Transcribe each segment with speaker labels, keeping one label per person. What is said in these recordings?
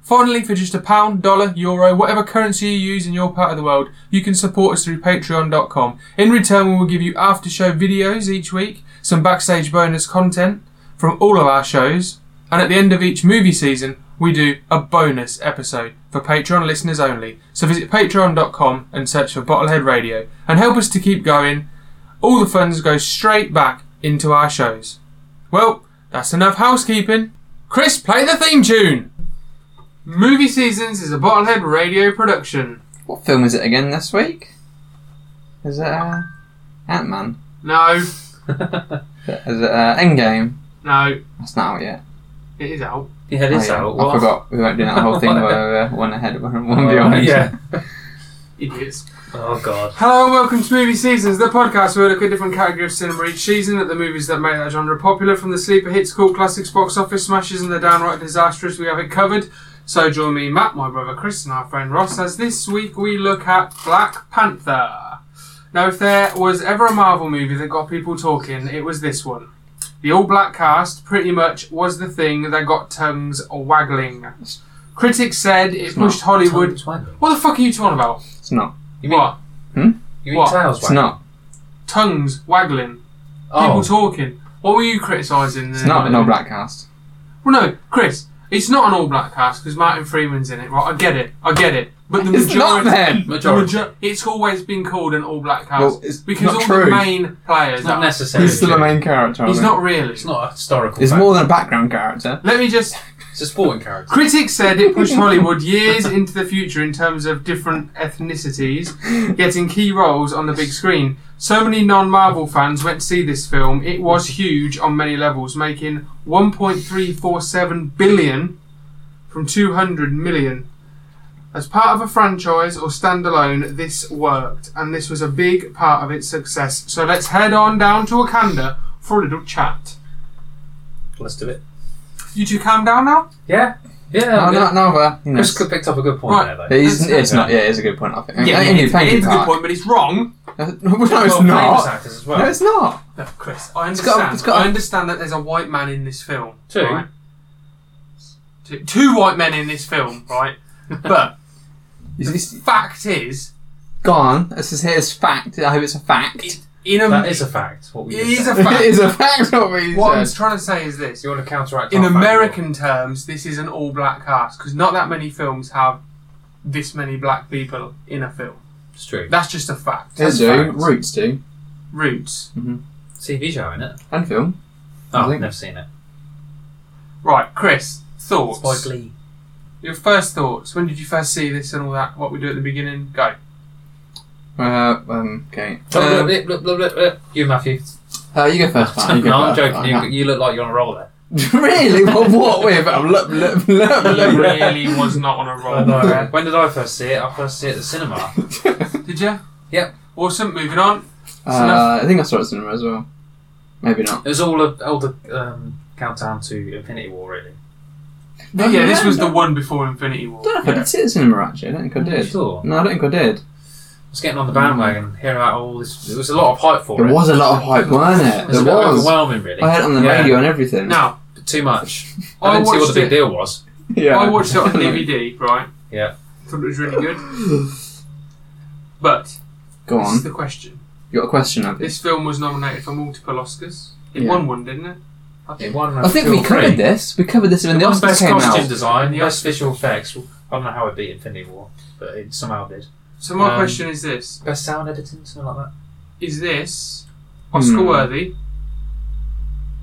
Speaker 1: Finally, for just a pound, dollar, euro, whatever currency you use in your part of the world, you can support us through patreon.com. In return, we will give you after show videos each week, some backstage bonus content from all of our shows, and at the end of each movie season, we do a bonus episode for Patreon listeners only. So visit patreon.com and search for Bottlehead Radio and help us to keep going all the funds go straight back into our shows. Well, that's enough housekeeping. Chris, play the theme tune! Movie Seasons is a Bottlehead radio production.
Speaker 2: What film is it again this week? Is it uh, Ant Man?
Speaker 1: No,
Speaker 2: Is it uh, Endgame?
Speaker 1: no,
Speaker 2: That's not out yet.
Speaker 1: it is out.
Speaker 3: Yeah, it is
Speaker 2: Oh, yeah.
Speaker 3: out.
Speaker 2: I
Speaker 3: What?
Speaker 2: forgot. We weren't doing that whole thing where uh, one ahead, one, one
Speaker 3: Oh,
Speaker 2: behind.
Speaker 3: yeah.
Speaker 1: Idiots.
Speaker 3: Oh god.
Speaker 1: Hello and welcome to Movie Seasons, the podcast where we look at different categories of cinema each season at the movies that make that genre popular, from the sleeper hits, cult classics, box office smashes, and the downright disastrous. We have it covered. So join me, Matt, my brother Chris, and our friend Ross, as this week we look at Black Panther. Now, if there was ever a Marvel movie that got people talking, it was this one. The all black cast pretty much was the thing that got tongues waggling. Critics said it pushed Hollywood.
Speaker 3: Twan-
Speaker 1: What the fuck are you talking about?
Speaker 2: It's not.
Speaker 3: You mean,
Speaker 1: what?
Speaker 3: you mean
Speaker 1: What?
Speaker 3: tails?
Speaker 2: It's
Speaker 3: wag?
Speaker 2: not.
Speaker 1: Tongues waggling. people
Speaker 3: Oh,
Speaker 1: talking. What were you criticising?
Speaker 2: It's not an all black cast.
Speaker 1: Well, no, Chris. It's not an all black cast because Martin Freeman's in it, right? I get it. I get it. But the
Speaker 2: It's not
Speaker 1: majority,
Speaker 2: then.
Speaker 1: the
Speaker 3: majority.
Speaker 1: major- it's always been called an all black cast
Speaker 2: Well, it's
Speaker 1: because
Speaker 2: not
Speaker 1: all the
Speaker 2: true.
Speaker 1: main players.
Speaker 3: It's not
Speaker 1: are-
Speaker 3: necessary.
Speaker 2: He's still the main character.
Speaker 1: He's
Speaker 2: I think.
Speaker 1: not really.
Speaker 3: It's not a historical.
Speaker 2: He's
Speaker 3: fact.
Speaker 2: more than a background character.
Speaker 1: Let me just.
Speaker 3: It's a sporting character.
Speaker 1: Critics said it pushed Hollywood years into the future in terms of different ethnicities getting key roles on the big screen. So many non Marvel fans went to see this film. It was huge on many levels, making 1.347 billion from 200 million. As part of a franchise or standalone, this worked, and this was a big part of its success. So let's head on down to Wakanda for a little chat.
Speaker 3: Let's do it.
Speaker 1: You two calm down now?
Speaker 3: Yeah. Yeah.
Speaker 2: No,
Speaker 3: I'm good.
Speaker 2: no, no, but, you know,
Speaker 3: Chris could picked up a good point
Speaker 1: Right.
Speaker 3: there, though.
Speaker 2: He's,
Speaker 1: That's-
Speaker 2: it's not. Yeah, it's a good point. I think.
Speaker 1: Yeah,
Speaker 2: Thank you,
Speaker 1: it's,
Speaker 2: thank you,
Speaker 1: it is a good
Speaker 2: Clark.
Speaker 1: point, but it's wrong.
Speaker 2: no, it's
Speaker 3: Well, famous
Speaker 2: not.
Speaker 3: actors as
Speaker 2: No,
Speaker 3: well.
Speaker 2: it's not.
Speaker 1: No, Chris, I
Speaker 2: It's
Speaker 1: understand.
Speaker 2: got- it's got-
Speaker 1: I understand that there's a white man in this film.
Speaker 3: Two.
Speaker 1: right? Two, two white men in this film, right? but
Speaker 2: Is this
Speaker 1: fact is,
Speaker 2: gone? This is here's fact. I hope it's a fact.
Speaker 1: it, in a
Speaker 3: That is a fact. What we
Speaker 1: It
Speaker 3: just
Speaker 1: is
Speaker 3: said.
Speaker 1: a fact.
Speaker 2: it is a fact. What we
Speaker 1: what I'm
Speaker 2: said.
Speaker 1: trying to say is this:
Speaker 3: You want to counteract
Speaker 1: in
Speaker 3: our fact,
Speaker 1: American terms, this is an all-black cast because not that many films have this many black people in a film.
Speaker 3: It's true.
Speaker 1: That's just a fact.
Speaker 2: They
Speaker 3: That's
Speaker 2: do.
Speaker 3: fact.
Speaker 2: Roots do.
Speaker 1: Roots,
Speaker 3: TV show, isn't it?
Speaker 2: And film. I
Speaker 3: Oh,
Speaker 2: think-
Speaker 3: never seen it.
Speaker 1: right? Chris, thoughts?
Speaker 3: Spike Lee.
Speaker 1: Your first thoughts. When did you first see this and all that? What we do at the beginning? Go.
Speaker 2: Uh, um, okay.
Speaker 3: Oh,
Speaker 2: Uh,
Speaker 3: look, look, look, look, look. You, Matthew.
Speaker 2: uh, you go first. Matt, you go
Speaker 3: no, I'm
Speaker 2: first.
Speaker 3: joking. You,
Speaker 2: Okay.
Speaker 3: you look like you're on a roll there.
Speaker 2: really? Well, what with? Um, look, look, look,
Speaker 1: He
Speaker 2: look.
Speaker 1: really was not on a roll.
Speaker 3: know. when did I first see it? I first see it at the cinema.
Speaker 1: Did you?
Speaker 3: Yep.
Speaker 1: Awesome. Moving on.
Speaker 2: uh, I think I saw it at cinema as well. Maybe not.
Speaker 3: It was all a, all the um, countdown to Infinity War, really.
Speaker 1: Yeah, this was the
Speaker 2: I
Speaker 1: one before Infinity War.
Speaker 2: don't know if I did see it at cinema actually. I don't think I
Speaker 3: Are you
Speaker 2: did.
Speaker 3: sure?
Speaker 2: No, I don't think I did.
Speaker 3: I was getting on the bandwagon, hearing about all this. There was a lot of hype for
Speaker 2: There
Speaker 3: it.
Speaker 2: was a lot of hype, weren't
Speaker 3: It
Speaker 2: it? There
Speaker 3: was a bit
Speaker 2: was.
Speaker 3: overwhelming, really.
Speaker 2: I heard it on the
Speaker 3: Yeah,
Speaker 2: radio and everything.
Speaker 1: Now,
Speaker 3: but Too much. I,
Speaker 1: I
Speaker 3: didn't see what
Speaker 1: watched
Speaker 3: the big
Speaker 1: it.
Speaker 3: deal was.
Speaker 2: yeah.
Speaker 1: I watched it on DVD, right?
Speaker 3: Yeah.
Speaker 1: Thought it was really good. But
Speaker 2: Go
Speaker 1: this is
Speaker 2: on.
Speaker 1: the question.
Speaker 2: You got a question, have you?
Speaker 1: This film was nominated for multiple Oscars. It
Speaker 2: Yeah.
Speaker 1: won one, didn't it? I
Speaker 3: It
Speaker 1: think.
Speaker 3: won
Speaker 2: I think
Speaker 3: two
Speaker 2: we
Speaker 3: or three.
Speaker 2: covered this. We covered this when the
Speaker 3: It won
Speaker 2: Oscars
Speaker 3: best
Speaker 2: came
Speaker 3: costume
Speaker 2: out.
Speaker 3: design,
Speaker 1: The
Speaker 3: best visual effects. I don't know how it beat Infinity War, but it somehow did.
Speaker 1: So my
Speaker 2: Um,
Speaker 1: question is this:
Speaker 3: Best sound editing, something like that.
Speaker 1: Is this
Speaker 2: Hmm.
Speaker 1: Oscar worthy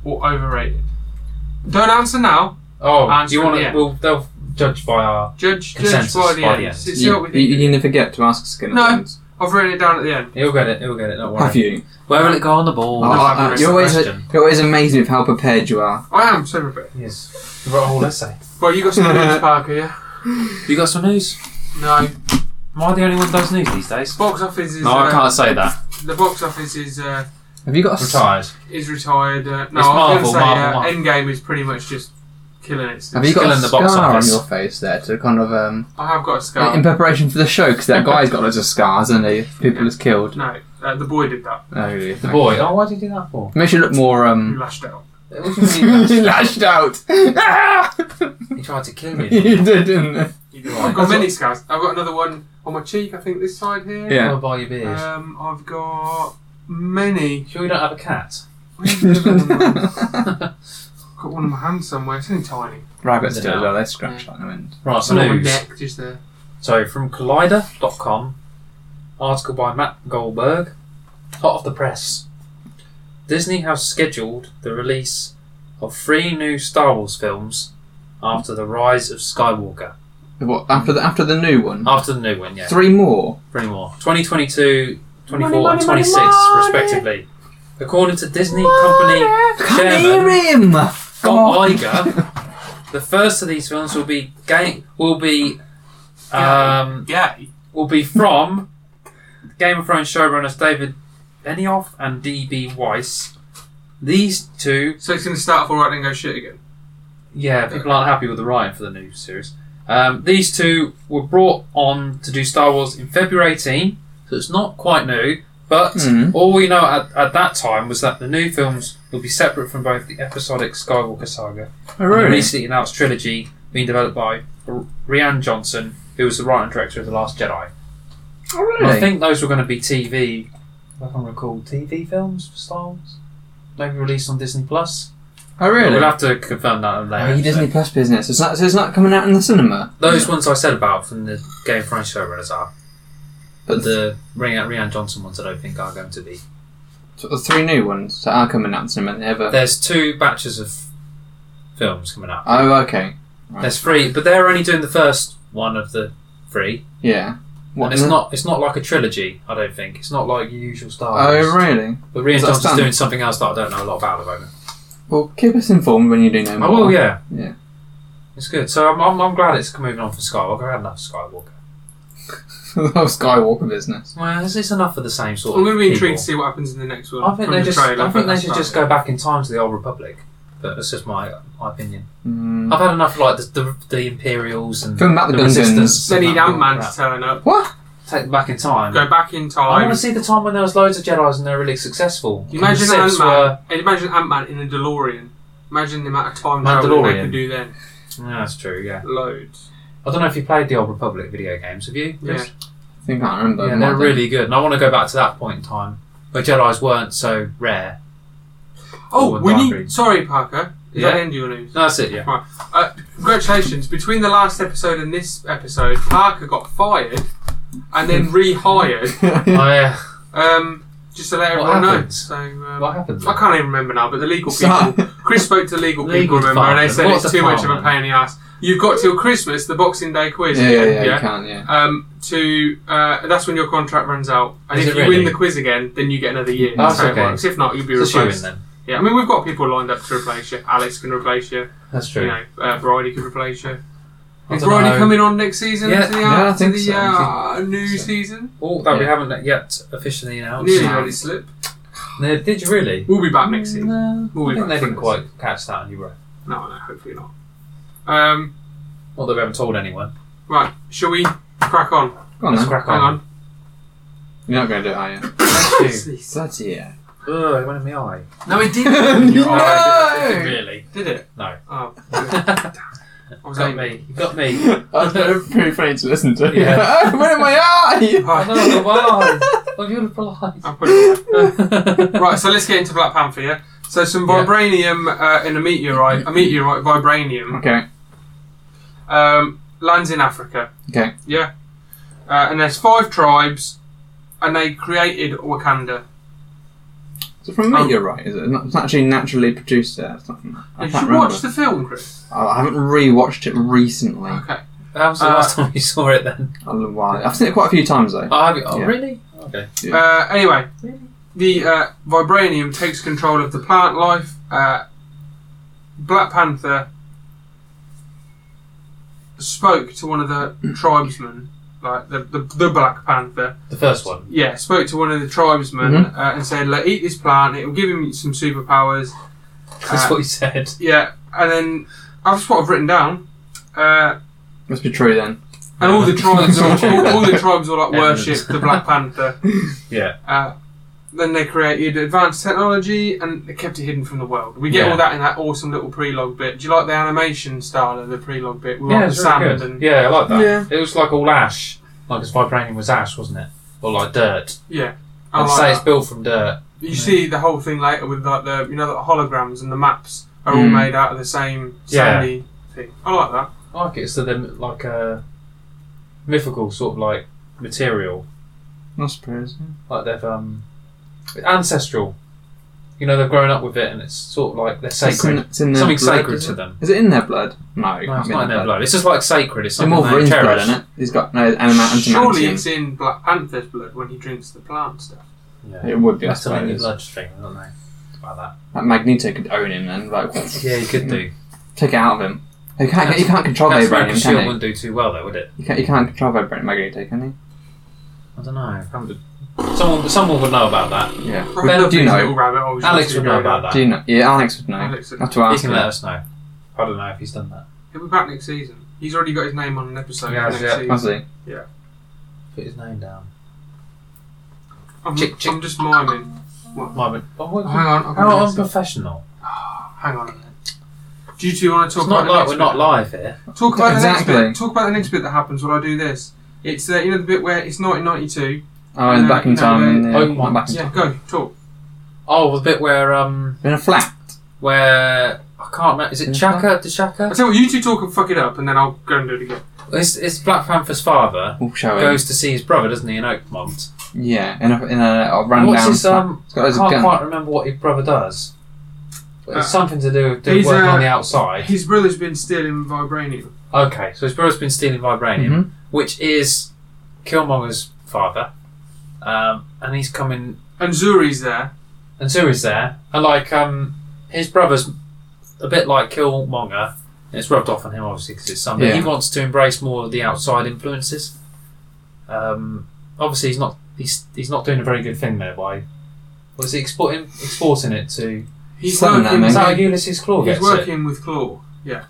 Speaker 1: or overrated? Don't answer now.
Speaker 3: Oh,
Speaker 1: Answer
Speaker 3: do you want
Speaker 1: in the
Speaker 3: to?
Speaker 1: end.
Speaker 3: We'll they'll judge by our.
Speaker 1: Judge, judge
Speaker 3: Consensus
Speaker 1: by the
Speaker 3: by
Speaker 1: end.
Speaker 3: the end.
Speaker 1: See see what
Speaker 2: You,
Speaker 1: we
Speaker 2: you,
Speaker 1: think.
Speaker 2: you never get to ask skin
Speaker 1: No.
Speaker 2: opinions.
Speaker 1: I've written it down at the end.
Speaker 3: He'll get it. He'll get it. Don't worry.
Speaker 2: Have you?
Speaker 3: Where will it go on the ball?
Speaker 2: Oh, uh,
Speaker 1: asked
Speaker 2: you're,
Speaker 1: the
Speaker 2: always, you're always amazed with how prepared you are.
Speaker 1: I am so prepared.
Speaker 3: Yes. You wrote a whole essay.
Speaker 1: Well, you got some news, Parker. Yeah.
Speaker 4: You got some news?
Speaker 1: No.
Speaker 4: Am I the only one who does news these days?
Speaker 1: Box office is.
Speaker 4: No,
Speaker 1: uh,
Speaker 4: I can't say that.
Speaker 1: The box office is uh,
Speaker 2: Have you got a s-
Speaker 3: Retired.
Speaker 1: is retired. Uh, no,
Speaker 4: It's
Speaker 1: I was
Speaker 4: Marvel,
Speaker 1: going to say
Speaker 4: Marvel,
Speaker 1: uh,
Speaker 4: Marvel.
Speaker 1: Endgame is pretty much just killing it.
Speaker 2: Have you got
Speaker 4: Still
Speaker 2: a
Speaker 4: in the box
Speaker 2: scar on
Speaker 4: office.
Speaker 2: your face there to kind of um
Speaker 1: I have got a scar.
Speaker 2: in preparation for the show? Because that guy's got loads of scars, and he people has killed.
Speaker 1: no, uh, the boy did that.
Speaker 2: Oh, really?
Speaker 3: The boy. Oh, why did you do that for?
Speaker 2: Makes you look more
Speaker 1: He
Speaker 2: um.
Speaker 1: lashed out.
Speaker 2: you lashed out. Ah!
Speaker 3: He tried to kill me.
Speaker 2: you did, didn't you?
Speaker 1: He did. I've got many scars. I've got another one on my cheek. I think this side here.
Speaker 2: Yeah.
Speaker 3: Or by your beard.
Speaker 1: Um, I've got many.
Speaker 3: sure you don't have a cat?
Speaker 1: I've got one on my hand somewhere. It's only tiny.
Speaker 2: Rabbits do
Speaker 3: Yeah.
Speaker 2: as well. They scratch like the wind.
Speaker 3: Right,
Speaker 1: It's on my
Speaker 3: news.
Speaker 1: neck, just there.
Speaker 3: So, from Collider.com, article by Matt Goldberg, hot off the press. Disney has scheduled the release of three new Star Wars films after the rise of Skywalker.
Speaker 2: What after the after the new one?
Speaker 3: After the new one, Oh, yeah.
Speaker 2: Three more.
Speaker 3: Three more. 2022, 24,
Speaker 1: Money, money,
Speaker 3: and 26,
Speaker 1: money, money.
Speaker 3: respectively. According to Disney company
Speaker 2: Can't
Speaker 3: Chairman-
Speaker 2: hear him. Oh,
Speaker 3: Bob
Speaker 2: God.
Speaker 3: Iger, the first of these films will be game will be um,
Speaker 1: Gay.
Speaker 3: will be from Game of Thrones showrunners David Benioff and D.B. Weiss. These two,
Speaker 1: So it's going to start off alright and go shit again.
Speaker 3: yeah, people aren't happy with the writing for the new series. Um, these two were brought on to do Star Wars in February 18, so it's not quite new. But
Speaker 2: Hmm.
Speaker 3: all we know at, at that time was that the new films will be separate from both the episodic Skywalker saga
Speaker 2: Oh,
Speaker 3: and the
Speaker 2: really?
Speaker 3: recently announced trilogy being developed by R- Rian Johnson, who was the writer and director of The Last Jedi.
Speaker 2: Oh,
Speaker 3: And
Speaker 2: really?
Speaker 3: I think those were going to be TV, if I can recall, TV films for Star Wars. Maybe released on Disney Plus.
Speaker 2: oh, really?
Speaker 3: We'll have to confirm that later.
Speaker 2: Oh, you Disney Plus business. It's not. So it's not coming out in the cinema.
Speaker 3: Those ones I said about from the Game of Thrones showrunners are,
Speaker 2: But
Speaker 3: but
Speaker 2: the,
Speaker 3: the Rian, Rian Johnson ones I don't think are going to be.
Speaker 2: the uh, three new ones that are coming out in the cinema. They have a-
Speaker 3: There's two batches of films coming out.
Speaker 2: Oh, okay.
Speaker 3: There's three, but they're only doing the first one of the three.
Speaker 2: Yeah.
Speaker 3: and it's
Speaker 2: the-
Speaker 3: not it's not like a trilogy, I don't think. It's not like your usual Star Wars.
Speaker 2: Oh, really?
Speaker 3: But Rian
Speaker 2: Is that
Speaker 3: Johnson's
Speaker 2: Stan?
Speaker 3: doing something else that I don't know a lot about at the moment.
Speaker 2: Well, keep us informed when you do know more.
Speaker 3: Oh, well, yeah.
Speaker 2: Yeah.
Speaker 3: It's good. So I'm, I'm, I'm glad it's moving on for Skywalker. I had enough of Skywalker.
Speaker 2: the whole Skywalker business.
Speaker 3: Well, it's, it's enough for the same sort
Speaker 1: I'm
Speaker 3: of
Speaker 1: going to be intrigued to
Speaker 3: people.
Speaker 1: see what happens in the next one.
Speaker 3: I think
Speaker 1: from
Speaker 3: they
Speaker 1: the
Speaker 3: just
Speaker 1: trailer,
Speaker 3: I
Speaker 1: but
Speaker 3: think they
Speaker 1: that's
Speaker 3: should
Speaker 1: about
Speaker 3: just
Speaker 1: it.
Speaker 3: go back in time to the old Republic. Hmm. But that's just my, my opinion.
Speaker 2: Mm.
Speaker 3: I've had enough of like the, the, the Imperials and
Speaker 2: Film about the Gungans.
Speaker 3: Resistance.
Speaker 1: They need
Speaker 3: and that-
Speaker 1: Ant Man to
Speaker 3: that.
Speaker 1: turn up.
Speaker 2: What?
Speaker 3: Take them back in time.
Speaker 1: Go back in
Speaker 3: I want
Speaker 1: time.
Speaker 3: to see the time when there was loads of Jedi's and they're really successful.
Speaker 1: You Imagine
Speaker 3: The Siths
Speaker 1: Ant Man.
Speaker 3: were-
Speaker 1: Imagine Ant Man in a DeLorean. Imagine the amount of time travel they
Speaker 3: Mandalorian.
Speaker 1: could do then.
Speaker 3: Yeah, that's true. Yeah.
Speaker 1: Loads.
Speaker 3: I don't know if you played the Old Republic video games, have you?
Speaker 1: Yeah.
Speaker 3: Chris?
Speaker 2: I think I can't remember.
Speaker 3: Yeah,
Speaker 2: them
Speaker 3: they're
Speaker 2: all,
Speaker 3: really good. And I want to go back to that point in time where Jedi's weren't so rare.
Speaker 1: Oh,
Speaker 3: Oh,
Speaker 1: we
Speaker 3: Boundary.
Speaker 1: need. Sorry, Parker. Is that
Speaker 3: Yeah.
Speaker 1: the end of your news?
Speaker 3: No, that's it, yeah.
Speaker 1: Uh, congratulations. Between the last episode and this episode, Parker got fired and then rehired.
Speaker 2: don't they?
Speaker 3: Oh, yeah.
Speaker 1: Um, just to let
Speaker 3: What
Speaker 1: everyone know.
Speaker 3: happened?
Speaker 1: So
Speaker 3: What
Speaker 1: um,
Speaker 3: happened?
Speaker 1: I can't even remember now, but the legal
Speaker 2: Stop.
Speaker 1: people. Chris spoke to legal, people,
Speaker 3: Legal
Speaker 1: remember, and they
Speaker 3: department.
Speaker 1: said
Speaker 3: What
Speaker 1: it's too much of a
Speaker 3: department?
Speaker 1: pain in the ass. You've got till Christmas, the Boxing Day quiz.
Speaker 2: yeah, yeah,
Speaker 1: again,
Speaker 2: yeah, you can't, yeah.
Speaker 1: Um, to uh, that's when your contract runs out, and
Speaker 3: Is
Speaker 1: if
Speaker 3: it
Speaker 1: you
Speaker 3: really? Oh,
Speaker 1: win the quiz again, then you get another year.
Speaker 3: That's
Speaker 1: how it
Speaker 3: okay.
Speaker 1: works. If not, you'll be
Speaker 3: It's a shoe in
Speaker 1: replaced.
Speaker 3: then.
Speaker 1: Yeah, I mean we've got people lined up to replace you. Alex can replace you.
Speaker 3: That's
Speaker 1: You
Speaker 3: true.
Speaker 1: know, uh, Bridie can replace you.
Speaker 3: I
Speaker 1: Is
Speaker 3: don't
Speaker 1: Bridie
Speaker 3: know.
Speaker 1: coming on next season
Speaker 3: Yeah.
Speaker 1: to the, uh,
Speaker 2: Yeah, I think
Speaker 1: to the
Speaker 2: so.
Speaker 1: uh, new
Speaker 2: so.
Speaker 1: season?
Speaker 3: Oh, that we
Speaker 2: Yeah.
Speaker 3: haven't yet officially announced.
Speaker 1: Nearly
Speaker 2: Yeah.
Speaker 1: had it slip.
Speaker 3: No, did you really?
Speaker 1: We'll be back next season.
Speaker 3: Mm, No,
Speaker 1: We'll be
Speaker 3: I think
Speaker 1: back
Speaker 3: they
Speaker 1: for
Speaker 3: didn't
Speaker 1: this.
Speaker 3: quite catch that on your breath.
Speaker 1: No, no, hopefully not. Um,
Speaker 3: Not that we haven't told anyone.
Speaker 1: right, shall we crack on?
Speaker 2: Go on,
Speaker 3: Let's
Speaker 2: then.
Speaker 3: crack
Speaker 1: Hang
Speaker 3: Mm-hmm. on.
Speaker 1: on.
Speaker 2: You're not going to do it, are you?
Speaker 3: Thank you.
Speaker 1: Jeez.
Speaker 2: Bloody yeah.
Speaker 3: Ugh, it went in my eye.
Speaker 1: No, it
Speaker 2: No!
Speaker 1: didn't.
Speaker 3: Your eye, did- did you Really?
Speaker 1: Did it?
Speaker 3: No.
Speaker 1: Oh, I was
Speaker 3: got
Speaker 1: aiming.
Speaker 3: me. You got me.
Speaker 2: That's pretty funny to listen to.
Speaker 3: Yeah.
Speaker 2: oh, where am I?
Speaker 3: I
Speaker 1: Right,
Speaker 3: know, why? Oh, beautiful eyes.
Speaker 1: I'll put it away.
Speaker 3: uh, right.
Speaker 1: right, so let's get into Black Panther, yeah? So some
Speaker 3: Yeah.
Speaker 1: vibranium uh, in a meteorite, a meteorite vibranium
Speaker 2: Okay.
Speaker 1: um, lands in Africa.
Speaker 2: Okay.
Speaker 1: Yeah. Uh, and there's five tribes, and they created Wakanda.
Speaker 2: So from
Speaker 3: Um,
Speaker 2: meteorite, is it? Not- It's not actually naturally produced there. It's not, I
Speaker 1: Did
Speaker 2: can't
Speaker 1: you
Speaker 2: remember.
Speaker 1: watch the film, Chris?
Speaker 2: I I haven't re-watched it recently.
Speaker 1: Okay.
Speaker 3: That was the
Speaker 1: Uh,
Speaker 3: last time you saw it then.
Speaker 2: A little while. I've seen it quite a few times though.
Speaker 3: Oh, have you- oh,
Speaker 2: yeah.
Speaker 3: really? Okay.
Speaker 2: Yeah.
Speaker 1: Uh, anyway,
Speaker 3: Really?
Speaker 1: the uh, vibranium takes control of the plant life. Uh, Black Panther spoke to one of the tribesmen, like the, the, the Black Panther.
Speaker 3: The first one.
Speaker 1: Yeah, spoke to one of the tribesmen
Speaker 3: Mm-hmm.
Speaker 1: uh, and said, like, eat this plant, it'll give him some superpowers.
Speaker 3: That's
Speaker 1: Uh,
Speaker 3: what he said.
Speaker 1: Yeah, and then that's what I've written down. Uh,
Speaker 2: Must be true then.
Speaker 1: and all the tribes, all, all, all the tribes, all like
Speaker 3: Evidence.
Speaker 1: worship the Black Panther.
Speaker 3: Yeah.
Speaker 1: Uh, then they created advanced technology and they kept it hidden from the world. We get
Speaker 3: Yeah.
Speaker 1: all that in that awesome little prelogue bit. Do you like the animation style of the prelogue bit? With
Speaker 3: Yeah,
Speaker 1: like the
Speaker 3: it's really
Speaker 1: sand
Speaker 3: good.
Speaker 1: and
Speaker 3: yeah, I like that.
Speaker 2: Yeah.
Speaker 3: It was like all ash. Like his vibranium was ash, wasn't it? Or like dirt.
Speaker 1: yeah. I
Speaker 3: I'd
Speaker 1: like
Speaker 3: say
Speaker 1: that.
Speaker 3: it's built from dirt.
Speaker 1: You
Speaker 3: yeah.
Speaker 1: see the whole thing later with like the you know the holograms and the maps are all
Speaker 2: Mm.
Speaker 1: made out of the same
Speaker 3: Yeah.
Speaker 1: sandy thing. I like that.
Speaker 3: I like it. It's the, like a mythical sort of like material.
Speaker 2: Not surprised.
Speaker 3: Like they've um ancestral. You know, they've grown up with it and it's sort of like they're
Speaker 2: It's in,
Speaker 3: sacred.
Speaker 2: it's in their
Speaker 3: Something
Speaker 2: blood,
Speaker 3: sacred
Speaker 2: is
Speaker 3: to
Speaker 2: it?
Speaker 3: them.
Speaker 2: Is it in their blood? No, it
Speaker 3: No,
Speaker 2: can't
Speaker 3: it's
Speaker 2: be
Speaker 3: not in their blood. It's just like sacred. It's
Speaker 2: It's in
Speaker 3: something they
Speaker 2: Wolverine's blood,
Speaker 3: cherish.
Speaker 2: isn't it? He's got no animat-
Speaker 1: Surely
Speaker 2: adamantium.
Speaker 1: it's in Black Panther's blood when he drinks the plant stuff.
Speaker 3: Yeah.
Speaker 2: It would be, I
Speaker 3: That's the only
Speaker 2: suppose.
Speaker 3: blood stream, don't they? About that.
Speaker 2: Like Magneto could own him then. Like,
Speaker 3: Yeah, you could do.
Speaker 2: Take it out of him. He can't, he can't control
Speaker 3: That's
Speaker 2: vibranium,
Speaker 3: American Shield
Speaker 2: can
Speaker 3: wouldn't do too well, though, would it?
Speaker 2: he? He can't, he can't control vibranium Magneto, can
Speaker 3: I don't know. I haven't- Someone, someone would know about that.
Speaker 2: he? Yeah.
Speaker 1: I love
Speaker 2: do you
Speaker 1: these
Speaker 2: know-
Speaker 1: little rabbit holes you
Speaker 3: Alex
Speaker 1: see
Speaker 3: would know
Speaker 1: going
Speaker 3: about
Speaker 1: on.
Speaker 3: that.
Speaker 2: Do you know? Yeah, Alex would know.
Speaker 1: Alex would
Speaker 2: have to
Speaker 3: He
Speaker 2: ask
Speaker 3: can
Speaker 2: him.
Speaker 3: let us know. I don't know if he's done that.
Speaker 1: He'll be back next season. He's already got his name on an episode
Speaker 3: Yeah,
Speaker 1: for next
Speaker 3: yeah.
Speaker 1: season.
Speaker 2: Has he?
Speaker 3: Put his name down.
Speaker 1: I'm,
Speaker 3: Chick, chick.
Speaker 1: I'm just miming.
Speaker 3: Moment. Oh, what-
Speaker 1: Oh, hang on. I've got
Speaker 3: How
Speaker 1: an answer.
Speaker 3: unprofessional.
Speaker 1: Hang on a minute. Do you two want to talk
Speaker 3: It's not
Speaker 1: about the
Speaker 3: like we're
Speaker 1: next
Speaker 3: not
Speaker 1: bit?
Speaker 3: live here.
Speaker 1: Talk about the next
Speaker 2: Exactly.
Speaker 1: bit. Talk about the next bit that happens while I do this. It's uh, you know the bit where it's 1992.
Speaker 2: Oh, and
Speaker 1: No,
Speaker 2: back in
Speaker 1: no,
Speaker 2: time.
Speaker 1: no,
Speaker 2: yeah,
Speaker 3: Open
Speaker 2: not
Speaker 3: one.
Speaker 2: back in
Speaker 1: Yeah,
Speaker 2: time.
Speaker 1: go talk.
Speaker 3: Oh, the bit where um,
Speaker 2: In a flat.
Speaker 3: where I can't remember. Is it
Speaker 2: Who's
Speaker 3: Chaka?
Speaker 1: I
Speaker 3: Deshaka?
Speaker 1: tell you, what, you two talk and fuck it up, and then I'll go and do it again.
Speaker 3: It's, it's Black Panther's father
Speaker 2: We'll show him.
Speaker 3: goes to see his brother, doesn't he, in Oakmont?
Speaker 2: Yeah, in a, in a, a
Speaker 3: And
Speaker 2: rundown
Speaker 3: what's his
Speaker 2: flat.
Speaker 3: um?
Speaker 2: It's got
Speaker 3: I
Speaker 2: loads of
Speaker 3: can't
Speaker 2: guns.
Speaker 3: quite remember what his brother does. But it's
Speaker 1: Uh,
Speaker 3: something to do with doing
Speaker 1: he's,
Speaker 3: work
Speaker 1: uh,
Speaker 3: on the outside.
Speaker 1: His brother's been stealing vibranium.
Speaker 3: Okay, so his brother's been stealing vibranium,
Speaker 1: Mm-hmm.
Speaker 2: Mhm.
Speaker 3: which is Killmonger's father, um, and he's coming.
Speaker 1: And Zuri's there.
Speaker 3: And Zuri's there, and like um, his brother's a bit like Killmonger. And it's rubbed off on him obviously because it's something
Speaker 2: Yeah.
Speaker 3: he wants to embrace more of the outside influences. Um, obviously, he's not he's he's not doing a very good thing there by. Was he exporting exporting it to?
Speaker 1: He's
Speaker 2: Something
Speaker 1: working.
Speaker 2: like
Speaker 3: Is
Speaker 1: with-
Speaker 3: that how Ulysses Claw
Speaker 1: he's
Speaker 3: gets it?
Speaker 1: working with Claw.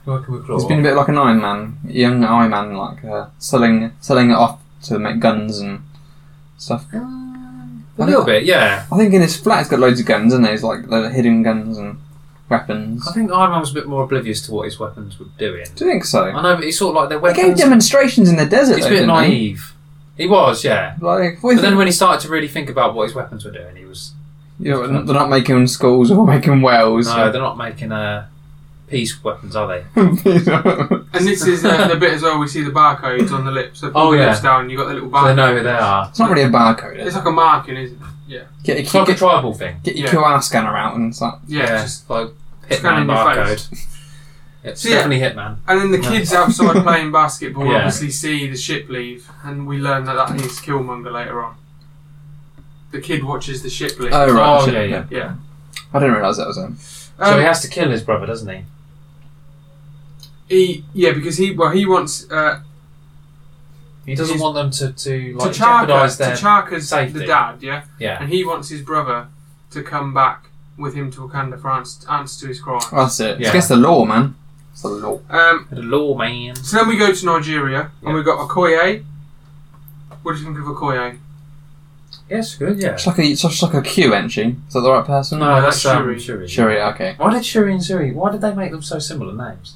Speaker 3: Working with Claw.
Speaker 2: He's been a bit like an Iron Man, young Iron Man, like uh, selling selling it off to make guns and stuff.
Speaker 3: Uh, a little bit, yeah.
Speaker 2: I think in his flat he's got loads of guns, isn't he? He's like loads of hidden guns and weapons.
Speaker 3: I think Iron Man was a bit more oblivious to what his weapons were doing.
Speaker 2: Do you think so?
Speaker 3: I know, but he sort of like their
Speaker 2: They gave
Speaker 3: weapons.
Speaker 2: demonstrations in the desert.
Speaker 3: he's a
Speaker 2: though,
Speaker 3: bit
Speaker 2: didn't they?
Speaker 3: naive. He was, yeah.
Speaker 2: Like, what
Speaker 3: But
Speaker 2: if
Speaker 3: then when he started to really think about what his weapons were doing, he was
Speaker 2: you know, they're not making schools or making wells.
Speaker 3: no, they're not making uh, peace weapons, are they?
Speaker 1: And this is uh, the bit as well. We see the barcodes on the lips. They pull
Speaker 3: Oh,
Speaker 1: the
Speaker 3: yeah.
Speaker 1: lips down. You got the little
Speaker 3: So they
Speaker 1: barcode.
Speaker 3: know who they are.
Speaker 2: it's not really a barcode.
Speaker 1: It's
Speaker 2: Is it?
Speaker 1: like a marking, isn't it? Yeah.
Speaker 2: Get,
Speaker 3: It's like a
Speaker 2: get,
Speaker 3: tribal thing.
Speaker 2: get your
Speaker 1: yeah.
Speaker 2: QR scanner out and it's like,
Speaker 1: Yeah. it's just-
Speaker 3: just like
Speaker 1: scanning
Speaker 3: hitman
Speaker 1: your face.
Speaker 3: barcode. It's
Speaker 1: So, yeah.
Speaker 3: definitely hitman.
Speaker 1: And then the
Speaker 3: No.
Speaker 1: kids outside playing basketball
Speaker 3: Yeah.
Speaker 1: obviously see the ship leave, and we learn that that is Killmonger later on. The kid watches the ship leave.
Speaker 2: oh right,
Speaker 3: Oh,
Speaker 2: shit,
Speaker 3: yeah, yeah.
Speaker 1: yeah.
Speaker 2: I didn't realise that was him.
Speaker 3: so
Speaker 1: Um,
Speaker 3: he has to kill his brother, doesn't he?
Speaker 1: he, yeah, because he well he wants uh,
Speaker 3: He doesn't
Speaker 1: He's-
Speaker 3: want them to to like jeopardize
Speaker 1: T'Chaka.
Speaker 3: their
Speaker 1: T'Chaka's the
Speaker 3: safety.
Speaker 1: dad, yeah,
Speaker 3: yeah.
Speaker 1: and he wants his brother to come back with him to Wakanda for ans- answer to his crime.
Speaker 2: That's it. It's
Speaker 3: Yeah.
Speaker 2: against the law, man. It's the law.
Speaker 1: Um,
Speaker 3: The law man.
Speaker 1: so then we go to Nigeria, and
Speaker 3: Yeah.
Speaker 1: we've got Okoye. What do you think of Okoye?
Speaker 3: Yes, good. Yeah.
Speaker 2: It's like a, it's just like a queue entry. Is that the right person?
Speaker 3: No, that's
Speaker 1: that's
Speaker 3: um,
Speaker 1: Shuri.
Speaker 3: Shuri.
Speaker 2: Shuri, okay.
Speaker 3: Why did Shuri and Zuri? Why did they make them so similar names?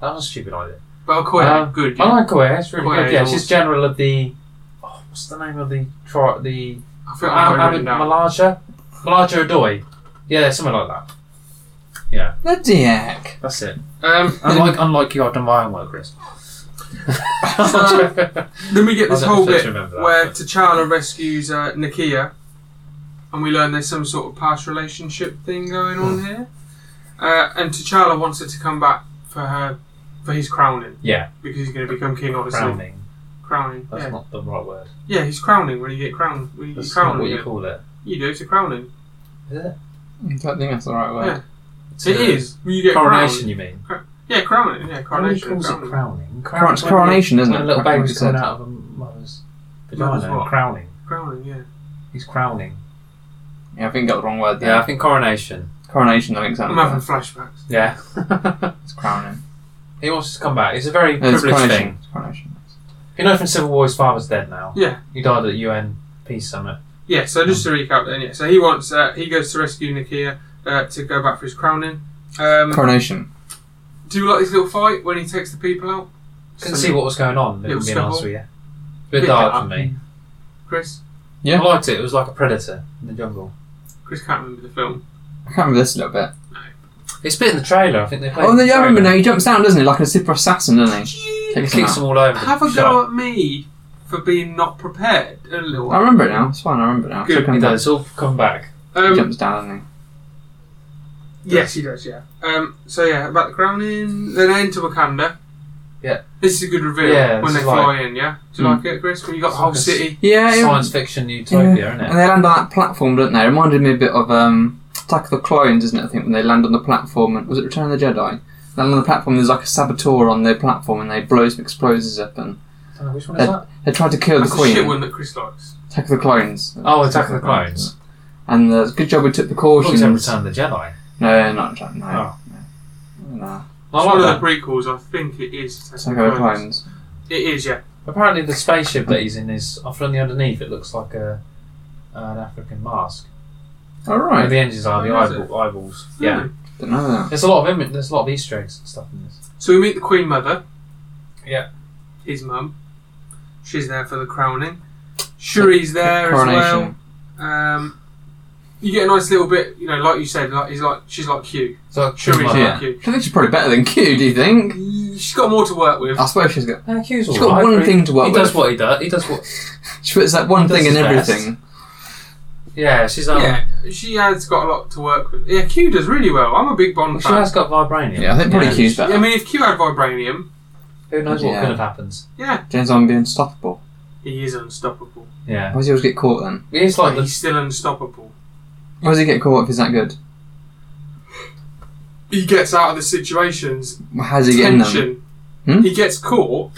Speaker 3: That was a stupid idea.
Speaker 1: But Okoye,
Speaker 3: Uh,
Speaker 1: good.
Speaker 3: I
Speaker 1: Yeah.
Speaker 3: like Koya. It's really
Speaker 1: Koya
Speaker 3: good. Yeah,
Speaker 1: is
Speaker 3: she's
Speaker 1: awesome.
Speaker 3: general of the. Oh, what's the name of the tri- the
Speaker 1: I feel like
Speaker 3: Am-
Speaker 1: I've
Speaker 3: Am-
Speaker 1: written down.
Speaker 3: Malaja Malaja Adoy? Yeah, something like that.
Speaker 2: Bloody heck.
Speaker 3: That's it.
Speaker 1: Um,
Speaker 3: Unlike unlike you, I've done my own work, Chris.
Speaker 1: So, then we get this
Speaker 4: I
Speaker 1: whole
Speaker 4: don't
Speaker 1: bit
Speaker 4: remember that,
Speaker 1: where
Speaker 4: but-
Speaker 1: T'Challa rescues uh, Nakia, and we learn there's some sort of past relationship thing going on here. Uh, and T'Challa wants her to come back for her for his crowning
Speaker 3: yeah,
Speaker 1: because he's going to become king, obviously.
Speaker 3: crowning.
Speaker 1: Crowning,
Speaker 3: That's
Speaker 1: yeah,
Speaker 3: not the right word.
Speaker 1: yeah, he's crowning when you get crowned. When you
Speaker 3: That's not
Speaker 1: crown
Speaker 3: what
Speaker 1: him,
Speaker 3: you call it.
Speaker 1: you do it's a crowning.
Speaker 3: Is it?
Speaker 2: I don't think that's the right word.
Speaker 1: Yeah.
Speaker 3: It's
Speaker 1: It
Speaker 3: a
Speaker 1: is when you get
Speaker 3: Coronation,
Speaker 1: crowned.
Speaker 3: you mean?
Speaker 1: Yeah, crowning. Yeah, coronation.
Speaker 3: Who calls it
Speaker 1: crowning.
Speaker 3: crowning?
Speaker 2: Cron- it's coronation, isn't
Speaker 3: When
Speaker 2: it?
Speaker 3: a little
Speaker 2: Cron-
Speaker 3: baby's
Speaker 2: you
Speaker 3: coming
Speaker 2: said.
Speaker 3: out of a mother's
Speaker 1: Mother's
Speaker 3: vagina.
Speaker 1: what?
Speaker 3: Crowning.
Speaker 1: crowning. Yeah.
Speaker 3: He's crowning.
Speaker 2: Yeah, I think got the wrong word there.
Speaker 3: Yeah, I think coronation.
Speaker 2: Coronation, I think sounds
Speaker 1: I'm having
Speaker 2: better.
Speaker 1: flashbacks.
Speaker 3: Yeah.
Speaker 2: It's crowning.
Speaker 3: he wants to come back. It's a very
Speaker 2: No, it's
Speaker 3: privileged
Speaker 2: coronation.
Speaker 3: thing.
Speaker 2: It's coronation.
Speaker 3: You know, from Civil War, his father's dead now.
Speaker 1: Yeah.
Speaker 3: He died at UN Peace Summit.
Speaker 1: Yeah, so just to recap then, yeah, so he wants, uh, he goes to rescue Nakia uh, to go back for his crowning. Um,
Speaker 2: Coronation.
Speaker 1: do you like this little fight when he takes the people out?
Speaker 3: Couldn't
Speaker 1: So,
Speaker 3: see what was going on. It
Speaker 1: Little
Speaker 3: was being honest
Speaker 1: scuffle.
Speaker 3: with you. Bit
Speaker 1: Bit
Speaker 3: dark
Speaker 1: dark.
Speaker 3: for me.
Speaker 1: Chris?
Speaker 2: Yeah.
Speaker 3: I liked it. It was like a predator in the jungle.
Speaker 1: Chris can't remember the film.
Speaker 2: I can't remember this a little bit.
Speaker 3: It's a bit in the trailer. I think they played.
Speaker 2: Oh,
Speaker 3: in
Speaker 2: no, yeah, I remember now.
Speaker 3: trailer.
Speaker 2: He jumps down, doesn't he? Like a super assassin, doesn't he?
Speaker 3: He
Speaker 2: Takes him
Speaker 3: kicks
Speaker 2: out.
Speaker 3: them all over. the
Speaker 1: Have a
Speaker 3: shop.
Speaker 1: go at me for being not prepared a little.
Speaker 2: I remember it now. It's fine. I remember it now.
Speaker 1: Good,
Speaker 2: So come
Speaker 3: He
Speaker 2: down.
Speaker 3: does. All come back.
Speaker 2: He
Speaker 1: Um,
Speaker 2: jumps down, doesn't
Speaker 1: yes, he does, yeah. Um, so yeah, about the crowning, then they enter Wakanda.
Speaker 3: Yeah.
Speaker 1: This is a good reveal
Speaker 3: Yeah,
Speaker 1: when
Speaker 3: this
Speaker 1: they
Speaker 3: is
Speaker 1: fly
Speaker 3: like-
Speaker 1: in, yeah? Do you
Speaker 2: Mm.
Speaker 1: like it, Chris? When you got the
Speaker 3: It's
Speaker 1: whole
Speaker 3: like a s-
Speaker 1: city.
Speaker 2: he? Yeah. yeah.
Speaker 3: Science fiction utopia,
Speaker 2: And
Speaker 3: isn't it?
Speaker 2: they land on that platform, don't they? It reminded me a bit of um, Attack of the Clones, isn't it? I think when they land on the platform, and was it Return of the Jedi? They land on the platform. There's like a saboteur on their platform, and they blow some explosives up, and
Speaker 3: Oh, which one is
Speaker 2: Uh,
Speaker 3: that?
Speaker 2: they tried to kill
Speaker 1: That's
Speaker 2: the
Speaker 1: the shit
Speaker 2: queen.
Speaker 1: one that Chris likes.
Speaker 2: Attack of the Clones.
Speaker 3: Oh, Attack of the Clones.
Speaker 2: And uh, good job we took the
Speaker 3: I thought it
Speaker 2: cautions.
Speaker 3: said Return of the Jedi.
Speaker 2: No, not Attack. No.
Speaker 3: Oh.
Speaker 2: no. No.
Speaker 1: It's
Speaker 3: I
Speaker 1: one
Speaker 3: like
Speaker 1: of
Speaker 3: that.
Speaker 1: the prequels, I think it is. Attack of
Speaker 2: Attack
Speaker 1: the
Speaker 2: of the
Speaker 1: Clones.
Speaker 2: Clones.
Speaker 1: It is, yeah.
Speaker 3: Apparently, the spaceship that he's in is offering the underneath. It looks like a an African mask.
Speaker 2: All
Speaker 3: Right.
Speaker 2: right.
Speaker 3: The engines are the
Speaker 1: Oh, is it?
Speaker 3: eyeball, eyeballs. Yeah.
Speaker 1: Mm.
Speaker 2: Didn't know that.
Speaker 3: There's a lot of Im- there's a lot of Easter eggs and stuff in this.
Speaker 1: So we meet the Queen Mother.
Speaker 3: Yeah.
Speaker 1: His mum. She's there for the crowning. Shuri's there as
Speaker 2: Coronation.
Speaker 1: well. Um, you get a nice little bit, you know, like you said, like he's like she's like Q.
Speaker 3: So like
Speaker 1: Shuri's
Speaker 3: Shuri's
Speaker 1: like
Speaker 2: Yeah.
Speaker 1: Q.
Speaker 2: I think she's probably better than Q. Do you think?
Speaker 1: She's got more to work with.
Speaker 2: I suppose she's got.
Speaker 3: And Q's
Speaker 2: She's
Speaker 3: all
Speaker 2: got
Speaker 3: right.
Speaker 2: one thing to work
Speaker 3: He
Speaker 2: with.
Speaker 3: does what he does. He does what.
Speaker 2: She puts that one
Speaker 3: Does
Speaker 2: thing in
Speaker 3: his best.
Speaker 2: everything.
Speaker 3: Yeah, she's um.
Speaker 1: yeah, she has got a lot to work with. Yeah, Q does really well. I'm a big
Speaker 3: well,
Speaker 1: Bond
Speaker 3: She
Speaker 1: fan.
Speaker 3: has got vibranium.
Speaker 2: Yeah, I think probably Q's better.
Speaker 1: I mean, if Q had vibranium,
Speaker 3: Who knows what
Speaker 2: Yeah.
Speaker 3: could have happened?
Speaker 2: James Bond be unstoppable.
Speaker 1: he is unstoppable.
Speaker 3: Yeah.
Speaker 2: Why does he always get caught then?
Speaker 3: He's like
Speaker 1: But
Speaker 3: the
Speaker 1: he's still unstoppable.
Speaker 2: Why does he get caught if he's that good?
Speaker 1: He gets out of the situations
Speaker 2: How does he get in them?
Speaker 1: tension.
Speaker 2: Hmm?
Speaker 1: He gets caught,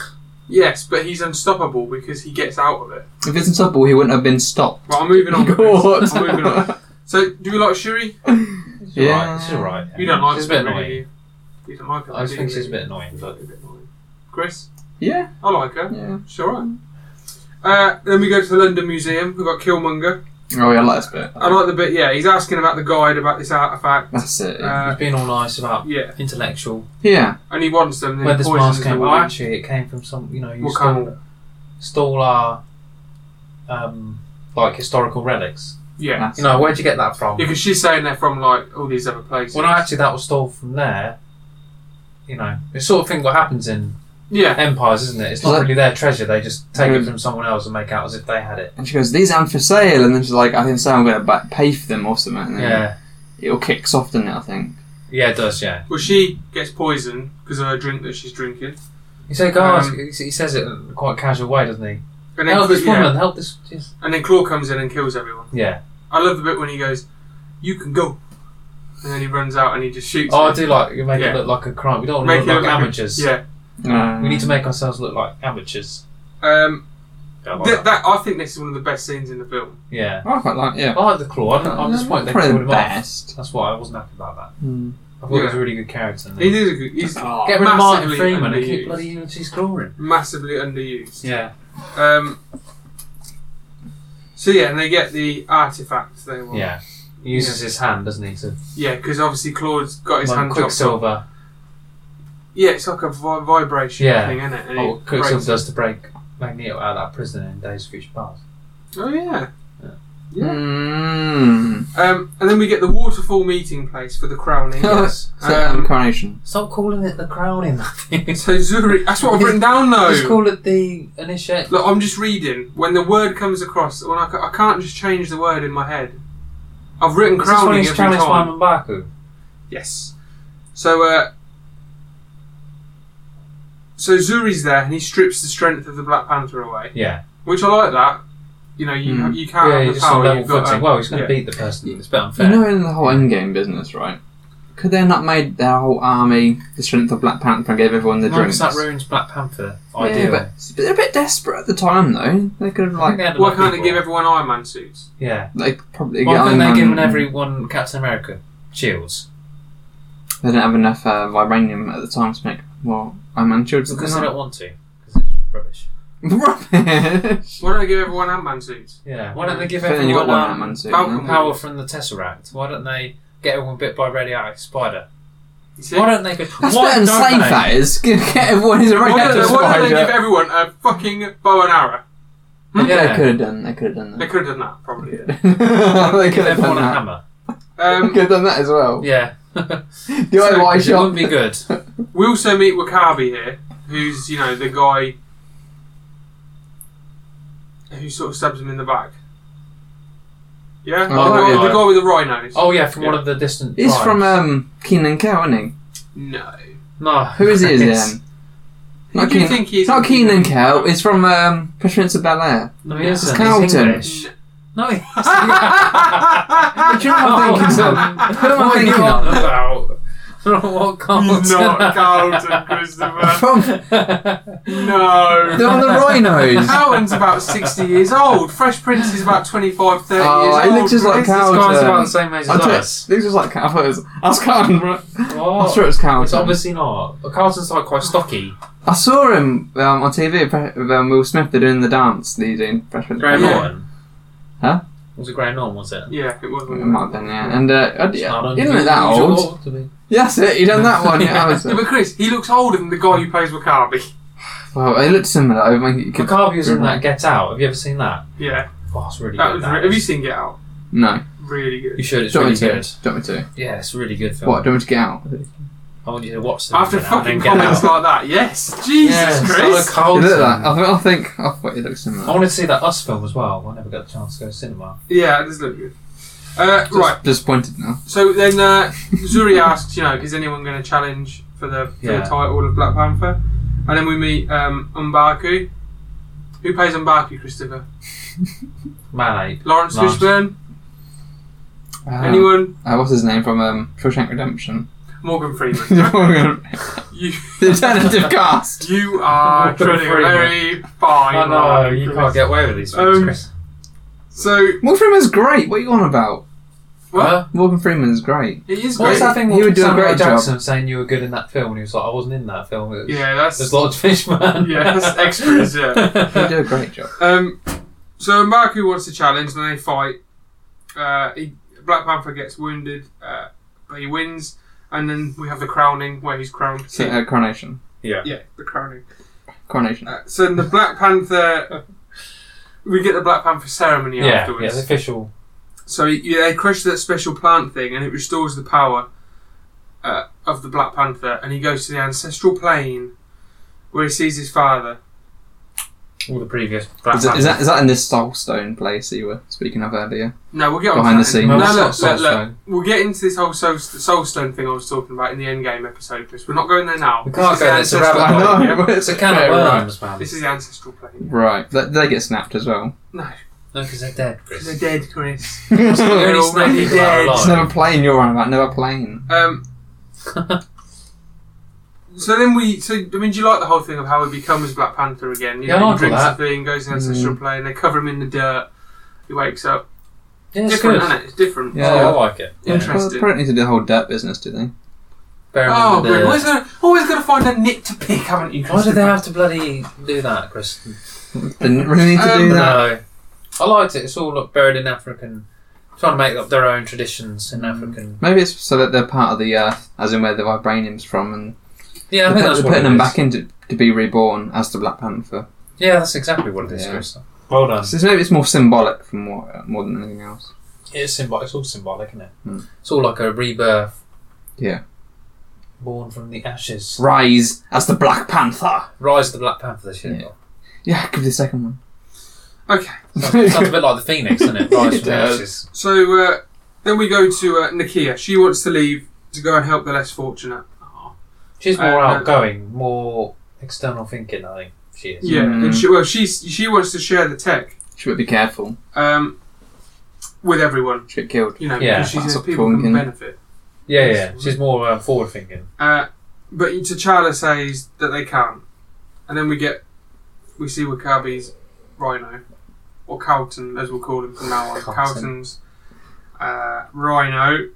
Speaker 1: yes, but he's unstoppable because he gets out of it.
Speaker 2: If he's unstoppable, he wouldn't have been stopped.
Speaker 1: But I'm moving on.
Speaker 2: Caught.
Speaker 1: Chris. I'm moving on. So, do we like Shuri?
Speaker 3: She's
Speaker 2: Yeah.
Speaker 3: alright. She's alright.
Speaker 1: You don't like
Speaker 3: She's a
Speaker 1: her,
Speaker 3: bit
Speaker 1: really, do
Speaker 3: annoying.
Speaker 1: You You don't like her.
Speaker 3: I just
Speaker 1: do
Speaker 3: think
Speaker 1: you,
Speaker 3: she's a
Speaker 1: really?
Speaker 3: bit annoying, but
Speaker 1: A bit annoying. Chris,
Speaker 2: yeah,
Speaker 1: I like her.
Speaker 2: yeah.
Speaker 1: She's alright. Uh, then we go to the London Museum. We've got Killmonger.
Speaker 2: Oh, yeah, I like this bit.
Speaker 1: I like the bit, yeah, he's asking about the guide about this artifact.
Speaker 2: That's it. Yeah.
Speaker 1: Uh,
Speaker 3: he's being all nice about
Speaker 1: yeah,
Speaker 3: intellectual.
Speaker 2: yeah.
Speaker 1: and he wants them. then
Speaker 3: Where this
Speaker 1: poisons
Speaker 3: mask
Speaker 1: the
Speaker 3: came
Speaker 1: woman.
Speaker 3: well, actually, it came from some. You know, you
Speaker 1: Wakanda.
Speaker 3: stole, stole our um, like historical relics.
Speaker 1: Yeah,
Speaker 2: That's
Speaker 3: You know, where'd you get that from?
Speaker 1: because she's saying they're from like all these other places.
Speaker 3: well, no, actually, that was stole from there. You know, it's sort of thing what happens in
Speaker 1: yeah,
Speaker 3: empires, isn't it? It's
Speaker 2: Is
Speaker 3: not
Speaker 2: that-
Speaker 3: really their treasure; they just take it
Speaker 2: Mm.
Speaker 3: from someone else and make out as if they had it.
Speaker 2: And she goes, "These aren't for sale." And then she's like, "I think so. I'm going to back pay for them or something." And then
Speaker 3: Yeah,
Speaker 2: It all kicks off, doesn't it? I think.
Speaker 3: yeah, it does. Yeah,
Speaker 1: well, she gets poisoned because of her drink that she's drinking.
Speaker 3: he says, "Guys,"
Speaker 1: Um,
Speaker 3: he he says it in quite a casual way, doesn't he?
Speaker 1: And then,
Speaker 3: Help this
Speaker 1: yeah,
Speaker 3: woman! Help this! just-
Speaker 1: and then Claw comes in and kills everyone.
Speaker 3: Yeah.
Speaker 1: I love the bit when he goes, "You can go," and then he runs out and he just shoots.
Speaker 3: Oh, I
Speaker 1: it.
Speaker 3: do like you make
Speaker 1: Yeah.
Speaker 3: it look like a crime. We don't want
Speaker 1: Make
Speaker 3: to
Speaker 1: it
Speaker 3: look like
Speaker 1: look like a-
Speaker 3: amateurs.
Speaker 1: Yeah.
Speaker 2: Uh,
Speaker 3: We need to make ourselves look like amateurs.
Speaker 1: Um,
Speaker 3: Yeah, I like
Speaker 1: th-
Speaker 3: that.
Speaker 1: that I think this is one of the best scenes in the film.
Speaker 3: Yeah.
Speaker 2: I quite like. Yeah.
Speaker 3: I like the claw. I don't, I'm disappointed they
Speaker 2: Probably
Speaker 3: clawed
Speaker 2: the
Speaker 3: him off.
Speaker 2: best.
Speaker 3: That's why I wasn't happy about that.
Speaker 2: Hmm.
Speaker 3: I thought he was a really good character. In there.
Speaker 1: He is a good. He's
Speaker 3: Get rid of Martin
Speaker 1: massively
Speaker 3: Freeman and
Speaker 1: underused.
Speaker 3: keep bloody Unity's clawing.
Speaker 1: massively underused.
Speaker 3: Yeah.
Speaker 1: Um, so yeah, and they get the artifact they want.
Speaker 3: Yeah. He uses his hand, doesn't he? To
Speaker 1: yeah, because obviously Claude's got Oh, his
Speaker 3: like
Speaker 1: hand chopped off.
Speaker 3: Quicksilver.
Speaker 1: Yeah, it's like a vi- vibration
Speaker 3: Yeah.
Speaker 1: thing, isn't it? And
Speaker 3: Oh,
Speaker 1: it
Speaker 3: what Quicksilver
Speaker 1: breaks-
Speaker 3: does to break Magneto out of that prison in Days of Future Past.
Speaker 1: Oh yeah.
Speaker 3: Yeah.
Speaker 1: Yeah.
Speaker 2: Mm.
Speaker 1: Um, and then we get the waterfall meeting place for the crowning. yes.
Speaker 2: So, um,
Speaker 1: Um,
Speaker 2: coronation.
Speaker 3: Stop calling it the crowning.
Speaker 1: so Zurich. That's what I've written down though.
Speaker 3: Just call it the initiate.
Speaker 1: Look, I'm just reading. When the word comes across, when I, ca- I can't just change the word in my head. I've written
Speaker 3: Is this when
Speaker 1: crowning
Speaker 3: he's
Speaker 1: every
Speaker 3: challenged
Speaker 1: time.
Speaker 3: by Mbaku?
Speaker 1: Yes. So, uh, so Zuri's there, and he strips the strength of the Black Panther away,
Speaker 3: Yeah.
Speaker 1: which I like that. You know, you
Speaker 2: Mm.
Speaker 1: you can't
Speaker 3: Hmm. yeah,
Speaker 1: have
Speaker 3: he's
Speaker 1: the
Speaker 3: just on
Speaker 1: power.
Speaker 3: level
Speaker 1: You've got
Speaker 3: footing.
Speaker 1: to,
Speaker 3: Well, he's going
Speaker 1: yeah.
Speaker 3: to beat the person. It's a bit unfair.
Speaker 2: You know, in the whole endgame business, right? Could they not made their whole army the strength of Black Panther and gave everyone the
Speaker 3: No,
Speaker 2: drinks?
Speaker 3: 'cause that ruins Black Panther
Speaker 2: yeah,
Speaker 3: idea.
Speaker 2: but they're a bit desperate at the time, though. They could have like,
Speaker 1: why can't they give everyone Iron Man suits?
Speaker 3: Yeah.
Speaker 2: they probably.
Speaker 3: Why
Speaker 2: get
Speaker 3: couldn't
Speaker 2: Iron
Speaker 3: they
Speaker 2: Man-
Speaker 3: give everyone Captain America shields?
Speaker 2: They didn't have enough uh, vibranium at the time to make more Iron Man shields.
Speaker 3: Because they
Speaker 2: did
Speaker 3: don't want to. Because it's rubbish.
Speaker 2: they? Rubbish.
Speaker 1: Why don't they give everyone Ant Man suits?
Speaker 3: Yeah. Why don't they
Speaker 1: Mm.
Speaker 3: give
Speaker 2: But then you got
Speaker 3: everyone
Speaker 2: one Iron Man
Speaker 3: um,
Speaker 2: suit.
Speaker 1: Falcon
Speaker 2: yeah.
Speaker 3: power from the Tesseract? Why don't they get everyone bit by a radioactive spider?
Speaker 1: You see?
Speaker 3: Why don't they? Go,
Speaker 2: That's
Speaker 3: why
Speaker 2: better than
Speaker 3: don't
Speaker 2: slave
Speaker 3: they?
Speaker 2: that is. Get get everyone who's a
Speaker 1: why don't,
Speaker 2: radioactive
Speaker 1: they, why don't they give
Speaker 2: spider.
Speaker 1: everyone a fucking bow and arrow?
Speaker 2: They
Speaker 3: Yeah.
Speaker 2: could have done. They could have done
Speaker 1: They
Speaker 2: that.
Speaker 1: could have done that, probably.
Speaker 2: they
Speaker 3: Give
Speaker 2: could have done
Speaker 3: everyone a
Speaker 2: that.
Speaker 3: hammer.
Speaker 2: They
Speaker 1: Um,
Speaker 2: could have done that as well.
Speaker 3: Yeah.
Speaker 2: DIY
Speaker 3: It
Speaker 2: shop.
Speaker 3: wouldn't be good.
Speaker 1: we also meet Wakabi here, who's, you know, the guy who sort of stabs him in the back. Yeah?
Speaker 2: Oh,
Speaker 1: the, guy,
Speaker 3: right.
Speaker 1: the guy with the rhinos.
Speaker 3: Oh yeah, from one
Speaker 1: Yeah.
Speaker 3: of the distant.
Speaker 2: He's
Speaker 3: tribes.
Speaker 2: from um, Keenan Cow, isn't he?
Speaker 1: No.
Speaker 3: No.
Speaker 2: Who is he um?
Speaker 3: It's-
Speaker 2: then?
Speaker 1: Who
Speaker 2: Not
Speaker 1: do you
Speaker 2: Keenan,
Speaker 1: think he is?
Speaker 2: it's not Keenan Cow. It's from um, Fresh Prince of Bel Air.
Speaker 3: No, he isn't.
Speaker 2: Carlton.
Speaker 3: He's English. No, he
Speaker 2: Do
Speaker 3: isn't.
Speaker 2: you know what I'm thinking of? Do you know what I'm
Speaker 3: What are you
Speaker 2: thinking
Speaker 3: on
Speaker 2: of?
Speaker 3: about? I don't know what Carlton.
Speaker 1: He's not Carlton, Christopher.
Speaker 2: From
Speaker 1: No.
Speaker 2: the, on the rhinos.
Speaker 1: Cowan's about 60 years old. Fresh Prince is about 25, 30
Speaker 2: Oh,
Speaker 1: years
Speaker 2: he
Speaker 1: old.
Speaker 2: looks just like
Speaker 1: This is-
Speaker 2: Carlton.
Speaker 3: Carlton's about the same age as
Speaker 2: I thought-
Speaker 3: us.
Speaker 2: This was like Cow. I thought it was. That's Cowan. bro. I
Speaker 3: What?
Speaker 2: swear it was Cowan.
Speaker 3: It's obviously not. Carlton's like quite stocky.
Speaker 2: I saw him um, on TV with, with um, Will Smith. They're doing the dance. They're doing Fresh Prince. of
Speaker 3: Graham
Speaker 2: Bel-Air.
Speaker 1: Yeah.
Speaker 3: Norton.
Speaker 2: Huh?
Speaker 3: Was it Graham Norton? Was it?
Speaker 1: Yeah, it was.
Speaker 2: It might have been, yeah. And uh, I-
Speaker 3: It's not
Speaker 2: yeah, you didn't look that
Speaker 3: unusual
Speaker 2: old.
Speaker 3: to be-
Speaker 2: Yes, it, you done that one. Yeah, I was, uh,
Speaker 1: Yeah, but Chris, he looks older than the guy who plays Wakabi.
Speaker 2: well, it looked similar. I mean, you could,
Speaker 3: Kakabi was in that Get Out. Have you ever seen that?
Speaker 1: Yeah,
Speaker 3: Oh, it's really
Speaker 1: that
Speaker 3: good.
Speaker 1: was.
Speaker 3: that
Speaker 1: Re- have you
Speaker 3: is.
Speaker 1: seen Get Out?
Speaker 2: no.
Speaker 1: Really good.
Speaker 3: You should. It's
Speaker 2: Do you want
Speaker 3: really
Speaker 2: me to?
Speaker 3: good.
Speaker 2: Do you want me to?
Speaker 3: Yeah, it's a really good film.
Speaker 2: What? Do you want me to get out?
Speaker 3: I want you to watch the
Speaker 1: After
Speaker 3: video now and
Speaker 1: fucking
Speaker 3: then get
Speaker 1: comments
Speaker 3: out.
Speaker 1: like that, yes, Jesus
Speaker 3: Yeah,
Speaker 1: Chris.
Speaker 3: Stella
Speaker 2: You
Speaker 3: Carlton.
Speaker 2: look like, I, think, I think I thought you looked similar.
Speaker 3: I wanted to see that Us film as well. I never got the chance to go to cinema.
Speaker 1: yeah, it does look good. Uh,
Speaker 2: Just
Speaker 1: right.
Speaker 2: disappointed now.
Speaker 1: So then uh, Zuri asks, you know, is anyone going to challenge for the for
Speaker 3: Yeah.
Speaker 1: the title of Black Panther? And then we meet um, Umbaku. Who plays Umbaku, Christopher?
Speaker 3: Man, ape.
Speaker 1: Lawrence
Speaker 3: Lawrence. Ah.
Speaker 1: Fishburne?
Speaker 2: Uh,
Speaker 1: Anyone?
Speaker 2: uh, what's his name from um, Shawshank Redemption?
Speaker 1: Morgan Freeman.
Speaker 2: the
Speaker 1: you
Speaker 2: alternative cast.
Speaker 1: you are
Speaker 3: Morgan
Speaker 1: treading a
Speaker 3: Freeman.
Speaker 1: very fine
Speaker 3: I know,
Speaker 1: line,
Speaker 3: you
Speaker 1: Chris.
Speaker 3: can't get away with these things,
Speaker 1: Um,
Speaker 3: Chris.
Speaker 1: So,
Speaker 2: Morgan Freeman's great. What are you on about?
Speaker 1: what?
Speaker 3: Huh?
Speaker 2: Morgan Freeman's great.
Speaker 1: It is
Speaker 3: What
Speaker 1: great.
Speaker 3: was that thing
Speaker 2: He would
Speaker 3: with
Speaker 2: do a
Speaker 3: Samuel
Speaker 2: great job.
Speaker 3: Jackson saying you were good in that film? And he was like, I wasn't in that film. It was,
Speaker 1: Yeah, that's
Speaker 3: There's Lord Fishman.
Speaker 1: Yeah, that's extras,
Speaker 2: He
Speaker 3: yeah.
Speaker 2: did a great job.
Speaker 1: Um, so Marku wants to challenge, and they fight. Uh, he, Black Panther gets wounded, uh, but he wins, and then we have the crowning where he's crowned.
Speaker 2: So, uh, coronation.
Speaker 1: yeah, the crowning.
Speaker 2: Coronation.
Speaker 1: Uh, so then the Black Panther, we get the Black Panther ceremony
Speaker 3: Yeah, yeah,
Speaker 1: afterwards.
Speaker 3: the official.
Speaker 1: So he- yeah, they crush that special plant thing, and it restores the power uh, of the Black Panther, and he goes to the ancestral plane where he sees his father.
Speaker 3: All the previous. Black
Speaker 2: Is, that,
Speaker 3: Panther.
Speaker 2: is, that, is that in this Soulstone place that you were speaking of earlier?
Speaker 1: No, we'll get on
Speaker 2: Behind
Speaker 1: to
Speaker 2: the
Speaker 1: that in-
Speaker 2: scenes.
Speaker 1: No,
Speaker 3: No, it's
Speaker 1: look,
Speaker 3: not
Speaker 1: look, look,
Speaker 3: Soulstone.
Speaker 1: We'll get into this whole soul, Soulstone thing I was talking about in the Endgame episode, Chris. We're not going there now.
Speaker 3: We can't
Speaker 1: This is
Speaker 3: go
Speaker 1: the
Speaker 3: there, it's a
Speaker 1: ancestral
Speaker 3: rabbit
Speaker 1: plane,
Speaker 3: hole.
Speaker 1: yeah?
Speaker 2: but
Speaker 3: It's a can of
Speaker 2: right.
Speaker 3: worms, man.
Speaker 1: This is the ancestral plane.
Speaker 2: Right. They, they get snapped as well.
Speaker 1: No,
Speaker 3: No, because they're dead,
Speaker 1: they're
Speaker 3: Chris.
Speaker 1: dead, Chris.
Speaker 2: it's
Speaker 3: only
Speaker 1: They're already
Speaker 3: snake people are
Speaker 1: dead.
Speaker 3: alive.
Speaker 2: never plane you're on about. Never plane.
Speaker 1: Um, so then we. So I mean, do you like the whole thing of how he becomes Black Panther again? You
Speaker 3: Yeah, I
Speaker 1: know, he
Speaker 3: like
Speaker 1: drinks
Speaker 3: that. Mm.
Speaker 1: the thing, goes to the ancestral plane, they cover him in the dirt. He wakes up.
Speaker 3: Yeah, it's
Speaker 1: different,
Speaker 3: good.
Speaker 1: isn't it? It's different.
Speaker 2: Yeah.
Speaker 3: Oh, I like it. Yeah.
Speaker 1: Interesting.
Speaker 2: Well, they probably need to do the whole dirt business, do they?
Speaker 3: Bear in
Speaker 1: Oh,
Speaker 3: mind the-
Speaker 1: good. Always gonna, always gonna find a nit to pick, haven't you?
Speaker 3: Why do
Speaker 1: Christopher?
Speaker 3: they have to bloody do that, Chris?
Speaker 2: They really need to
Speaker 1: Um,
Speaker 2: do that.
Speaker 3: No. I liked it. It's all like, buried in African. Trying to make up their own traditions in African.
Speaker 2: Maybe it's so that they're part of the Earth, as in where the vibranium's from, and
Speaker 3: Yeah, I
Speaker 2: they're,
Speaker 3: think
Speaker 2: put-
Speaker 3: that's
Speaker 2: they're
Speaker 3: what
Speaker 2: putting
Speaker 3: it
Speaker 2: them
Speaker 3: is.
Speaker 2: back in to, to be reborn as the Black Panther.
Speaker 3: Yeah, that's exactly what it is,
Speaker 2: Yeah.
Speaker 3: Chris. Well done.
Speaker 2: So maybe it's more symbolic for more, uh, more than anything else.
Speaker 3: It's symbolic. It's all symbolic, isn't it?
Speaker 2: Hmm.
Speaker 3: It's all like a rebirth.
Speaker 2: Yeah.
Speaker 3: Born from the ashes.
Speaker 2: Rise as the Black Panther.
Speaker 3: Rise of the Black Panther. This year.
Speaker 2: Yeah, give me the second one.
Speaker 3: Sounds, sounds a bit like the Phoenix, doesn't it? Rise from the
Speaker 2: It does.
Speaker 3: ashes.
Speaker 1: So uh, then we go to uh, Nakia. She wants to leave to go and help the less fortunate.
Speaker 3: She's more
Speaker 1: Uh,
Speaker 3: outgoing, more external thinking. I think she is.
Speaker 1: Yeah,
Speaker 2: Mm.
Speaker 1: and she, well, she's she wants to share the tech
Speaker 2: She would be careful.
Speaker 1: um, with everyone.
Speaker 2: She would get killed.
Speaker 1: You know,
Speaker 3: Yeah,
Speaker 1: because she
Speaker 2: that's
Speaker 1: says
Speaker 2: what
Speaker 1: people can
Speaker 2: Tolkien-
Speaker 1: benefit.
Speaker 3: Yeah, yeah. She's more uh, forward thinking.
Speaker 1: Uh, but T'Challa says that they can't, and then we get we see Wakabi's rhino, or Carlton as we'll call him from now on.
Speaker 3: Carlton.
Speaker 1: Carlton's uh, rhino,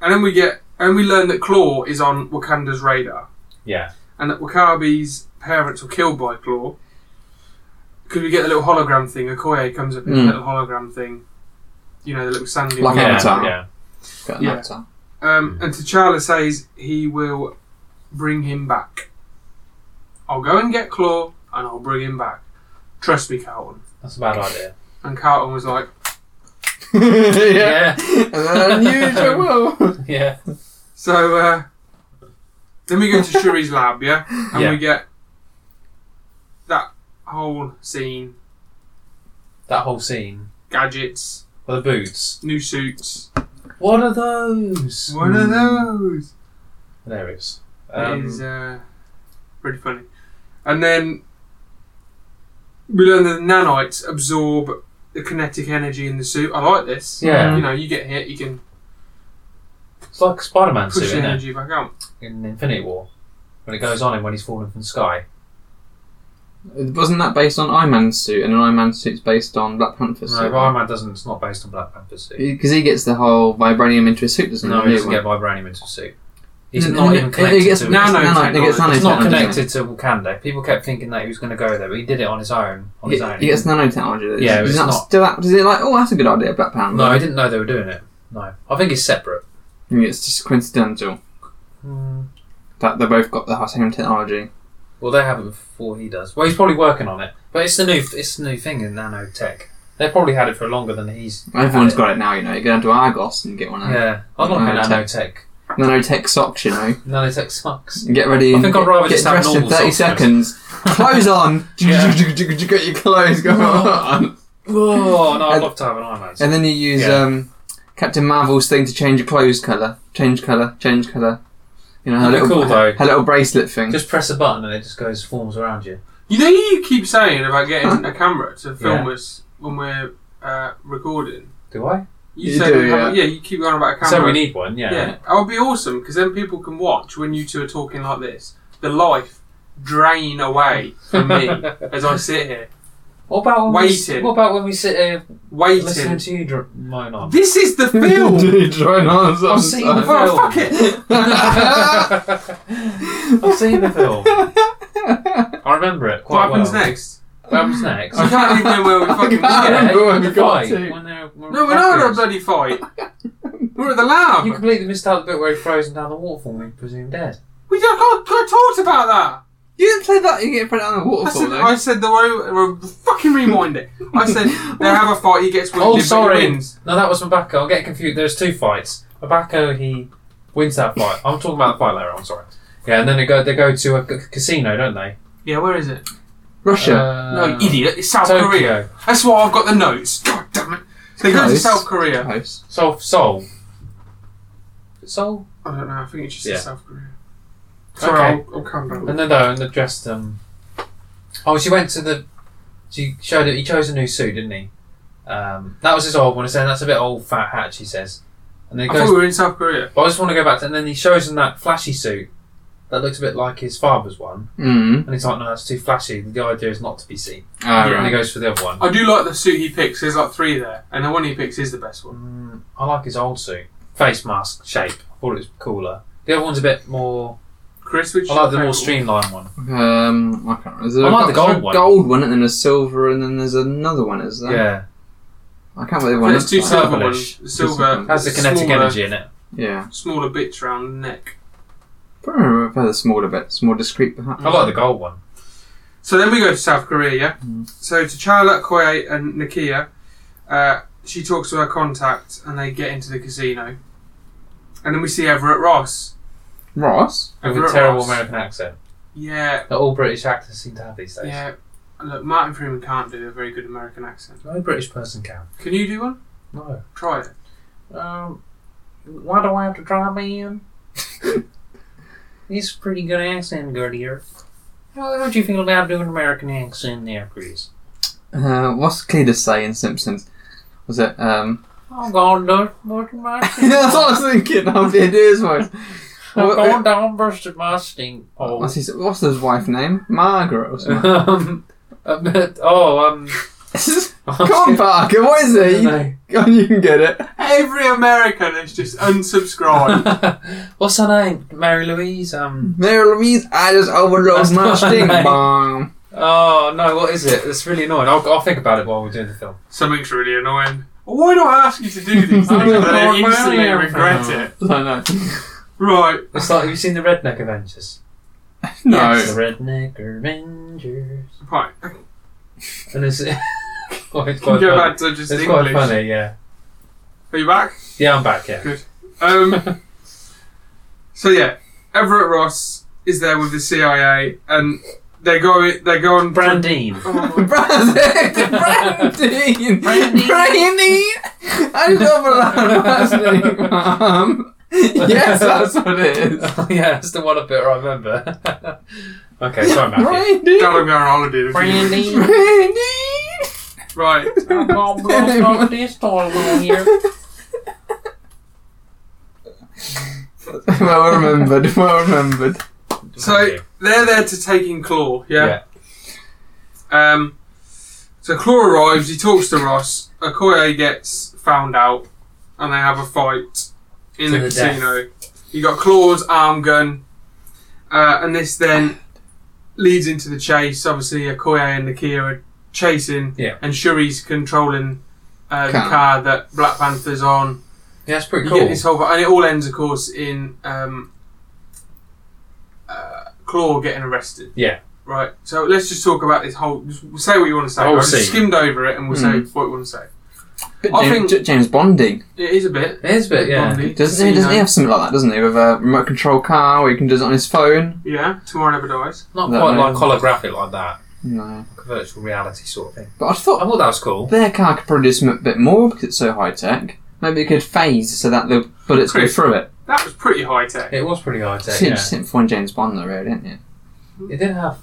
Speaker 1: and then we get and we learn that Claw is on Wakanda's radar.
Speaker 3: Yeah.
Speaker 1: and that Wakabi's parents were killed by Claw. Could we get the little hologram thing? Okoye comes up in the
Speaker 2: Mm.
Speaker 1: little hologram thing. You know, the little sandy.
Speaker 2: Like
Speaker 1: one.
Speaker 3: yeah,
Speaker 2: Avatar.
Speaker 3: yeah.
Speaker 2: Got
Speaker 1: Yeah.
Speaker 2: yeah.
Speaker 1: Um, and T'Challa says he will bring him back. I'll go and get Claw and I'll bring him back. Trust me, Carlton.
Speaker 3: That's a bad idea.
Speaker 1: And Carlton was like,
Speaker 2: yeah.
Speaker 3: Yeah.
Speaker 2: And then unusual will.
Speaker 3: Yeah.
Speaker 1: so. Uh, then we go to Shuri's lab, yeah, and
Speaker 3: Yeah.
Speaker 1: we get that whole scene:
Speaker 3: That whole scene.
Speaker 1: gadgets,
Speaker 3: Well, the boots.
Speaker 1: new suits,
Speaker 3: What are those?
Speaker 1: One of those.
Speaker 3: Hilarious.
Speaker 1: That
Speaker 3: Um,
Speaker 1: is uh, pretty funny. And then we learn that the nanites absorb the kinetic energy in the suit. I like this.
Speaker 3: Yeah.
Speaker 1: You know, you get hit, you can
Speaker 3: It's like Spider Man suit,
Speaker 1: push the
Speaker 3: isn't it?
Speaker 1: energy back out.
Speaker 3: In Infinity War. When it goes on him when he's falling from the sky.
Speaker 2: Um, Wasn't that based on Iron Man's suit? And an Iron Man suit's based on Black Panther's
Speaker 3: No,
Speaker 2: suit.
Speaker 3: Iron Man doesn't. It's not based on Black Panther's suit.
Speaker 2: Because he gets the whole vibranium into his suit, doesn't
Speaker 3: No,
Speaker 2: he?
Speaker 3: he doesn't get vibranium into the suit. He's
Speaker 2: No,
Speaker 3: not
Speaker 2: no,
Speaker 3: even
Speaker 2: Mm, it-
Speaker 3: connected
Speaker 2: It gets
Speaker 3: to it.
Speaker 1: nano-
Speaker 2: nano- it gets
Speaker 1: nanotechnology.
Speaker 3: It's not
Speaker 2: nanotechnology.
Speaker 3: connected to Wakanda. People kept thinking that he was going to go there, but he did it on his own. On his
Speaker 2: He-
Speaker 3: own.
Speaker 2: He gets nanotechnology.
Speaker 3: Yeah, but
Speaker 2: Is
Speaker 3: it's
Speaker 2: that
Speaker 3: not-
Speaker 2: Still, act- is it like, oh, that's a good idea, Black Panther?
Speaker 3: No, I didn't know they were doing it. No, I think it's separate.
Speaker 2: Yeah, it's just coincidental
Speaker 3: Mm.
Speaker 2: that they both got the same technology.
Speaker 3: Well, they haven't before he does. Well, he's probably working on it, but it's the new it's the new thing in nanotech. They probably had it for longer than he's.
Speaker 2: Everyone's
Speaker 3: had
Speaker 2: got it now, you know. You go down to Argos and get one out.
Speaker 3: Yeah, I'm not a nanotech.
Speaker 2: Nanotech. Nanotech socks, you know.
Speaker 3: Nanotech sucks.
Speaker 2: You Get ready.
Speaker 3: I
Speaker 2: and
Speaker 3: think I'd
Speaker 2: get-
Speaker 3: rather
Speaker 2: get
Speaker 3: just have
Speaker 2: dressed in
Speaker 3: normal
Speaker 2: 30
Speaker 3: socks,
Speaker 2: seconds. clothes on.
Speaker 3: Yeah.
Speaker 2: Get your clothes going on.
Speaker 3: Whoa, no, I'd
Speaker 2: And-
Speaker 3: love to have an Iron Man. suit.
Speaker 2: And then you use
Speaker 3: Yeah.
Speaker 2: um, Captain Marvel's thing to change your clothes colour. Change colour. Change colour. You know, her
Speaker 3: That'd be
Speaker 2: little,
Speaker 3: cool, though.
Speaker 2: her little bracelet thing.
Speaker 3: Just press a button and it just goes forms around you.
Speaker 1: You know, you keep saying about getting a camera to film
Speaker 3: Yeah.
Speaker 1: us when we're uh, recording.
Speaker 3: Do I?
Speaker 1: You,
Speaker 2: You
Speaker 1: say
Speaker 2: do,
Speaker 1: we haven't-
Speaker 2: yeah.
Speaker 1: you keep going about a camera.
Speaker 3: So we need one. Yeah.
Speaker 1: yeah, that would be awesome because then people can watch when you two are talking like this. The life drain away from me as I sit here.
Speaker 3: What about when We,
Speaker 1: Waiting.
Speaker 3: what about when we sit here listening
Speaker 1: waiting.
Speaker 3: to you dr- moan on?
Speaker 1: This is the film.
Speaker 2: Dude, try not to-
Speaker 3: I've seen the
Speaker 1: Oh,
Speaker 3: film.
Speaker 1: fuck it.
Speaker 3: I've seen the film. I remember it
Speaker 1: What
Speaker 3: quite
Speaker 1: happens
Speaker 3: well.
Speaker 1: next?
Speaker 3: What happens next?
Speaker 1: I can't even where we fucking
Speaker 2: I
Speaker 1: were.
Speaker 2: can't. remember when we
Speaker 3: the
Speaker 2: got
Speaker 3: fight,
Speaker 2: to.
Speaker 3: when they're- when
Speaker 1: No, we're not at a
Speaker 3: backwards.
Speaker 1: bloody fight. We're at the
Speaker 3: You
Speaker 1: lab.
Speaker 3: completely missed out the bit where he frozen down the waterfall and we presumed dead.
Speaker 1: We just can't, can't talk about that.
Speaker 2: You didn't play that. You get put down the
Speaker 1: I
Speaker 2: waterfall.
Speaker 1: said,
Speaker 2: though.
Speaker 1: I said the way. uh, Fucking rewind it. I said they have a fight. He gets wounded.
Speaker 3: Oh,
Speaker 1: but he
Speaker 3: sorry.
Speaker 1: wins.
Speaker 3: No, that was Mbako. I'm getting confused. There's two fights. Mbako, he wins that fight. I'm talking about the fight later on, sorry. Yeah, and then they go they go to a c- casino, don't they?
Speaker 1: Yeah, where is it?
Speaker 2: Russia.
Speaker 3: Uh,
Speaker 1: No, idiot. It's South
Speaker 3: Tokyo.
Speaker 1: Korea. That's why I've got the notes. God damn it. They go to
Speaker 2: Close.
Speaker 1: South Korea.
Speaker 2: Close.
Speaker 3: Seoul. Seoul. Is it Seoul?
Speaker 1: I don't know. I think it's just
Speaker 3: Yeah.
Speaker 1: South Korea. Sorry,
Speaker 3: Okay.
Speaker 1: I'll, I'll calm down.
Speaker 3: And then no, and they dressed um Oh, she went to the she showed it he chose a new suit, didn't he? Um, that was his old one, he's saying that's a bit old fat hat, she says. And then he
Speaker 1: I thought
Speaker 3: goes
Speaker 1: we were in South Korea.
Speaker 3: But I just want to go back to and then he shows him that flashy suit that looks a bit like his father's one.
Speaker 2: Mm.
Speaker 3: And he's like, No, that's too flashy. The idea is not to be seen.
Speaker 2: Ah,
Speaker 3: And he
Speaker 2: right.
Speaker 3: goes for the other one.
Speaker 1: I do like the suit he picks. There's like three there, and the one he picks is the best one.
Speaker 3: Mm, I like his old suit. Face mask shape. I thought it was cooler. The other one's a bit more
Speaker 1: Chris, which
Speaker 3: I like the more streamlined one.
Speaker 2: Um, I can't remember. Is there
Speaker 3: I
Speaker 2: a
Speaker 3: like the
Speaker 2: go-
Speaker 3: gold one.
Speaker 2: gold one, and then a silver, and then there's another one. Is there?
Speaker 3: Yeah.
Speaker 2: I can't remember Uh, what
Speaker 1: Well, there's
Speaker 2: it's
Speaker 1: two
Speaker 2: like.
Speaker 1: silver ones.
Speaker 3: Purplish.
Speaker 1: The silver
Speaker 3: Has the kinetic
Speaker 1: smaller,
Speaker 3: energy in it.
Speaker 2: Yeah.
Speaker 1: Smaller bits round the neck.
Speaker 2: Probably remember the smaller bits, more discreet, perhaps.
Speaker 3: I like the gold one.
Speaker 1: So then we go to South Korea, yeah?
Speaker 3: Mm.
Speaker 1: So to Charlotte, Koye, and Nakia, uh, she talks to her contact and they get into the casino. And then we see Everett Ross.
Speaker 2: Ross?
Speaker 3: With
Speaker 1: Everett
Speaker 3: a terrible
Speaker 1: Ross.
Speaker 3: American accent
Speaker 1: Yeah,
Speaker 3: that all British actors seem to have these days.
Speaker 1: yeah. Look, Martin Freeman can't do a very good American accent.
Speaker 3: No British person can.
Speaker 1: Can you do one?
Speaker 3: No.
Speaker 1: Try it.
Speaker 3: Um, why do I have to try man? He's a pretty good accent, Gertier. How would you feel about doing an American accent there, Chris?
Speaker 2: Uh, what's Cletus say in Simpsons? Was it, um...
Speaker 3: I'm going to bust my
Speaker 2: yeah, that's what I was thinking. How did it is voice?
Speaker 3: I'm
Speaker 2: What-
Speaker 3: going down busted my stink
Speaker 2: What's,
Speaker 3: hole.
Speaker 2: his, what's his wife name? Margaret or something.
Speaker 3: um, um, oh, um.
Speaker 2: Come on, Parker, what is
Speaker 3: I don't
Speaker 2: he?
Speaker 3: know.
Speaker 2: Go on, you can get it.
Speaker 1: Every American is just unsubscribed.
Speaker 3: What's her name? Mary Louise. Um.
Speaker 2: Mary Louise, I just overlooked
Speaker 3: That's
Speaker 2: my
Speaker 3: not her
Speaker 2: stink
Speaker 3: name.
Speaker 2: bomb.
Speaker 3: Oh no, what is it? It's really annoying. I'll, I'll think about it while we're doing the film.
Speaker 1: Something's really annoying. Why do I ask you to do these things
Speaker 3: Oh,
Speaker 1: and
Speaker 3: God,
Speaker 1: then instantly
Speaker 3: Mary.
Speaker 1: regret it?
Speaker 2: I don't know.
Speaker 1: Right.
Speaker 3: It's like have you seen the Redneck Avengers?
Speaker 2: No.
Speaker 3: The Redneck Avengers.
Speaker 1: Right.
Speaker 3: And it's quite, it's
Speaker 1: Can
Speaker 3: quite
Speaker 1: go
Speaker 3: funny.
Speaker 1: back to just
Speaker 3: It's quite
Speaker 1: English.
Speaker 3: funny, yeah.
Speaker 1: Are you back?
Speaker 3: Yeah, I'm back. Yeah.
Speaker 1: Um, so yeah, Everett Ross is there with the CIA, and they go they go on
Speaker 3: Brandine.
Speaker 1: Oh,
Speaker 2: Brandon! Brandon!
Speaker 3: Brandine.
Speaker 2: Brandine! I just overlooked my stink bomb. Yes, that's what it is.
Speaker 3: yeah, it's the one bit I remember. okay, sorry, Matthew.
Speaker 1: gotta
Speaker 2: Brandine!
Speaker 1: go on holiday. with you.
Speaker 3: Brandine.
Speaker 2: Brandine!
Speaker 1: Right.
Speaker 2: well remembered, well remembered.
Speaker 1: So they're there to take in Claw. Yeah. Um. So Claw arrives. He talks to Ross. Okoye gets found out, and they have a fight in the,
Speaker 3: To the death.
Speaker 1: casino. You got Claw's arm gun, uh, and this then leads into the chase. Obviously, Okoye and Nakia are chasing,
Speaker 3: Yeah.
Speaker 1: and Shuri's controlling uh, the
Speaker 2: Car.
Speaker 1: car that Black Panther's on.
Speaker 3: yeah, that's pretty
Speaker 1: You
Speaker 3: cool.
Speaker 1: get this whole, and it all ends, of course, in um, uh, Claw getting arrested.
Speaker 3: Yeah.
Speaker 1: Right. So let's just talk about this whole. Just say what you want to say.
Speaker 3: Whole
Speaker 1: I just
Speaker 3: scene. Hmm.
Speaker 1: skimmed over it, and we'll
Speaker 2: Mm.
Speaker 1: say what you want to say.
Speaker 2: Bit
Speaker 1: I
Speaker 2: James,
Speaker 1: think-
Speaker 2: James Bondy.
Speaker 1: It is a bit.
Speaker 3: It is a bit, yeah.
Speaker 1: Bondy.
Speaker 2: Doesn't he, doesn't he have something like that, doesn't he? With a remote control car where he can do it on his phone?
Speaker 1: Yeah. Tomorrow never dies.
Speaker 3: Not
Speaker 2: No,
Speaker 3: quite
Speaker 2: no.
Speaker 3: like holographic like that,
Speaker 2: No.
Speaker 3: like a virtual reality sort of thing.
Speaker 2: But I
Speaker 3: I
Speaker 2: thought
Speaker 3: thought that was cool.
Speaker 2: their car could probably do something a bit more because it's so high tech. Maybe it could phase so that the bullets go
Speaker 1: Chris.
Speaker 2: through it.
Speaker 1: That was pretty high tech.
Speaker 3: It was pretty high tech.
Speaker 2: So you
Speaker 3: Yeah.
Speaker 2: just didn't find James Bond though, really, didn't you?
Speaker 3: It did have.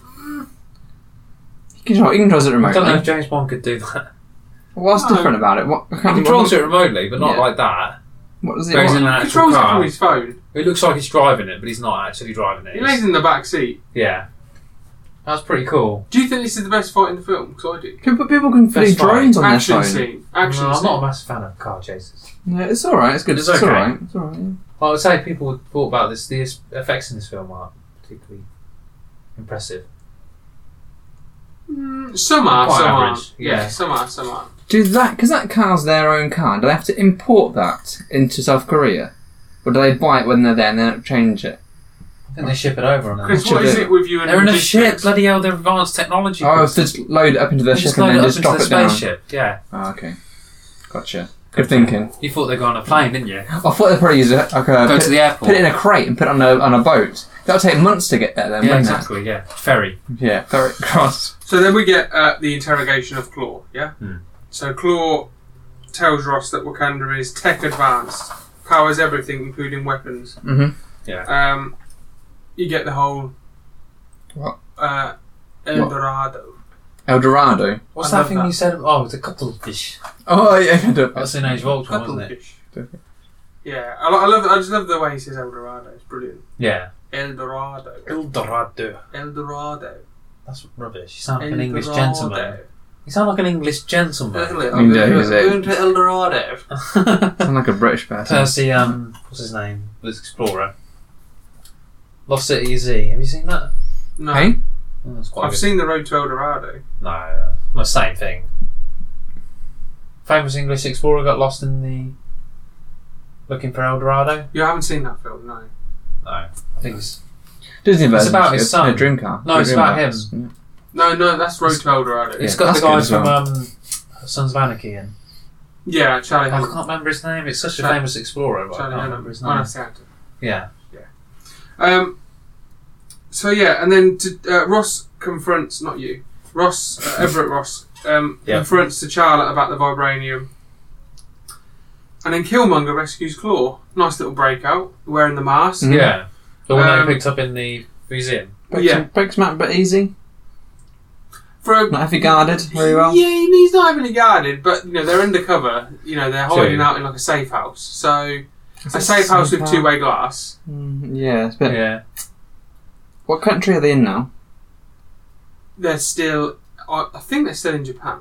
Speaker 2: He controls, he controls it
Speaker 3: I don't know if
Speaker 2: remotely.
Speaker 3: James Bond could do that.
Speaker 2: What's
Speaker 1: No.
Speaker 2: different about it? What, I
Speaker 3: He
Speaker 2: can't remember.
Speaker 3: controls it remotely, but not
Speaker 2: Yeah.
Speaker 3: like that.
Speaker 2: What does it?
Speaker 3: Goes
Speaker 2: What?
Speaker 3: in an
Speaker 1: He
Speaker 3: actual
Speaker 1: controls it from
Speaker 3: car.
Speaker 1: his phone.
Speaker 3: It looks like he's driving it, but he's not actually driving it.
Speaker 1: He lays in the back seat.
Speaker 3: Yeah. That's pretty cool.
Speaker 1: Do you think this is the best fight in the film? Because I do.
Speaker 2: People, people can fly
Speaker 3: That's fine.
Speaker 2: drones on their
Speaker 1: Action
Speaker 2: phone.
Speaker 1: scene. Action
Speaker 3: No, I'm
Speaker 1: scene.
Speaker 3: not a massive fan of car chases.
Speaker 2: Yeah, it's all right. It's good.
Speaker 3: It's
Speaker 2: It's,
Speaker 3: okay.
Speaker 2: all right. It's all right. yeah.
Speaker 3: I would say people would thought about this. The es- effects in this film aren't particularly impressive.
Speaker 1: Mm, some are.
Speaker 3: Quite
Speaker 1: some
Speaker 3: average,
Speaker 1: aren't. Yeah.
Speaker 3: yeah.
Speaker 1: Some are. Some aren't.
Speaker 2: Do that because that car's their own car. Do they have to import that into South Korea, or do they buy it when they're there and then change it?
Speaker 3: Then they ship it over on
Speaker 1: Chris,
Speaker 2: Should
Speaker 1: what is
Speaker 2: do.
Speaker 1: it with you and
Speaker 3: They're in a ship.
Speaker 1: logistics?
Speaker 3: Bloody hell! They're advanced technology.
Speaker 2: Oh,
Speaker 3: Chris.
Speaker 2: it's just load it up into their
Speaker 3: They
Speaker 2: ship
Speaker 3: just
Speaker 2: and
Speaker 3: load
Speaker 2: then
Speaker 3: it up
Speaker 2: just
Speaker 3: into
Speaker 2: drop
Speaker 3: the
Speaker 2: it down.
Speaker 3: spaceship. Yeah.
Speaker 2: Oh, okay, gotcha. Good thinking.
Speaker 3: You thought they were on a plane, didn't you?
Speaker 2: I thought they'd probably use it like a
Speaker 3: Go
Speaker 2: put,
Speaker 3: to the
Speaker 2: put
Speaker 3: airport.
Speaker 2: it in a crate and put it on a on a boat. That'll take months to get there then.
Speaker 3: yeah,
Speaker 2: wouldn't
Speaker 3: exactly. Yeah, ferry.
Speaker 2: It? Yeah, ferry across.
Speaker 1: So then we get uh, the interrogation of Claw, yeah?
Speaker 3: Hmm.
Speaker 1: So Claw tells Ross that Wakanda is tech advanced, powers everything, including weapons.
Speaker 2: Mm-hmm.
Speaker 3: Yeah.
Speaker 1: Um, you get the whole.
Speaker 2: What?
Speaker 1: Uh, El
Speaker 2: What?
Speaker 1: Dorado.
Speaker 2: El Dorado.
Speaker 3: What's
Speaker 1: I
Speaker 3: that
Speaker 1: love
Speaker 3: thing
Speaker 1: that.
Speaker 3: you said? Oh, it was a cuttlefish.
Speaker 2: Oh yeah.
Speaker 3: That's in Age of Ultron, wasn't it?
Speaker 1: Cuttlefish. Yeah, I, lo- I love. I just love the way he says El Dorado. It's brilliant.
Speaker 3: Yeah.
Speaker 1: El Dorado.
Speaker 3: El Dorado.
Speaker 1: El Dorado.
Speaker 3: That's rubbish. You sound like
Speaker 1: El
Speaker 3: an English
Speaker 1: Dorado.
Speaker 3: gentleman. You sound like an English gentleman.
Speaker 1: Definitely.
Speaker 2: Yeah,
Speaker 1: I'm
Speaker 2: he's a-
Speaker 1: going to El Dorado.
Speaker 2: Sound like a British person.
Speaker 3: Percy, um, what's his name? This explorer. Lost City E Z. Have you seen that?
Speaker 1: No,
Speaker 2: Hey?
Speaker 3: Oh, that's quite
Speaker 1: I've
Speaker 3: good.
Speaker 1: seen the Road to El Dorado.
Speaker 3: No, uh, well, same thing. Famous English explorer got lost in the. Looking for El Dorado?
Speaker 1: You haven't seen that film, no?
Speaker 3: No, I think it's
Speaker 2: Disney version.
Speaker 3: about his son.
Speaker 2: No, dream car.
Speaker 3: No, it's
Speaker 2: Dream
Speaker 3: about
Speaker 2: cars. Yeah.
Speaker 1: No, no, that's Road to El Dorado.
Speaker 2: Yeah,
Speaker 3: it's got
Speaker 2: that's
Speaker 3: the
Speaker 2: good
Speaker 3: guy
Speaker 2: as
Speaker 3: from
Speaker 2: well.
Speaker 3: um, Sons of Anarchy in.
Speaker 1: Yeah, Charlie.
Speaker 3: I
Speaker 1: Hunnam.
Speaker 3: can't remember his name. It's such a
Speaker 1: Char-
Speaker 3: famous explorer, but I
Speaker 1: Charlie.
Speaker 3: can't
Speaker 1: Hunnam.
Speaker 3: remember his
Speaker 1: Oh, no,
Speaker 3: name.
Speaker 1: Santa.
Speaker 3: Yeah.
Speaker 1: Um, so yeah, and then to, uh, Ross confronts not you, Ross uh, Everett Ross um,
Speaker 3: Yeah.
Speaker 1: confronts the Charlotte about the vibranium, and then Killmonger rescues Claw. Nice little breakout, wearing the mask.
Speaker 2: Mhm.
Speaker 3: Yeah. The one
Speaker 1: Um,
Speaker 3: they picked up in the museum.
Speaker 2: Breaks,
Speaker 1: Yeah.
Speaker 2: breaks him out a bit easy.
Speaker 1: For a,
Speaker 2: Not heavy guarded very well.
Speaker 1: Yeah, he's not heavily guarded, but you know they're undercover. You know they're
Speaker 3: True.
Speaker 1: hiding out in like a safe house. So a safe house with two-way glass.
Speaker 2: Mm, yeah, it's a bit.
Speaker 3: Yeah.
Speaker 2: What country are they in now?
Speaker 1: They're still. I I think they're still in Japan.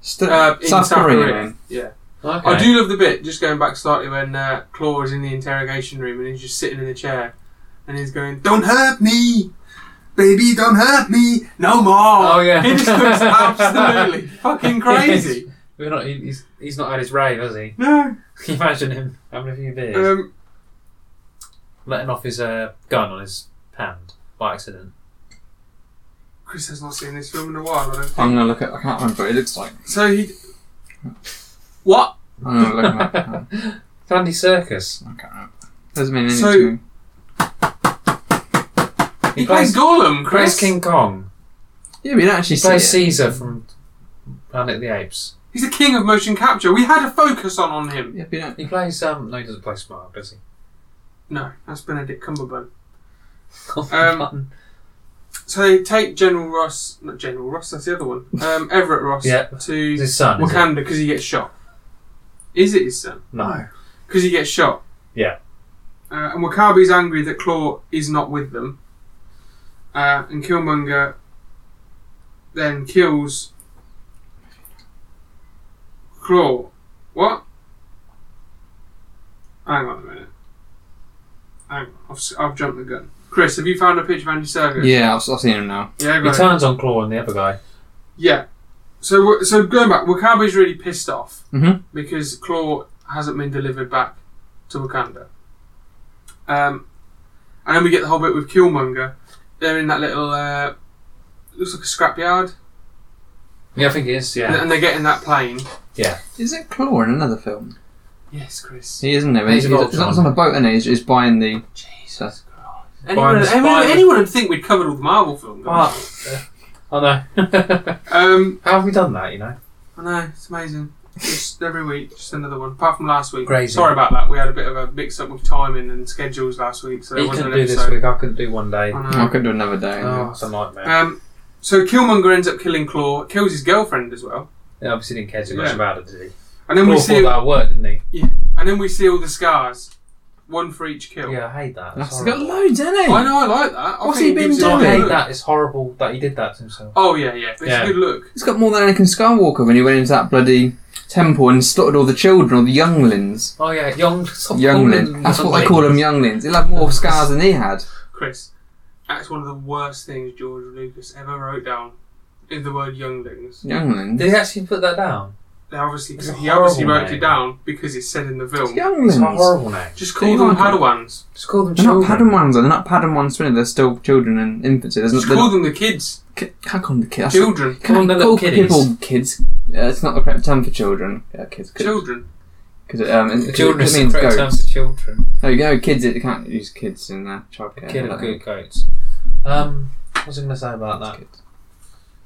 Speaker 2: St-
Speaker 1: Uh, in
Speaker 2: South, Korea. I mean.
Speaker 1: Yeah.
Speaker 3: Okay.
Speaker 1: I do love the bit, just going back slightly, when uh, Claw is in the interrogation room and he's just sitting in the chair and he's going, Don't hurt me! Baby, don't hurt me! No more!
Speaker 3: Oh, yeah.
Speaker 1: He just looks absolutely fucking crazy.
Speaker 3: We're not, he- he's, he's not at his rave, has he?
Speaker 1: No.
Speaker 3: Can you imagine him having a few beers?
Speaker 1: Um,
Speaker 3: letting off his uh, gun on his hand by accident.
Speaker 1: Chris has not seen this film in a while, I don't think.
Speaker 2: I'm gonna look at. I can't remember. What it looks like.
Speaker 1: So he. What?
Speaker 2: I'm gonna look at. I
Speaker 3: Sandy Circus.
Speaker 2: can't remember. Doesn't mean anything
Speaker 1: So-
Speaker 2: to me.
Speaker 1: He, plays, Gollum, Chris.
Speaker 3: plays King Kong.
Speaker 2: Yeah, but you don't actually
Speaker 3: He
Speaker 2: see it.
Speaker 3: plays Caesar from Planet of the Apes.
Speaker 1: He's the king of motion capture. We had a focus on on him.
Speaker 2: Yeah, but you don't.
Speaker 3: He plays um no he doesn't play Smart, does he?
Speaker 1: No, that's Benedict Cumberbatch. Um, So they take General Ross, not General Ross, that's the other one, um, Everett Ross
Speaker 3: Yeah.
Speaker 1: to
Speaker 3: He's his son. is
Speaker 1: Wakanda because he gets shot. Is it his son?
Speaker 3: it? No.
Speaker 1: Because he gets shot.
Speaker 3: Yeah.
Speaker 1: Uh, and Wakabi's angry that Claw is not with them. Uh, and Killmonger then kills Claw. What? Hang on a minute. Hang on. I've, s- I've jumped the gun. Chris, have you found a picture of Andy Serkis?
Speaker 2: Yeah, I've, I've seen him now.
Speaker 1: Yeah, go
Speaker 3: He
Speaker 1: ahead.
Speaker 3: turns on Claw and the other guy.
Speaker 1: Yeah. So so going back, Wakabi's really pissed off
Speaker 2: Mhm.
Speaker 1: because Claw hasn't been delivered back to Wakanda. Um, and then we get the whole bit with Killmonger. They're in that little uh, looks like a scrapyard,
Speaker 3: Yeah, I think he is,
Speaker 1: and,
Speaker 3: yeah.
Speaker 1: and they get in that plane.
Speaker 2: Is it Claw in another film?
Speaker 1: Yes, Chris.
Speaker 2: He isn't there. He's,
Speaker 3: He's
Speaker 2: he's,
Speaker 3: an old
Speaker 2: he's, not
Speaker 3: John.
Speaker 2: on a boat, and he's, he's buying the. Jesus.
Speaker 1: Anyone,
Speaker 3: Spiders-
Speaker 1: anyone,
Speaker 3: spiders.
Speaker 1: anyone would think we'd covered all the Marvel films.
Speaker 3: But uh, I know.
Speaker 1: Um,
Speaker 3: How have we done that, you know?
Speaker 1: I know it's amazing. Just every week, just another one. Apart from last week,
Speaker 3: Crazy.
Speaker 1: sorry about that. We had a bit of a mix-up with timing and schedules last week, so there
Speaker 3: He
Speaker 1: wasn't
Speaker 3: couldn't
Speaker 1: an
Speaker 3: do
Speaker 1: episode.
Speaker 3: this week, I couldn't do one day.
Speaker 1: I know.
Speaker 2: I could do another day.
Speaker 3: Oh, it's a nightmare.
Speaker 1: Uh, Um, so Killmonger ends up killing Claw, kills his girlfriend as well,
Speaker 3: He obviously didn't care too much
Speaker 1: Yeah.
Speaker 3: about it, did he?
Speaker 1: and then
Speaker 3: Claw
Speaker 1: we
Speaker 3: thought
Speaker 1: see
Speaker 3: that worked, didn't he?
Speaker 1: and then we see all the scars, one for each kill. Oh,
Speaker 3: Yeah, I hate that.
Speaker 2: That's
Speaker 3: It's
Speaker 2: got
Speaker 3: horrible.
Speaker 2: loads, isn't it?
Speaker 1: I know, I like that. I
Speaker 2: What's
Speaker 1: think
Speaker 2: he
Speaker 1: it
Speaker 2: been
Speaker 1: gives it a
Speaker 3: I
Speaker 2: doing?
Speaker 1: good
Speaker 3: hate
Speaker 1: look.
Speaker 3: that. It's horrible that he did that to himself.
Speaker 1: Oh yeah, yeah, it's
Speaker 3: Yeah.
Speaker 1: a good look.
Speaker 2: It's got more than Anakin Skywalker when he went into that bloody temple and slaughtered all the children, all the younglings.
Speaker 3: Oh yeah, young stop calling
Speaker 2: Younglings. That's what they call them, younglings. He'll have more scars than he had.
Speaker 1: Chris, that's one of the worst things George Lucas ever wrote down. Is the word younglings?
Speaker 2: Younglings.
Speaker 3: Did he actually put that down?
Speaker 1: They obviously
Speaker 3: It's a
Speaker 1: he obviously
Speaker 3: horrible
Speaker 1: wrote it
Speaker 3: name.
Speaker 1: down because it's said in the
Speaker 2: It's
Speaker 1: film.
Speaker 2: younglings.
Speaker 3: It's a horrible name.
Speaker 1: Just call
Speaker 2: They
Speaker 1: them
Speaker 2: are.
Speaker 1: Padawans.
Speaker 3: Just call them
Speaker 2: They're not
Speaker 3: children.
Speaker 2: Padawans, though. They're not Padawans, really. They're still children and infancy. There's
Speaker 1: Just
Speaker 2: not,
Speaker 1: call them the kids,
Speaker 2: Ki- I call them the kids.
Speaker 1: children,
Speaker 2: Can
Speaker 3: Call them
Speaker 2: I
Speaker 3: the
Speaker 2: call
Speaker 3: little
Speaker 2: people kids? Uh, it's not the correct term for children. Yeah, kids. Because
Speaker 1: children.
Speaker 2: um, it-
Speaker 3: The
Speaker 2: 'cause
Speaker 3: children
Speaker 2: it
Speaker 3: is the
Speaker 2: means
Speaker 3: correct term
Speaker 2: goats.
Speaker 3: for children.
Speaker 2: No, you know, kids. It you can't use kids in uh, childcare.
Speaker 3: Kid
Speaker 2: like
Speaker 3: of
Speaker 2: that.
Speaker 3: good goats. Um, what was I going to say about that?
Speaker 2: Kids.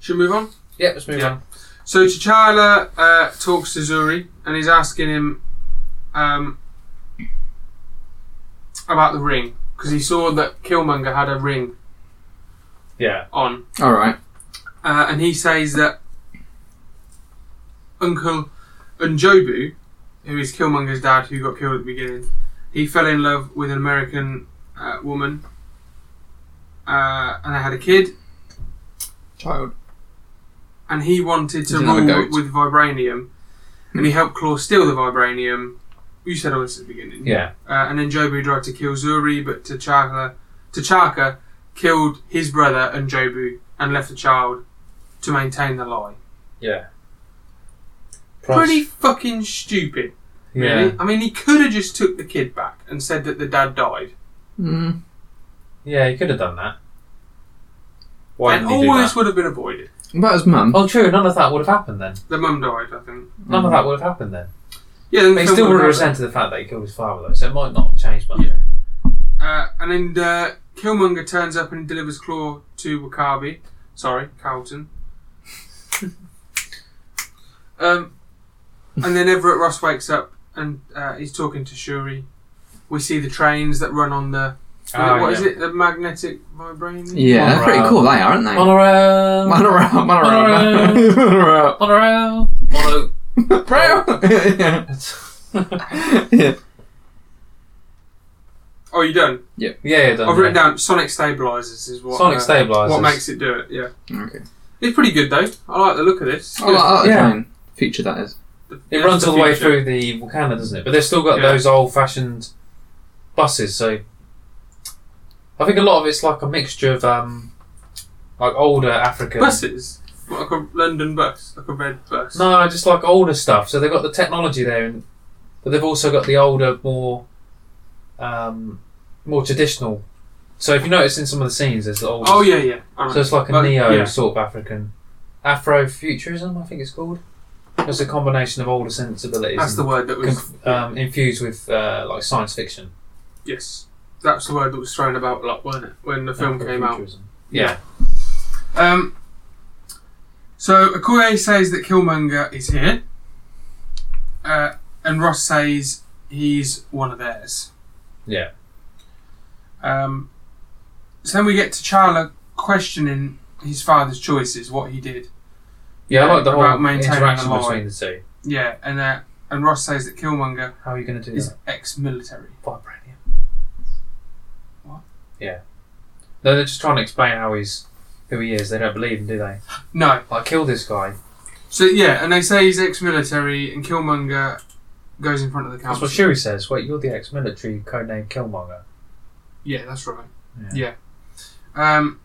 Speaker 1: Should we move on?
Speaker 3: Yep, let's move
Speaker 1: Yeah.
Speaker 3: on.
Speaker 1: So T'Challa uh, talks to Zuri and he's asking him um, about the ring because he saw that Killmonger had a ring
Speaker 3: Yeah.
Speaker 1: on,
Speaker 2: All right.
Speaker 1: uh, and he says that Uncle Njobu, who is Killmonger's dad, who got killed at the beginning, he fell in love with an American uh, woman, uh, and they had a kid,
Speaker 2: Child.
Speaker 1: and he wanted to
Speaker 2: He's another
Speaker 1: rule
Speaker 2: goat.
Speaker 1: with vibranium, and he helped Claw steal the vibranium. You said all this at the beginning,
Speaker 3: Yeah.
Speaker 1: Uh, and then Jobu tried to kill Zuri, but T'Chaka, T'Chaka killed his brother and Jobu and left the child to maintain the lie.
Speaker 3: Yeah.
Speaker 1: Pretty fucking stupid, really.
Speaker 3: Yeah.
Speaker 1: I mean, he could have just took the kid back and said that the dad died.
Speaker 2: Mm.
Speaker 3: Yeah, he could have done that. Why
Speaker 1: and
Speaker 3: did
Speaker 1: all
Speaker 3: he do
Speaker 1: this
Speaker 3: that?
Speaker 1: would have been avoided.
Speaker 2: About his mum.
Speaker 3: Oh, true. None of that would have happened then.
Speaker 1: The mum died, I think.
Speaker 3: None of that would have happened then.
Speaker 1: Yeah, then the
Speaker 3: They
Speaker 1: film
Speaker 3: still would have
Speaker 1: would've happened.
Speaker 3: resented the fact that he killed his father, though, so it might not have changed much.
Speaker 1: Yeah. Uh, and then uh, Killmonger turns up and delivers Claw to Wakabi. Sorry, Carlton. um, and then Everett Ross wakes up and uh, he's talking to Shuri. We see the trains that run on the.
Speaker 3: Ah,
Speaker 1: what is
Speaker 3: yeah.
Speaker 1: it? The magnetic vibranium?
Speaker 2: yeah, they're pretty
Speaker 3: Monorail.
Speaker 2: cool, they are, aren't they?
Speaker 3: Monorail.
Speaker 2: Monorail.
Speaker 3: Monorail.
Speaker 2: Monorail.
Speaker 3: Monorail. Mono.
Speaker 2: Monorail. Yeah. Yeah.
Speaker 1: Oh, you done?
Speaker 3: yeah, yeah, done.
Speaker 1: I've written
Speaker 3: yeah.
Speaker 1: down Sonic Stabilizers is what.
Speaker 3: Sonic
Speaker 1: uh,
Speaker 3: stabilizers.
Speaker 1: What makes it do it? Yeah,
Speaker 2: Okay.
Speaker 1: it's pretty good though. I like the look of this.
Speaker 2: I like, I like
Speaker 3: Yeah.
Speaker 2: the train. Feature that is.
Speaker 3: It runs all the way through the Wakanda, doesn't it? But they've still got
Speaker 1: Yeah.
Speaker 3: those old-fashioned buses. So I think a lot of it's like a mixture of um, like older African
Speaker 1: buses. What, like a London bus, like a red bus.
Speaker 3: No, just like older stuff. So they've got the technology there, and but they've also got the older, more, um, more traditional. So if you notice in some of the scenes, there's the old.
Speaker 1: Oh yeah, yeah. I
Speaker 3: So it's like a
Speaker 1: But-
Speaker 3: neo
Speaker 1: yeah.
Speaker 3: sort of African, Afrofuturism, I think it's called. It's a combination of older sensibilities.
Speaker 1: That's the
Speaker 3: and
Speaker 1: word that was.
Speaker 3: conf- um, infused with uh, like science fiction.
Speaker 1: yes, that's the word that was thrown about a lot, wasn't it, when the film came out?
Speaker 3: Afrofuturism. Yeah.
Speaker 1: Um. So Okoye says that Killmonger is here, uh, and Ross says he's one of theirs.
Speaker 3: Yeah.
Speaker 1: Um. So then we get to T'Challa questioning his father's choices, what he did.
Speaker 3: Yeah, I like the whole
Speaker 1: About maintaining the
Speaker 3: interaction
Speaker 1: line.
Speaker 3: between the two.
Speaker 1: Yeah, and uh, and Ross says that Killmonger
Speaker 3: How are you going to do
Speaker 1: is
Speaker 3: that?
Speaker 1: ex-military.
Speaker 3: Vibranium.
Speaker 1: What?
Speaker 3: Yeah. No, they're just trying to explain how he's who he is. They don't believe him, do they?
Speaker 1: No.
Speaker 3: Like, kill this guy.
Speaker 1: So yeah, and they say he's ex-military, and Killmonger goes in front of the
Speaker 3: That's
Speaker 1: council.
Speaker 3: what Shuri says. Wait, you're the ex-military, codename Killmonger.
Speaker 1: yeah, that's right.
Speaker 3: Yeah.
Speaker 1: Yeah. Um.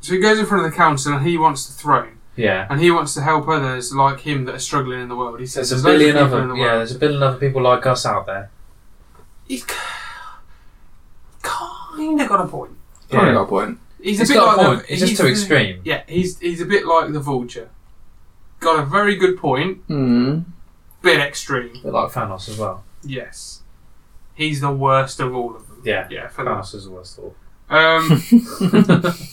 Speaker 1: So he goes in front of the council, and he wants the throne,
Speaker 3: Yeah.
Speaker 1: and he wants to help others like him that are struggling in the world. He says
Speaker 3: There's a
Speaker 1: loads
Speaker 3: billion
Speaker 1: people
Speaker 3: other
Speaker 1: in the
Speaker 3: yeah.
Speaker 1: world.
Speaker 3: There's a billion other people like us out there.
Speaker 1: He's kind of got a point.
Speaker 2: Probably
Speaker 3: Yeah.
Speaker 2: got a point.
Speaker 1: He's
Speaker 3: He's
Speaker 1: a bit
Speaker 3: got
Speaker 1: like
Speaker 3: a
Speaker 1: the-
Speaker 3: point. It's just
Speaker 1: he's
Speaker 3: too
Speaker 1: the-
Speaker 3: extreme.
Speaker 1: Yeah, he's he's a bit like the vulture. Got a very good point,
Speaker 2: Hmm.
Speaker 1: bit extreme.
Speaker 3: But like Thanos as well.
Speaker 1: Yes, he's the worst of all of them.
Speaker 3: Yeah.
Speaker 1: Yeah, for that.
Speaker 3: Thanos is the worst thought.
Speaker 1: Um,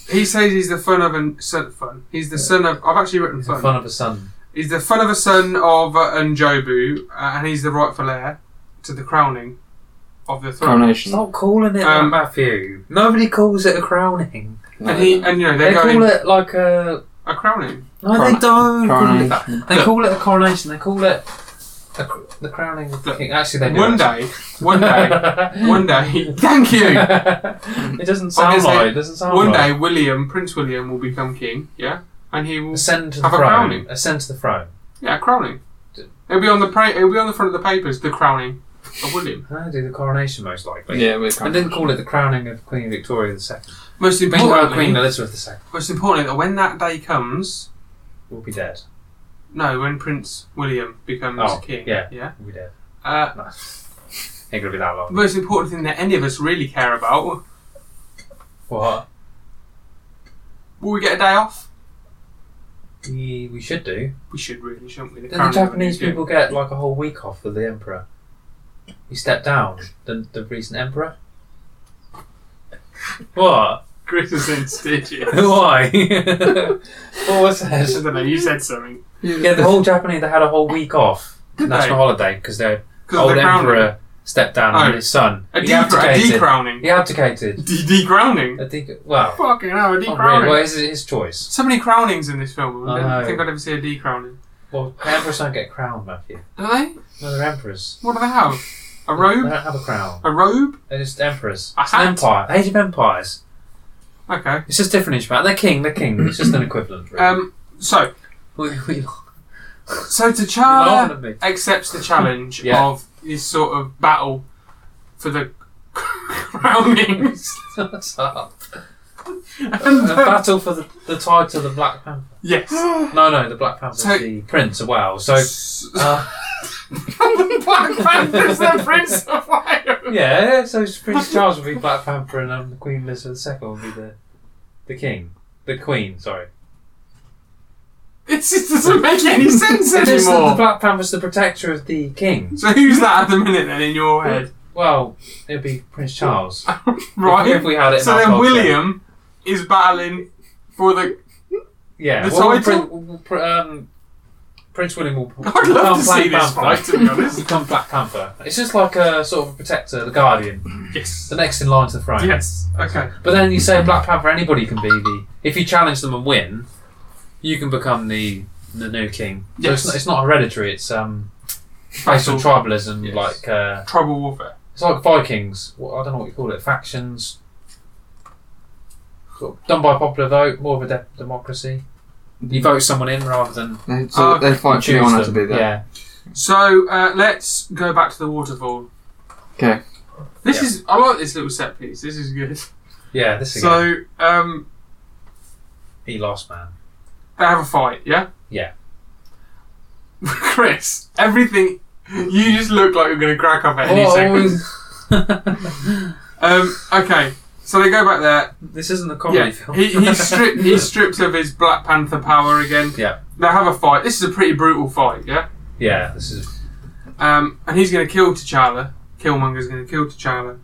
Speaker 1: he says he's the fun of an son. Fun. He's the son of. I've actually written
Speaker 3: He's the
Speaker 1: fun.
Speaker 3: fun of a son.
Speaker 1: He's the fun of a son of uh, Njobu, uh, and he's the rightful heir to the crowning of the throne.
Speaker 2: Coronation.
Speaker 3: Stop calling it
Speaker 1: Um,
Speaker 3: that, Matthew. Nobody calls it a crowning.
Speaker 1: And he and you know they're
Speaker 3: They call
Speaker 1: going
Speaker 3: it like a
Speaker 1: a crowning.
Speaker 3: No,
Speaker 2: Corona-
Speaker 3: they don't. call it
Speaker 2: coronation.
Speaker 3: that. They call it a coronation. They call it a, cr- the crowning of the
Speaker 1: Look,
Speaker 3: king. Actually, they do.
Speaker 1: One day, one day, one day. Thank you.
Speaker 3: it doesn't sound
Speaker 1: Obviously,
Speaker 3: right. It doesn't sound
Speaker 1: One day,
Speaker 3: right.
Speaker 1: William, Prince William, will become king. Yeah, and he will
Speaker 3: ascend to the
Speaker 1: Have a
Speaker 3: throne.
Speaker 1: crowning.
Speaker 3: Ascend to the throne.
Speaker 1: yeah crowning. It'll be on the pra- it'll be on the front of the papers. The crowning of William.
Speaker 3: I do the coronation most likely.
Speaker 2: Yeah, we're
Speaker 3: I didn't call it the crowning of Queen Victoria II.
Speaker 1: Most
Speaker 3: Queen, well, Queen
Speaker 1: importantly,
Speaker 3: Elizabeth II
Speaker 1: most importantly, that when that day comes,
Speaker 3: will be dead.
Speaker 1: no, when Prince William becomes
Speaker 3: Oh,
Speaker 1: king,
Speaker 3: yeah.
Speaker 1: yeah.
Speaker 3: Will be dead.
Speaker 1: Uh,
Speaker 3: No. Ain't gonna be that
Speaker 1: the
Speaker 3: long.
Speaker 1: most important thing that any of us really care about:
Speaker 3: What?
Speaker 1: will we get a day off?
Speaker 3: We, we should do.
Speaker 1: We should really, shouldn't we? The
Speaker 3: Then the
Speaker 1: crowning of a
Speaker 3: Japanese
Speaker 1: new king.
Speaker 3: people get like a whole week off with the emperor. He stepped down, the, the recent emperor. What?
Speaker 1: Chris is in stitches.
Speaker 3: Why? what was
Speaker 1: I
Speaker 3: that?
Speaker 1: don't know. You said something.
Speaker 3: Yeah, the whole Japanese they had a whole week off,
Speaker 1: Did
Speaker 3: national
Speaker 1: they?
Speaker 3: holiday, because their
Speaker 1: 'Cause of
Speaker 3: old
Speaker 1: the crowning.
Speaker 3: emperor stepped down
Speaker 1: Oh.
Speaker 3: and his son.
Speaker 1: A,
Speaker 3: he
Speaker 1: de- a
Speaker 3: abdicated.
Speaker 1: decrowning.
Speaker 3: He abdicated.
Speaker 1: De- decrowning.
Speaker 3: I think. Well,
Speaker 1: Fucking hell, a
Speaker 3: not Oh, really.
Speaker 1: decrowning.
Speaker 3: Well, it's his choice.
Speaker 1: So many crownings in this film. I
Speaker 3: I
Speaker 1: don't
Speaker 3: know.
Speaker 1: think I'd ever see a decrowning.
Speaker 3: Well, emperors don't get crowned, Matthew.
Speaker 1: Do they?
Speaker 3: No, they're emperors.
Speaker 1: What do they have? A
Speaker 3: They
Speaker 1: robe?
Speaker 3: don't have a crown.
Speaker 1: A robe?
Speaker 3: They're just emperors.
Speaker 1: A
Speaker 3: It's an
Speaker 1: hat?
Speaker 3: empire. Age of empires.
Speaker 1: Okay.
Speaker 3: It's just different in Japan. They're king, they're king. It's just an equivalent. Really.
Speaker 1: Um. uh, So,
Speaker 3: we, we
Speaker 1: so
Speaker 3: laughing
Speaker 1: T'Challa
Speaker 3: at me.
Speaker 1: accepts the challenge
Speaker 3: Yeah.
Speaker 1: of this sort of battle for the crownings.
Speaker 3: What's up? A
Speaker 1: And, uh,
Speaker 3: battle for the, the title of Black Panther.
Speaker 1: yes.
Speaker 3: No, no, the Black Panther's
Speaker 1: So-
Speaker 3: the Prince of Wales. So, uh,
Speaker 1: um, Black Panther's the Prince of Wales.
Speaker 3: yeah, so it's Prince Charles will be Black Panther and um, Queen Elizabeth II will be the The king. The queen, sorry.
Speaker 1: It just doesn't make any sense
Speaker 3: It is that the
Speaker 1: anymore.
Speaker 3: Black Panther's the protector of the king.
Speaker 1: So who's that at the minute then in your head?
Speaker 3: Well, it'd be Prince Charles.
Speaker 1: Right.
Speaker 3: If we had it in
Speaker 1: so
Speaker 3: our
Speaker 1: then
Speaker 3: culture.
Speaker 1: William is battling for the.
Speaker 3: Yeah.
Speaker 1: The
Speaker 3: well,
Speaker 1: title?
Speaker 3: Prin- pr- um, Prince William will
Speaker 1: I'd love
Speaker 3: become
Speaker 1: to
Speaker 3: Black
Speaker 1: see this
Speaker 3: Panther.
Speaker 1: fight, to be honest.
Speaker 3: become Black Panther. It's just like a sort of protector, the guardian,
Speaker 1: Yes.
Speaker 3: the next in line to the throne.
Speaker 1: Yes. Okay.
Speaker 3: But then you say Black Panther, anybody can be the. If you challenge them and win, you can become the the new king. So
Speaker 1: Yes.
Speaker 3: it's, not, it's not hereditary. It's um based on
Speaker 1: Battle.
Speaker 3: tribalism,
Speaker 1: Yes.
Speaker 3: like uh,
Speaker 1: Tribal warfare.
Speaker 3: it's like Vikings. What I don't know what you call it. Factions. Sort of Done by popular vote, more of a de- democracy. You vote someone in rather than
Speaker 2: They, so
Speaker 1: Oh,
Speaker 2: they fight for
Speaker 3: choose
Speaker 2: the honour to
Speaker 3: them.
Speaker 2: be there.
Speaker 3: Yeah,
Speaker 1: So uh, let's go back to the waterfall.
Speaker 2: 'Kay.
Speaker 1: This
Speaker 3: Yeah.
Speaker 1: is I like this little set piece. This is good.
Speaker 3: yeah. This is so,
Speaker 1: So um,
Speaker 3: he lost, man.
Speaker 1: they have a fight, yeah.
Speaker 3: Yeah.
Speaker 1: Chris, everything you just look like you're going to crack up at
Speaker 3: Oh,
Speaker 1: any second. Um, okay, so they go back there.
Speaker 3: this isn't a comedy
Speaker 1: yeah,
Speaker 3: film.
Speaker 1: he, he's stripped. He's stripped of his Black Panther power again.
Speaker 3: Yeah.
Speaker 1: They have a fight. This is a pretty brutal fight. Yeah.
Speaker 3: yeah, this is
Speaker 1: Um, and he's going to kill T'Challa. Killmonger's going to kill T'Challa.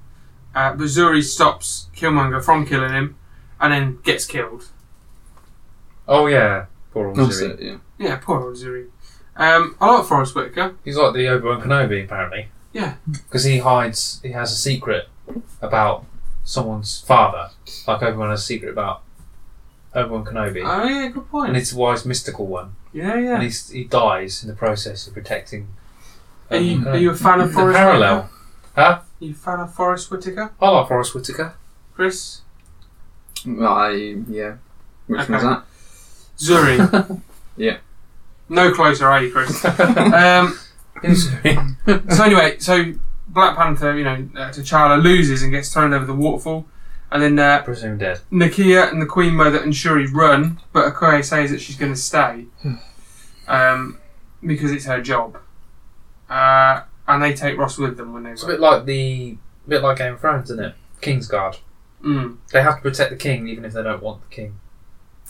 Speaker 1: Uh, but Zuri stops Killmonger from killing him and then gets killed.
Speaker 3: oh yeah, poor old Zuri.
Speaker 2: Also, yeah.
Speaker 1: Yeah, poor old Zuri. Um, I like Forrest Whitaker.
Speaker 3: He's like the Obi Wan Kenobi, apparently.
Speaker 1: Yeah.
Speaker 3: Because he hides, he has a secret about someone's father. Like Obi Wan has a secret about Obi Wan Kenobi.
Speaker 1: Oh, yeah, good
Speaker 3: and
Speaker 1: point.
Speaker 3: it's a wise mystical one.
Speaker 1: Yeah,
Speaker 3: And
Speaker 1: yeah.
Speaker 3: he's, he dies in the process of protecting.
Speaker 1: Are you,
Speaker 3: Obi-Wan
Speaker 1: are you a fan of
Speaker 3: Kenobi.
Speaker 1: Forrest
Speaker 3: parallel.
Speaker 1: Whitaker? you a fan of Forrest Whitaker?
Speaker 3: I like Forrest Whitaker.
Speaker 1: Chris?
Speaker 2: Well, I, yeah. Which
Speaker 1: Okay.
Speaker 2: one's that?
Speaker 1: Zuri.
Speaker 2: Yeah.
Speaker 1: No closer, are you, Chris? um, so anyway, so Black Panther, you know, uh, T'Challa loses and gets thrown over the waterfall. And then uh,
Speaker 3: Presumed dead.
Speaker 1: Nakia and the Queen Mother and Shuri run, but Okoye says that she's going to stay
Speaker 3: Hmm.
Speaker 1: um, because it's her job. Uh, and they take Ross with them when they
Speaker 3: It's a
Speaker 1: run.
Speaker 3: bit like the, a bit like Game of Thrones, isn't it? Kingsguard.
Speaker 1: Mm,
Speaker 3: They have to protect the king, even if they don't want the king.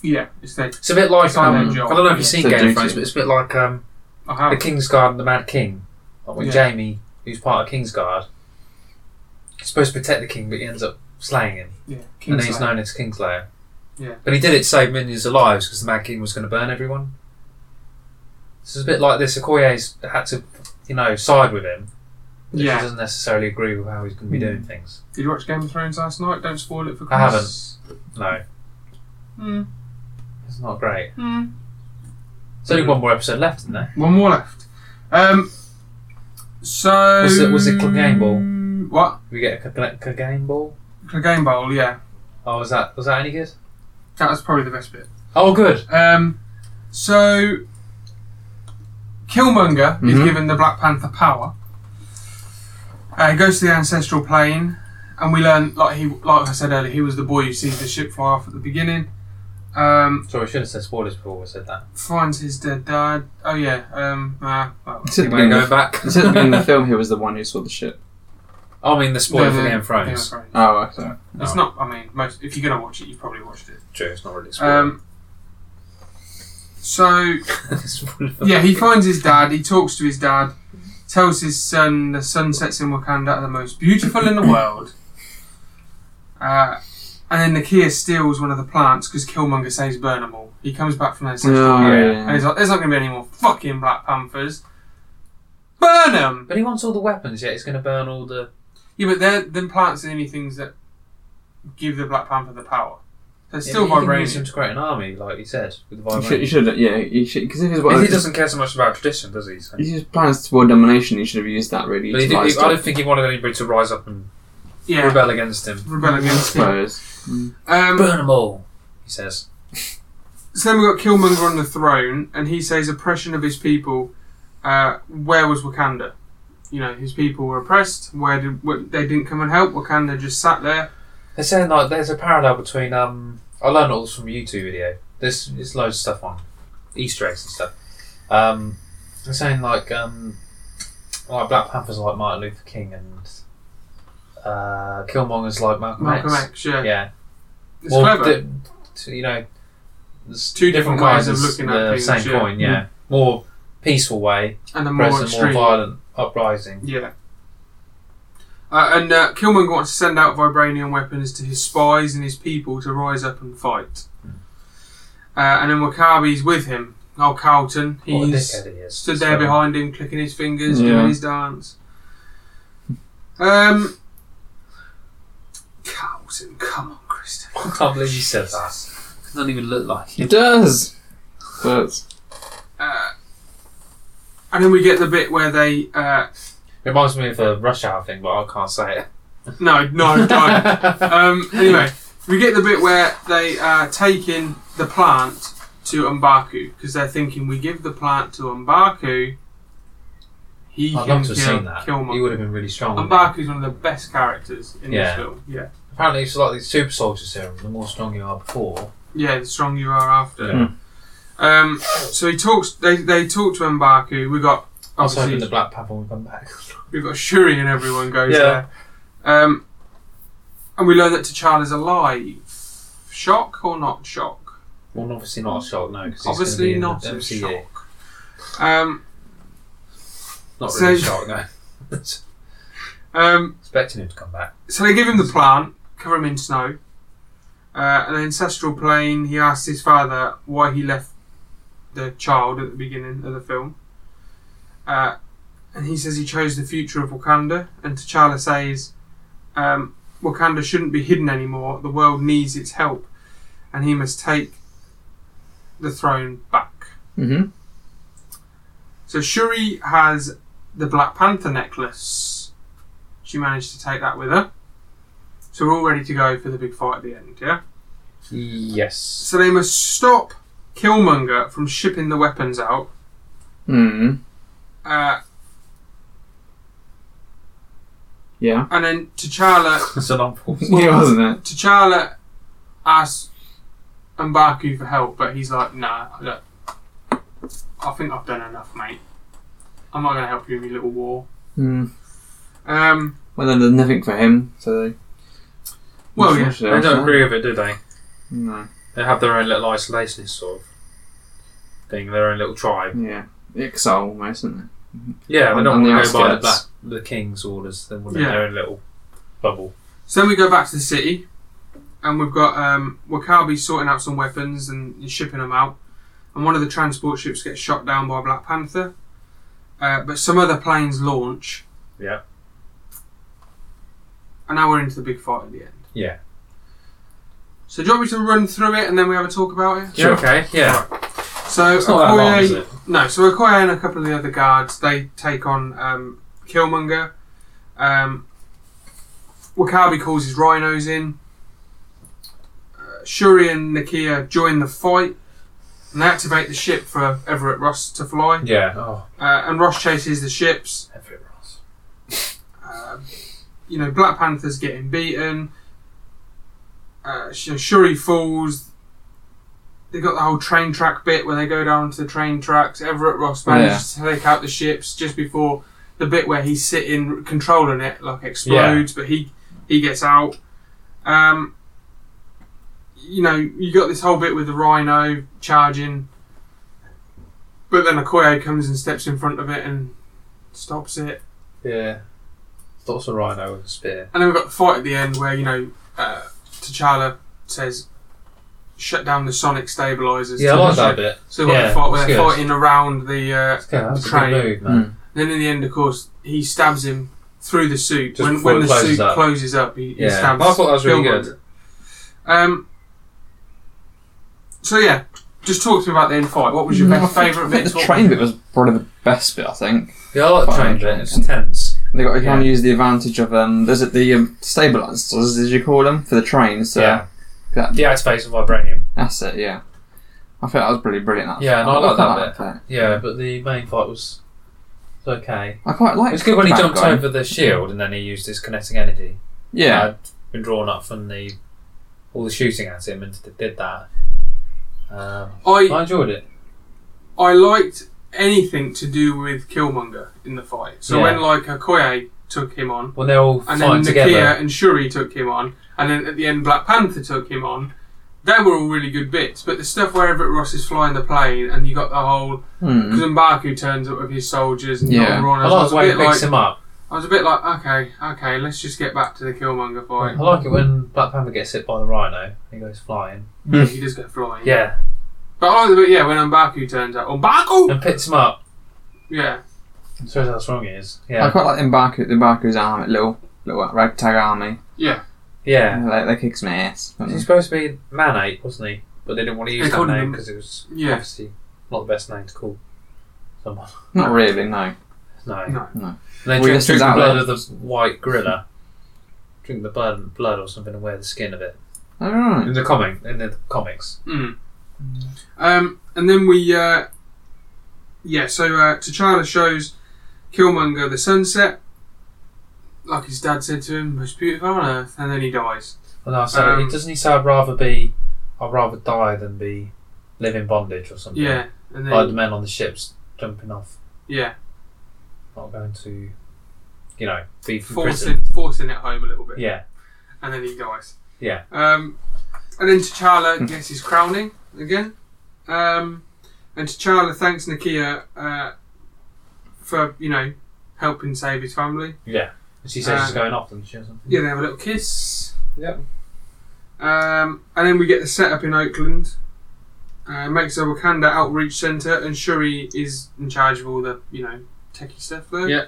Speaker 1: yeah, it's they.
Speaker 3: It's a bit like
Speaker 1: It's not
Speaker 3: um,
Speaker 1: their job.
Speaker 3: I don't know if you've
Speaker 1: Yeah.
Speaker 3: seen
Speaker 2: It's their
Speaker 3: Game
Speaker 2: duty.
Speaker 3: of Thrones, but it's a bit like um,
Speaker 1: I
Speaker 3: the
Speaker 1: have.
Speaker 3: King's Guard and the Mad King. Like when
Speaker 1: Yeah.
Speaker 3: Jamie, who's part of King's Guard, is supposed to protect the king, but he ends up slaying him,
Speaker 1: yeah,
Speaker 3: and
Speaker 1: Kingslayer.
Speaker 3: he's known as Kingslayer.
Speaker 1: Yeah.
Speaker 3: But he did it to save millions of lives because the Mad King was going to burn everyone. So it's a bit like this. Okoye's had to, you know, side with him. but
Speaker 1: Yeah. Hmm.
Speaker 3: She doesn't necessarily agree with how he's going to be doing things.
Speaker 1: Did you watch Game of Thrones last night? Don't spoil it for
Speaker 3: I haven't.
Speaker 1: Chris.
Speaker 3: No,
Speaker 1: Mm,
Speaker 3: it's not great.
Speaker 1: mm.
Speaker 3: There's only one more episode left, isn't there?
Speaker 1: One more left. Um, so
Speaker 3: Was it- was it Clegane Bowl?
Speaker 1: What
Speaker 3: We get a Cleg- Clegane Ball.
Speaker 1: Clegane Bowl? Yeah,
Speaker 3: Oh, was that was that any good?
Speaker 1: that was probably the best bit.
Speaker 3: Oh, good.
Speaker 1: Um, so, Killmonger is
Speaker 3: Mm-hmm.
Speaker 2: Mhm.
Speaker 1: given the Black Panther power. Uh, he goes to the ancestral plane, and we learn, like he, like I said earlier, he was the boy who sees the ship fly off at the beginning. Um,
Speaker 3: Sorry, I should have said spoilers before we said that.
Speaker 1: finds his dead dad. Oh yeah. Um, uh, well,
Speaker 2: It's at the beginning of-
Speaker 3: back.
Speaker 2: it's at the beginning of the film, he was the one who saw the ship.
Speaker 3: I mean, the spoiler for
Speaker 1: the-
Speaker 3: Game of Thrones.
Speaker 1: Game of Thrones.
Speaker 2: Oh, okay.
Speaker 1: It's not. I mean, most if you're gonna watch it, you've probably watched it.
Speaker 3: True, it's not really a spoiler.
Speaker 1: Um, so
Speaker 3: Spoiler for
Speaker 1: yeah, he
Speaker 3: Black
Speaker 1: finds his dad. He talks to his dad. Tells his son the sunsets in Wakanda are the most beautiful in the world. Uh, and then Nakia steals one of the plants because Killmonger says burn them all. He comes back from the ancestral
Speaker 2: Oh,
Speaker 1: plane,
Speaker 2: yeah.
Speaker 1: and he's like, "There's not going to be any more fucking Black Panthers. Burn them."
Speaker 3: But he wants all the weapons, yet he's going to burn all the.
Speaker 1: Yeah, but they're the plants are the only things that give the Black Panther the power. They're still
Speaker 3: Yeah, but he can use them
Speaker 1: vibranium.
Speaker 3: to create an army, like he said, with the
Speaker 2: You should, you
Speaker 3: vibranium.
Speaker 2: should yeah, you should, because if he's
Speaker 3: Because
Speaker 2: what
Speaker 3: he doesn't care so much about tradition, does he? So.
Speaker 2: He just plans toward domination. He should have used that really.
Speaker 3: But he
Speaker 2: to
Speaker 3: did,
Speaker 2: like
Speaker 3: he, I
Speaker 2: stop-
Speaker 3: don't think he wanted anybody to rise up and
Speaker 1: Yeah,
Speaker 3: rebel against him.
Speaker 1: rebel
Speaker 2: I
Speaker 1: against him.
Speaker 2: suppose.
Speaker 1: Um,
Speaker 3: Burn them all, he says.
Speaker 1: So then we got Killmonger on the throne, and he says oppression of his people. Uh, where was Wakanda? You know, his people were oppressed. Where did what, they didn't come and help? Wakanda just sat there.
Speaker 3: They're saying like there's a parallel between um I learned all this from a YouTube video. There's there's loads of stuff on Easter eggs and stuff. Um they're saying like um like Black Panther's like Martin Luther King and uh Killmonger's like Malcolm,
Speaker 1: Malcolm
Speaker 3: X.
Speaker 1: X, yeah,
Speaker 3: Yeah.
Speaker 1: it's
Speaker 3: Well,
Speaker 1: clever.
Speaker 3: the- to, you know, there's
Speaker 1: Two different ways of
Speaker 3: kinds
Speaker 1: looking at
Speaker 3: the
Speaker 1: things,
Speaker 3: same
Speaker 1: yeah.
Speaker 3: coin. Yeah, more peaceful way
Speaker 1: and the more
Speaker 3: versus more
Speaker 1: extreme.
Speaker 3: violent uprising.
Speaker 1: yeah. Uh, and uh, Killmonger wants to send out vibranium weapons to his spies and his people to rise up and fight. Uh, and then Wakabi's with him. Old Carlton,
Speaker 3: What a
Speaker 1: he's
Speaker 3: dickhead he is.
Speaker 1: stood there
Speaker 3: So-
Speaker 1: behind him, clicking his fingers,
Speaker 2: Yeah.
Speaker 1: doing his dance. Um, Carlton, come on, Christopher.
Speaker 3: I can't believe you said that.
Speaker 4: Doesn't even look like
Speaker 2: It
Speaker 4: it.
Speaker 2: does. But
Speaker 1: Uh, and then we get the bit where they. Uh,
Speaker 3: Reminds me of a rush hour thing, but I can't say it.
Speaker 1: no, no, don't. um, anyway, we get the bit where they are taking the plant to Umbaku because they're thinking we give the plant to Umbaku. He
Speaker 3: I'd
Speaker 1: can
Speaker 3: love to
Speaker 1: kill,
Speaker 3: have seen that.
Speaker 1: kill
Speaker 3: He
Speaker 1: Mon-
Speaker 3: would have been really strong. wouldn't he?
Speaker 1: Umbaku's one of the best characters in this
Speaker 3: Yeah.
Speaker 1: film. Yeah,
Speaker 3: Apparently, it's like these super soldier serum. The more strong you are before,
Speaker 1: yeah. The stronger you are after.
Speaker 3: Yeah.
Speaker 1: Um, so he talks. They they talk to Umbaku. We got
Speaker 3: I was hoping
Speaker 1: obviously
Speaker 3: the Black Panther would come back.
Speaker 1: we've got Shuri and everyone goes
Speaker 3: Yeah.
Speaker 1: there. Um, and we learn that T'Challa's alive. Shock or not shock?
Speaker 3: Well, obviously not a shock, no. 'cause he's
Speaker 1: Obviously
Speaker 3: gonna be in
Speaker 1: not
Speaker 3: the
Speaker 1: a
Speaker 3: MCU.
Speaker 1: shock. Um,
Speaker 3: Not
Speaker 1: So-
Speaker 3: really a shock, no.
Speaker 1: um,
Speaker 3: Expecting him to come back.
Speaker 1: so they give him the plant, cover him in snow. Uh, an ancestral plane. He asks his father why he left the child at the beginning of the film. Uh, and he says he chose the future of Wakanda. And T'Challa says, um, Wakanda shouldn't be hidden anymore. The world needs its help. And he must take the throne back.
Speaker 2: hmm
Speaker 1: So Shuri has the Black Panther necklace. She managed to take that with her. So we're all ready to go for the big fight at the end, yeah?
Speaker 3: Yes.
Speaker 1: So they must stop Killmonger from shipping the weapons out.
Speaker 2: Mm.
Speaker 1: Uh,
Speaker 2: Yeah.
Speaker 1: and then T'Challa
Speaker 3: It's an unfortunate.
Speaker 2: yeah, wasn't it?
Speaker 1: T'Challa asks Mbaku for help, but he's like, nah, look, I think I've done enough, mate. I'm not going to help you in your little war.
Speaker 2: Mm.
Speaker 1: Um,
Speaker 2: Well, then there's nothing for him, so they.
Speaker 1: well, yeah.
Speaker 3: They don't agree with it, do they?
Speaker 2: No.
Speaker 3: They have their own little isolationist sort of thing, their own little tribe.
Speaker 2: Yeah. Exile almost, isn't it?
Speaker 3: Yeah, they
Speaker 2: On-
Speaker 3: don't
Speaker 2: on
Speaker 3: want
Speaker 2: the
Speaker 3: to go by the, black,
Speaker 2: outskirts.
Speaker 3: the king's orders. They want
Speaker 1: Yeah.
Speaker 3: their own little bubble.
Speaker 1: So then we go back to the city, and we've got um, Wakabi sorting out some weapons and shipping them out. And one of the transport ships gets shot down by Black Panther, uh, but some other planes launch.
Speaker 3: Yeah.
Speaker 1: And now we're into the big fight at the end.
Speaker 3: Yeah.
Speaker 1: So do you want me to run through it and then we have a talk about it?
Speaker 3: Yeah, okay, yeah.
Speaker 1: So
Speaker 3: It's not that long, is it?
Speaker 1: No, so Okoye and a couple of the other guards they take on um, Killmonger. Um, Wakabi calls his rhinos in. Uh, Shuri and Nakia join the fight and they activate the ship for Everett Ross to fly.
Speaker 3: Yeah. Oh,
Speaker 1: Uh, and Ross chases the ships.
Speaker 3: everywhere else.
Speaker 1: Uh, you know, Black Panther's getting beaten. Uh, Sh- Shuri falls. They got the whole train track bit where they go down to the train tracks. Everett Ross manages to take out the ships just before the bit where he's sitting controlling it, like explodes, but he he gets out. Um, you know, you got this whole bit with the Rhino charging, but then Okoye comes and steps in front of it and stops it.
Speaker 3: Yeah. Lots of rhino with a spear.
Speaker 1: And then we've got the fight at the end where, you know, uh, T'Challa says, shut down the sonic stabilizers.
Speaker 3: Yeah, I
Speaker 1: to
Speaker 3: like
Speaker 1: the
Speaker 3: that
Speaker 1: ship."
Speaker 3: bit.
Speaker 1: So we've got
Speaker 3: Yeah,
Speaker 1: the fight where
Speaker 3: that's
Speaker 1: they're
Speaker 3: good.
Speaker 1: fighting around the. Uh,
Speaker 3: That's, good. that's a
Speaker 1: Train.
Speaker 3: good move, man.
Speaker 1: then in the end, of course, he stabs him through the suit.
Speaker 3: Just
Speaker 1: when
Speaker 3: before
Speaker 1: when
Speaker 3: it
Speaker 1: the
Speaker 3: closes
Speaker 1: suit
Speaker 3: up.
Speaker 1: closes up, he, he
Speaker 3: Yeah.
Speaker 1: stabs.
Speaker 3: I thought that was really
Speaker 1: Killmonger.
Speaker 3: good.
Speaker 1: Um, so, yeah, just talk to me about the end fight. What was
Speaker 2: Mm.
Speaker 1: your best favourite
Speaker 2: I
Speaker 1: bit?
Speaker 2: think the
Speaker 1: Talk-
Speaker 2: train bit was probably the best bit. I think
Speaker 3: Yeah, I like the
Speaker 2: Fine.
Speaker 3: train bit. It's tense.
Speaker 2: they got they can
Speaker 3: Yeah.
Speaker 2: use the advantage of um, there's it the um, stabilizers as you call them for the trains. So
Speaker 3: yeah.
Speaker 2: that-
Speaker 3: The activates of vibranium.
Speaker 2: that's it. Yeah, I thought that was pretty brilliant. That
Speaker 3: Yeah, and I like that bit.
Speaker 2: fact.
Speaker 3: Yeah, but the main fight was was okay.
Speaker 2: I quite
Speaker 3: It
Speaker 2: like.
Speaker 3: was good when he
Speaker 2: that
Speaker 3: jumped
Speaker 2: guy.
Speaker 3: over the shield and then he used his kinetic energy.
Speaker 2: Yeah,
Speaker 3: I'd been drawn up from the all the shooting at him and d- did that. Um,
Speaker 1: I,
Speaker 3: I enjoyed it.
Speaker 1: I liked anything to do with Killmonger in the fight. So,
Speaker 3: Yeah.
Speaker 1: when, like, Okoye took him on.
Speaker 3: When they're all
Speaker 1: and
Speaker 3: fighting
Speaker 1: then Nakia
Speaker 3: together.
Speaker 1: and Shuri took him on, and then at the end Black Panther took him on. they were all really good bits, but the stuff where Everett Ross is flying the plane and you got the whole
Speaker 2: Hmm.
Speaker 1: because Mbaku turns up with his soldiers and
Speaker 2: Yeah.
Speaker 1: Ron
Speaker 3: I
Speaker 1: I
Speaker 3: like
Speaker 1: was
Speaker 3: the
Speaker 1: a
Speaker 3: way he
Speaker 1: bit
Speaker 3: picks
Speaker 1: like
Speaker 3: him up.
Speaker 1: I was a bit like okay, okay, let's just get back to the Killmonger
Speaker 3: I
Speaker 1: fight.
Speaker 3: like it when Black Panther gets hit by the rhino and he goes flying.
Speaker 1: Yeah, he does go flying.
Speaker 3: Yeah,
Speaker 1: but I like the bit yeah when Mbaku turns up. Mbaku.
Speaker 3: and picks him up.
Speaker 1: Yeah,
Speaker 3: Shows how strong he is.
Speaker 2: I
Speaker 3: Yeah,
Speaker 2: quite like Mbaku, Mbaku's army, little little ragtag army.
Speaker 1: yeah.
Speaker 3: yeah.
Speaker 2: They, they kick some ass. don't
Speaker 3: He's
Speaker 2: they?
Speaker 3: supposed to be Manate, wasn't he? But they didn't want to use
Speaker 1: They
Speaker 3: that
Speaker 1: called him-
Speaker 3: name because it was
Speaker 1: Yeah.
Speaker 3: obviously not the best name to call someone.
Speaker 2: Not really, no.
Speaker 3: No.
Speaker 1: No.
Speaker 2: No.
Speaker 3: And they
Speaker 2: Well, yes,
Speaker 3: drink, drink the
Speaker 2: exactly.
Speaker 3: blood of the white gorilla. Drink the blood, blood or something and wear the skin of it.
Speaker 2: All right.
Speaker 3: In the comic, in the comics.
Speaker 1: Mm. Um, and then we, uh, yeah, so uh, T'Challa shows Killmonger the sunset, like his dad said to him, most beautiful on earth, and then he dies.
Speaker 3: And I say,
Speaker 1: Um,
Speaker 3: doesn't he say I'd rather be, I'd rather die than be, live in bondage or something?
Speaker 1: Yeah, and then,
Speaker 3: Like the men on the ships jumping off,
Speaker 1: yeah,
Speaker 3: not going to, you know, be from prison.
Speaker 1: forcing, forcing it home a little bit,
Speaker 3: Yeah.
Speaker 1: and then he dies.
Speaker 3: Yeah. Hmm.
Speaker 1: Um, and then T'Challa gets his crowning again. Um, and T'Challa thanks Nakia uh, for, you know, helping save his family.
Speaker 3: Yeah. And she says
Speaker 1: Uh,
Speaker 3: she's going off, doesn't she, or something?
Speaker 1: Yeah, they have a little kiss.
Speaker 3: Yep.
Speaker 1: Um, and then we get the setup in Oakland. Uh, makes a Wakanda outreach centre, and Shuri is in charge of all the you know techie stuff there.
Speaker 3: Yeah.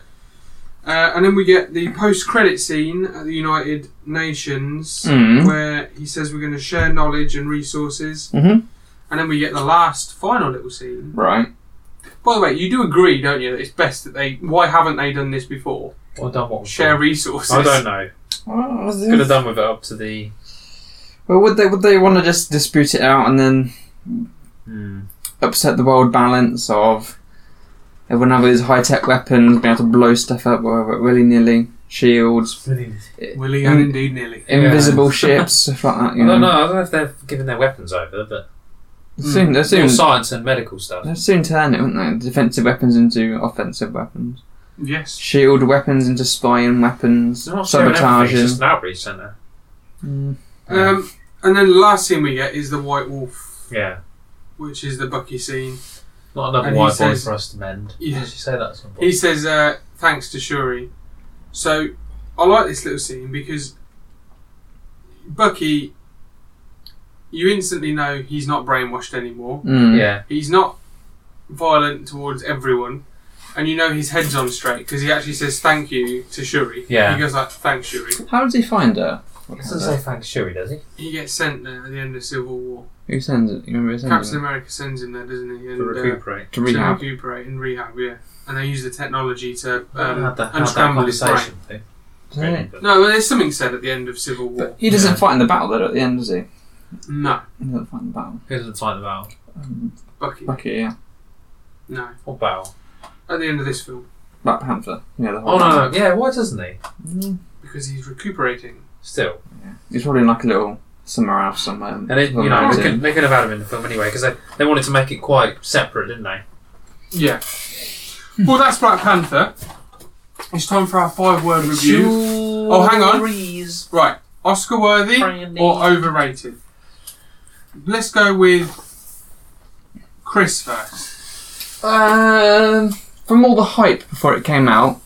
Speaker 1: Uh, and then we get the post-credit scene at the United Nations,
Speaker 3: Hmm.
Speaker 2: Mm.
Speaker 1: where he says we're going to share knowledge and resources.
Speaker 2: Mhm.
Speaker 1: And then we get the last final little scene.
Speaker 2: Right.
Speaker 1: By the way, you do agree, don't you, that it's best that they? Why haven't they done this before?
Speaker 3: Or done what? was
Speaker 1: Share
Speaker 3: done.
Speaker 1: resources.
Speaker 3: I don't know.
Speaker 2: What was
Speaker 3: Could have
Speaker 2: this?
Speaker 3: done with it up to the.
Speaker 2: Well, would they would they want to just dispute it out and then
Speaker 3: hmm.
Speaker 2: upset the world balance of everyone having these high tech weapons, being able to blow stuff up willy nilly, shields,
Speaker 1: Willie and indeed nearly.
Speaker 2: invisible
Speaker 3: Yeah.
Speaker 2: ships, stuff like that. You
Speaker 3: I
Speaker 2: know,
Speaker 3: don't know. I don't know if they've given their weapons over, but
Speaker 2: soon they'll
Speaker 3: it's all
Speaker 1: Hmm.
Speaker 2: soon
Speaker 3: science and medical stuff.
Speaker 2: they'll soon turn it, won't they? Defensive weapons into offensive weapons,
Speaker 1: Yes.
Speaker 2: shield weapons into spying weapons,
Speaker 3: It's not sharing everything, It's
Speaker 2: sabotaging.
Speaker 3: just an outreach center.
Speaker 2: Mm.
Speaker 1: Um, and then the last scene we get is the White Wolf
Speaker 3: Yeah,
Speaker 1: which is the Bucky scene.
Speaker 3: not another
Speaker 1: And he
Speaker 3: white boy
Speaker 1: says-
Speaker 3: for us to mend.
Speaker 1: Yeah.
Speaker 3: Did she say that? At some point?
Speaker 1: He says, uh, thanks to Shuri. So, I like this little scene because Bucky, you instantly know he's not brainwashed anymore.
Speaker 2: Mm.
Speaker 3: yeah,
Speaker 1: He's not violent towards everyone. And you know his head's on straight because he actually says thank you to Shuri.
Speaker 3: Yeah.
Speaker 1: He goes like, thanks, Shuri.
Speaker 2: How does he find her? What
Speaker 3: he
Speaker 2: kind
Speaker 3: doesn't
Speaker 2: of-
Speaker 3: say thanks, Shuri, does he?
Speaker 1: He gets sent there at the end of Civil War.
Speaker 2: Who sends it? You remember
Speaker 3: Mm.
Speaker 2: who sends
Speaker 1: Captain
Speaker 2: it?
Speaker 1: America sends him there, doesn't he?
Speaker 3: To
Speaker 1: And, uh,
Speaker 3: recuperate.
Speaker 2: To rehab.
Speaker 1: To recuperate and rehab, yeah. And they use the technology to um, Mm.
Speaker 3: had that, had that
Speaker 1: unscramble his brain.
Speaker 3: conversation. thing.
Speaker 2: Doesn't
Speaker 3: Really,
Speaker 2: it?
Speaker 3: but-
Speaker 1: No, well, there's something said at the end of Civil War.
Speaker 2: But he doesn't
Speaker 3: Yeah.
Speaker 2: fight in the battle though at the end, does he?
Speaker 1: no,
Speaker 2: He doesn't fight in the battle.
Speaker 3: Who doesn't fight the battle?
Speaker 2: Um,
Speaker 1: Bucky.
Speaker 2: Bucky, yeah.
Speaker 1: No,
Speaker 3: What battle?
Speaker 1: at the end of this film
Speaker 2: Black Panther. Yeah, the
Speaker 3: Oh
Speaker 2: whole
Speaker 3: no, no, yeah. Why doesn't he?
Speaker 2: Mm.
Speaker 1: because he's recuperating.
Speaker 3: Still,
Speaker 2: He's probably in like a little somewhere else somewhere.
Speaker 3: and it, you know they could, they could have had him in the film anyway because they, they wanted to make it quite separate, didn't they?
Speaker 1: Yeah. well, that's Black Panther. It's time for our five-word review.
Speaker 3: Oh,
Speaker 1: hang on.
Speaker 3: Breeze,
Speaker 1: Right, Oscar worthy
Speaker 3: Brandy.
Speaker 1: or overrated? Let's go with Chris first.
Speaker 2: Um, from all the hype before it came out,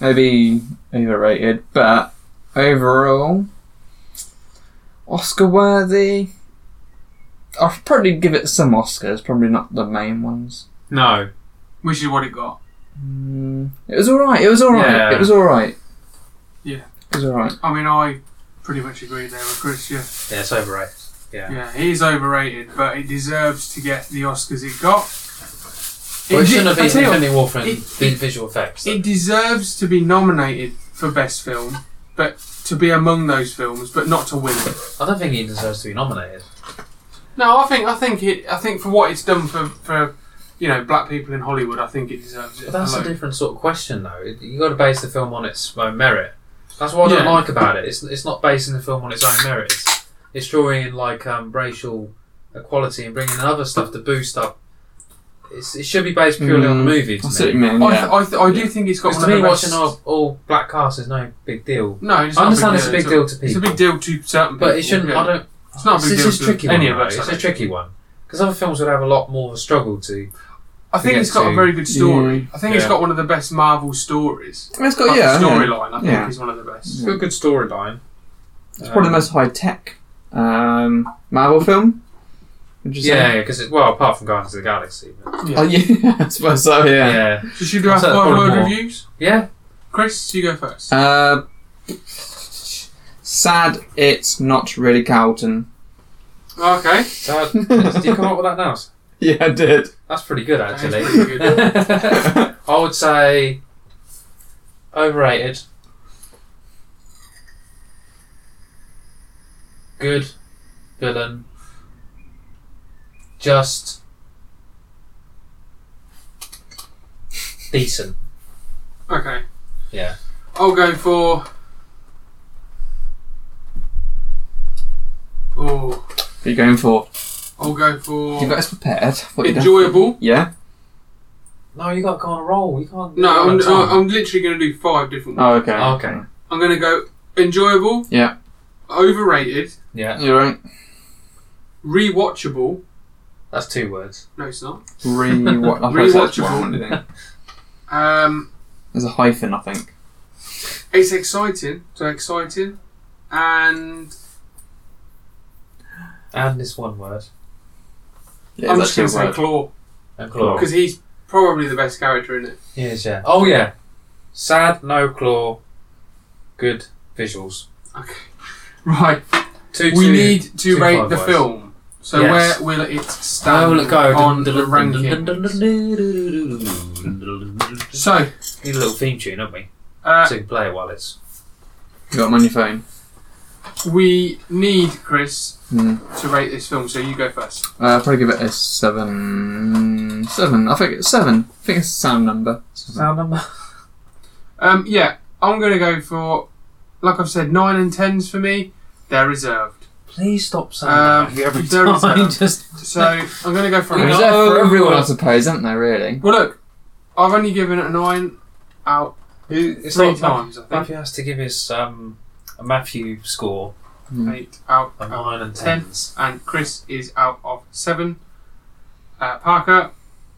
Speaker 2: maybe overrated, but overall, Oscar worthy. I'll probably give it some Oscars, probably not the main ones.
Speaker 3: No.
Speaker 1: Which is what it got.
Speaker 2: Mm, it was alright, it was alright,
Speaker 3: Yeah.
Speaker 2: it was alright.
Speaker 1: Yeah.
Speaker 2: It was alright.
Speaker 1: I mean, I pretty much agree there with Chris. Yeah,
Speaker 3: Yeah, it's overrated. Yeah.
Speaker 1: yeah, he is overrated, but it deserves to get the Oscars it got.
Speaker 3: Well, it
Speaker 1: did-
Speaker 3: shouldn't have
Speaker 1: I
Speaker 3: been
Speaker 1: tell you what,
Speaker 3: Infinity War for
Speaker 1: it-
Speaker 3: the visual effects. though.
Speaker 1: It deserves to be nominated for best film, but to be among those films, but not to win it.
Speaker 3: I don't think he deserves to be nominated.
Speaker 1: No, I think I think it. I think for what it's done for for you know black people in Hollywood, I think it deserves it.
Speaker 3: But that's a
Speaker 1: alone.
Speaker 3: different sort of question, though. It- You got to base the film on its own merit. That's what I don't
Speaker 1: Yeah.
Speaker 3: like about it. It's it's not basing the film on its own merit. It's, it's drawing in like um, racial equality and bringing in other stuff to boost up. It's, it should be based purely on the
Speaker 2: Mm,
Speaker 3: movie. To
Speaker 2: That's what
Speaker 3: me,
Speaker 2: you mean,
Speaker 1: I,
Speaker 2: yeah.
Speaker 1: th- I, th- I do think it's got
Speaker 3: 'Cause
Speaker 1: one
Speaker 3: to
Speaker 1: of the
Speaker 3: me
Speaker 1: best.
Speaker 3: watching all, all black cast is no big deal.
Speaker 1: no, it's
Speaker 3: I
Speaker 1: not a
Speaker 3: understand
Speaker 1: big
Speaker 3: it's a big
Speaker 1: at all.
Speaker 3: deal to
Speaker 1: It's a
Speaker 3: people.
Speaker 1: big deal to certain people.
Speaker 3: But it shouldn't.
Speaker 1: yeah.
Speaker 3: I don't.
Speaker 1: It's not a big
Speaker 3: This
Speaker 1: deal
Speaker 3: is
Speaker 1: to
Speaker 3: tricky
Speaker 1: any
Speaker 3: one,
Speaker 1: of
Speaker 3: though.
Speaker 1: us. I
Speaker 3: It's a
Speaker 1: think.
Speaker 3: tricky one because other films would have a lot more of a struggle to.
Speaker 1: I think
Speaker 3: to
Speaker 1: it's
Speaker 3: get
Speaker 1: got a
Speaker 3: to-
Speaker 1: very good story. I think it's
Speaker 3: Yeah.
Speaker 1: got one of the best Marvel stories.
Speaker 2: It's
Speaker 1: Like,
Speaker 2: got Oh, yeah.
Speaker 1: the
Speaker 2: yeah.
Speaker 1: storyline, I think,
Speaker 2: Yeah.
Speaker 1: is one of the best.
Speaker 3: It's got a good storyline.
Speaker 2: It's probably the most high tech um, Marvel film. Would you say?
Speaker 3: Yeah, because it's well, apart from Guardians of the Galaxy. But,
Speaker 1: Yeah.
Speaker 2: Oh, yeah, I suppose so.
Speaker 3: yeah.
Speaker 2: Yeah.
Speaker 3: yeah,
Speaker 1: So should we have
Speaker 3: I'd say that's
Speaker 1: five
Speaker 3: probably
Speaker 1: word
Speaker 3: more.
Speaker 1: reviews? Chris, you go first.
Speaker 2: Uh, sad. It's not really Carlton.
Speaker 1: okay.
Speaker 3: So did you come up with that now?
Speaker 2: Yeah, I did.
Speaker 3: That's pretty good actually.
Speaker 1: That's pretty
Speaker 3: I would say overrated. Good villain. Just decent.
Speaker 1: Okay.
Speaker 3: Yeah.
Speaker 1: I'll go for. Oh,
Speaker 2: What are you going for?
Speaker 1: I'll go
Speaker 2: You
Speaker 1: for
Speaker 2: guys prepared? What you done?
Speaker 1: enjoyable.
Speaker 2: Yeah.
Speaker 3: No, you got to go on a roll. You can't.
Speaker 1: No, I'm,
Speaker 3: you can't.
Speaker 1: I'm literally going to do five different ones.
Speaker 2: Oh, okay.
Speaker 3: Okay.
Speaker 1: I'm going to go enjoyable.
Speaker 2: Yeah.
Speaker 1: Overrated.
Speaker 3: Yeah,
Speaker 2: You're right.
Speaker 1: Rewatchable.
Speaker 3: that's two words.
Speaker 1: No, it's not.
Speaker 2: Rewa- I suppose that's
Speaker 1: Rewatchable.
Speaker 2: one, isn't it?
Speaker 1: Um,
Speaker 2: There's a hyphen, I think.
Speaker 1: it's exciting. So exciting. And
Speaker 3: And it's one word.
Speaker 2: Yeah,
Speaker 1: I'm
Speaker 2: that's
Speaker 1: just going to say
Speaker 2: your word.
Speaker 1: Claw
Speaker 3: And claw.
Speaker 1: because he's probably the best character in it.
Speaker 3: Yes, yeah. Oh yeah. Sad, no claw. Good visuals.
Speaker 1: Okay. Right.
Speaker 3: Two.
Speaker 1: we
Speaker 3: two-
Speaker 1: need to
Speaker 3: two
Speaker 1: rate
Speaker 3: five
Speaker 1: the
Speaker 3: words.
Speaker 1: film. So
Speaker 3: Yes.
Speaker 1: where will it stand
Speaker 3: Oh, look, go
Speaker 1: on the ranking?
Speaker 3: Need
Speaker 1: So,
Speaker 3: a little theme tune, haven't we?
Speaker 1: uh,
Speaker 3: So you can play it while it's.
Speaker 2: You got them on your phone.
Speaker 1: we need Chris
Speaker 2: Hmm.
Speaker 1: to rate this film. So you go first.
Speaker 2: Uh, I'll probably give it a seven. Seven. I think it's seven. I think it's a sound number. Seven.
Speaker 3: number.
Speaker 1: Um, yeah, I'm going to go for, like I've said, nine and tens for me. They're reserved.
Speaker 3: Please stop saying
Speaker 1: Um,
Speaker 3: that every
Speaker 1: there is
Speaker 3: time.
Speaker 1: that.
Speaker 3: Just
Speaker 1: So I'm going to go for.
Speaker 2: They're
Speaker 1: A
Speaker 3: No.
Speaker 2: reserved for everyone, I suppose, aren't they? Really?
Speaker 1: Well, look, I've only given it a nine out
Speaker 3: it's
Speaker 1: three
Speaker 3: not
Speaker 1: times. I think
Speaker 3: Matthew has to give his um a Matthew score
Speaker 1: eight out
Speaker 3: a
Speaker 1: of
Speaker 3: nine and
Speaker 1: Ten.
Speaker 3: tens
Speaker 1: and Chris is out of seven. Uh, Parker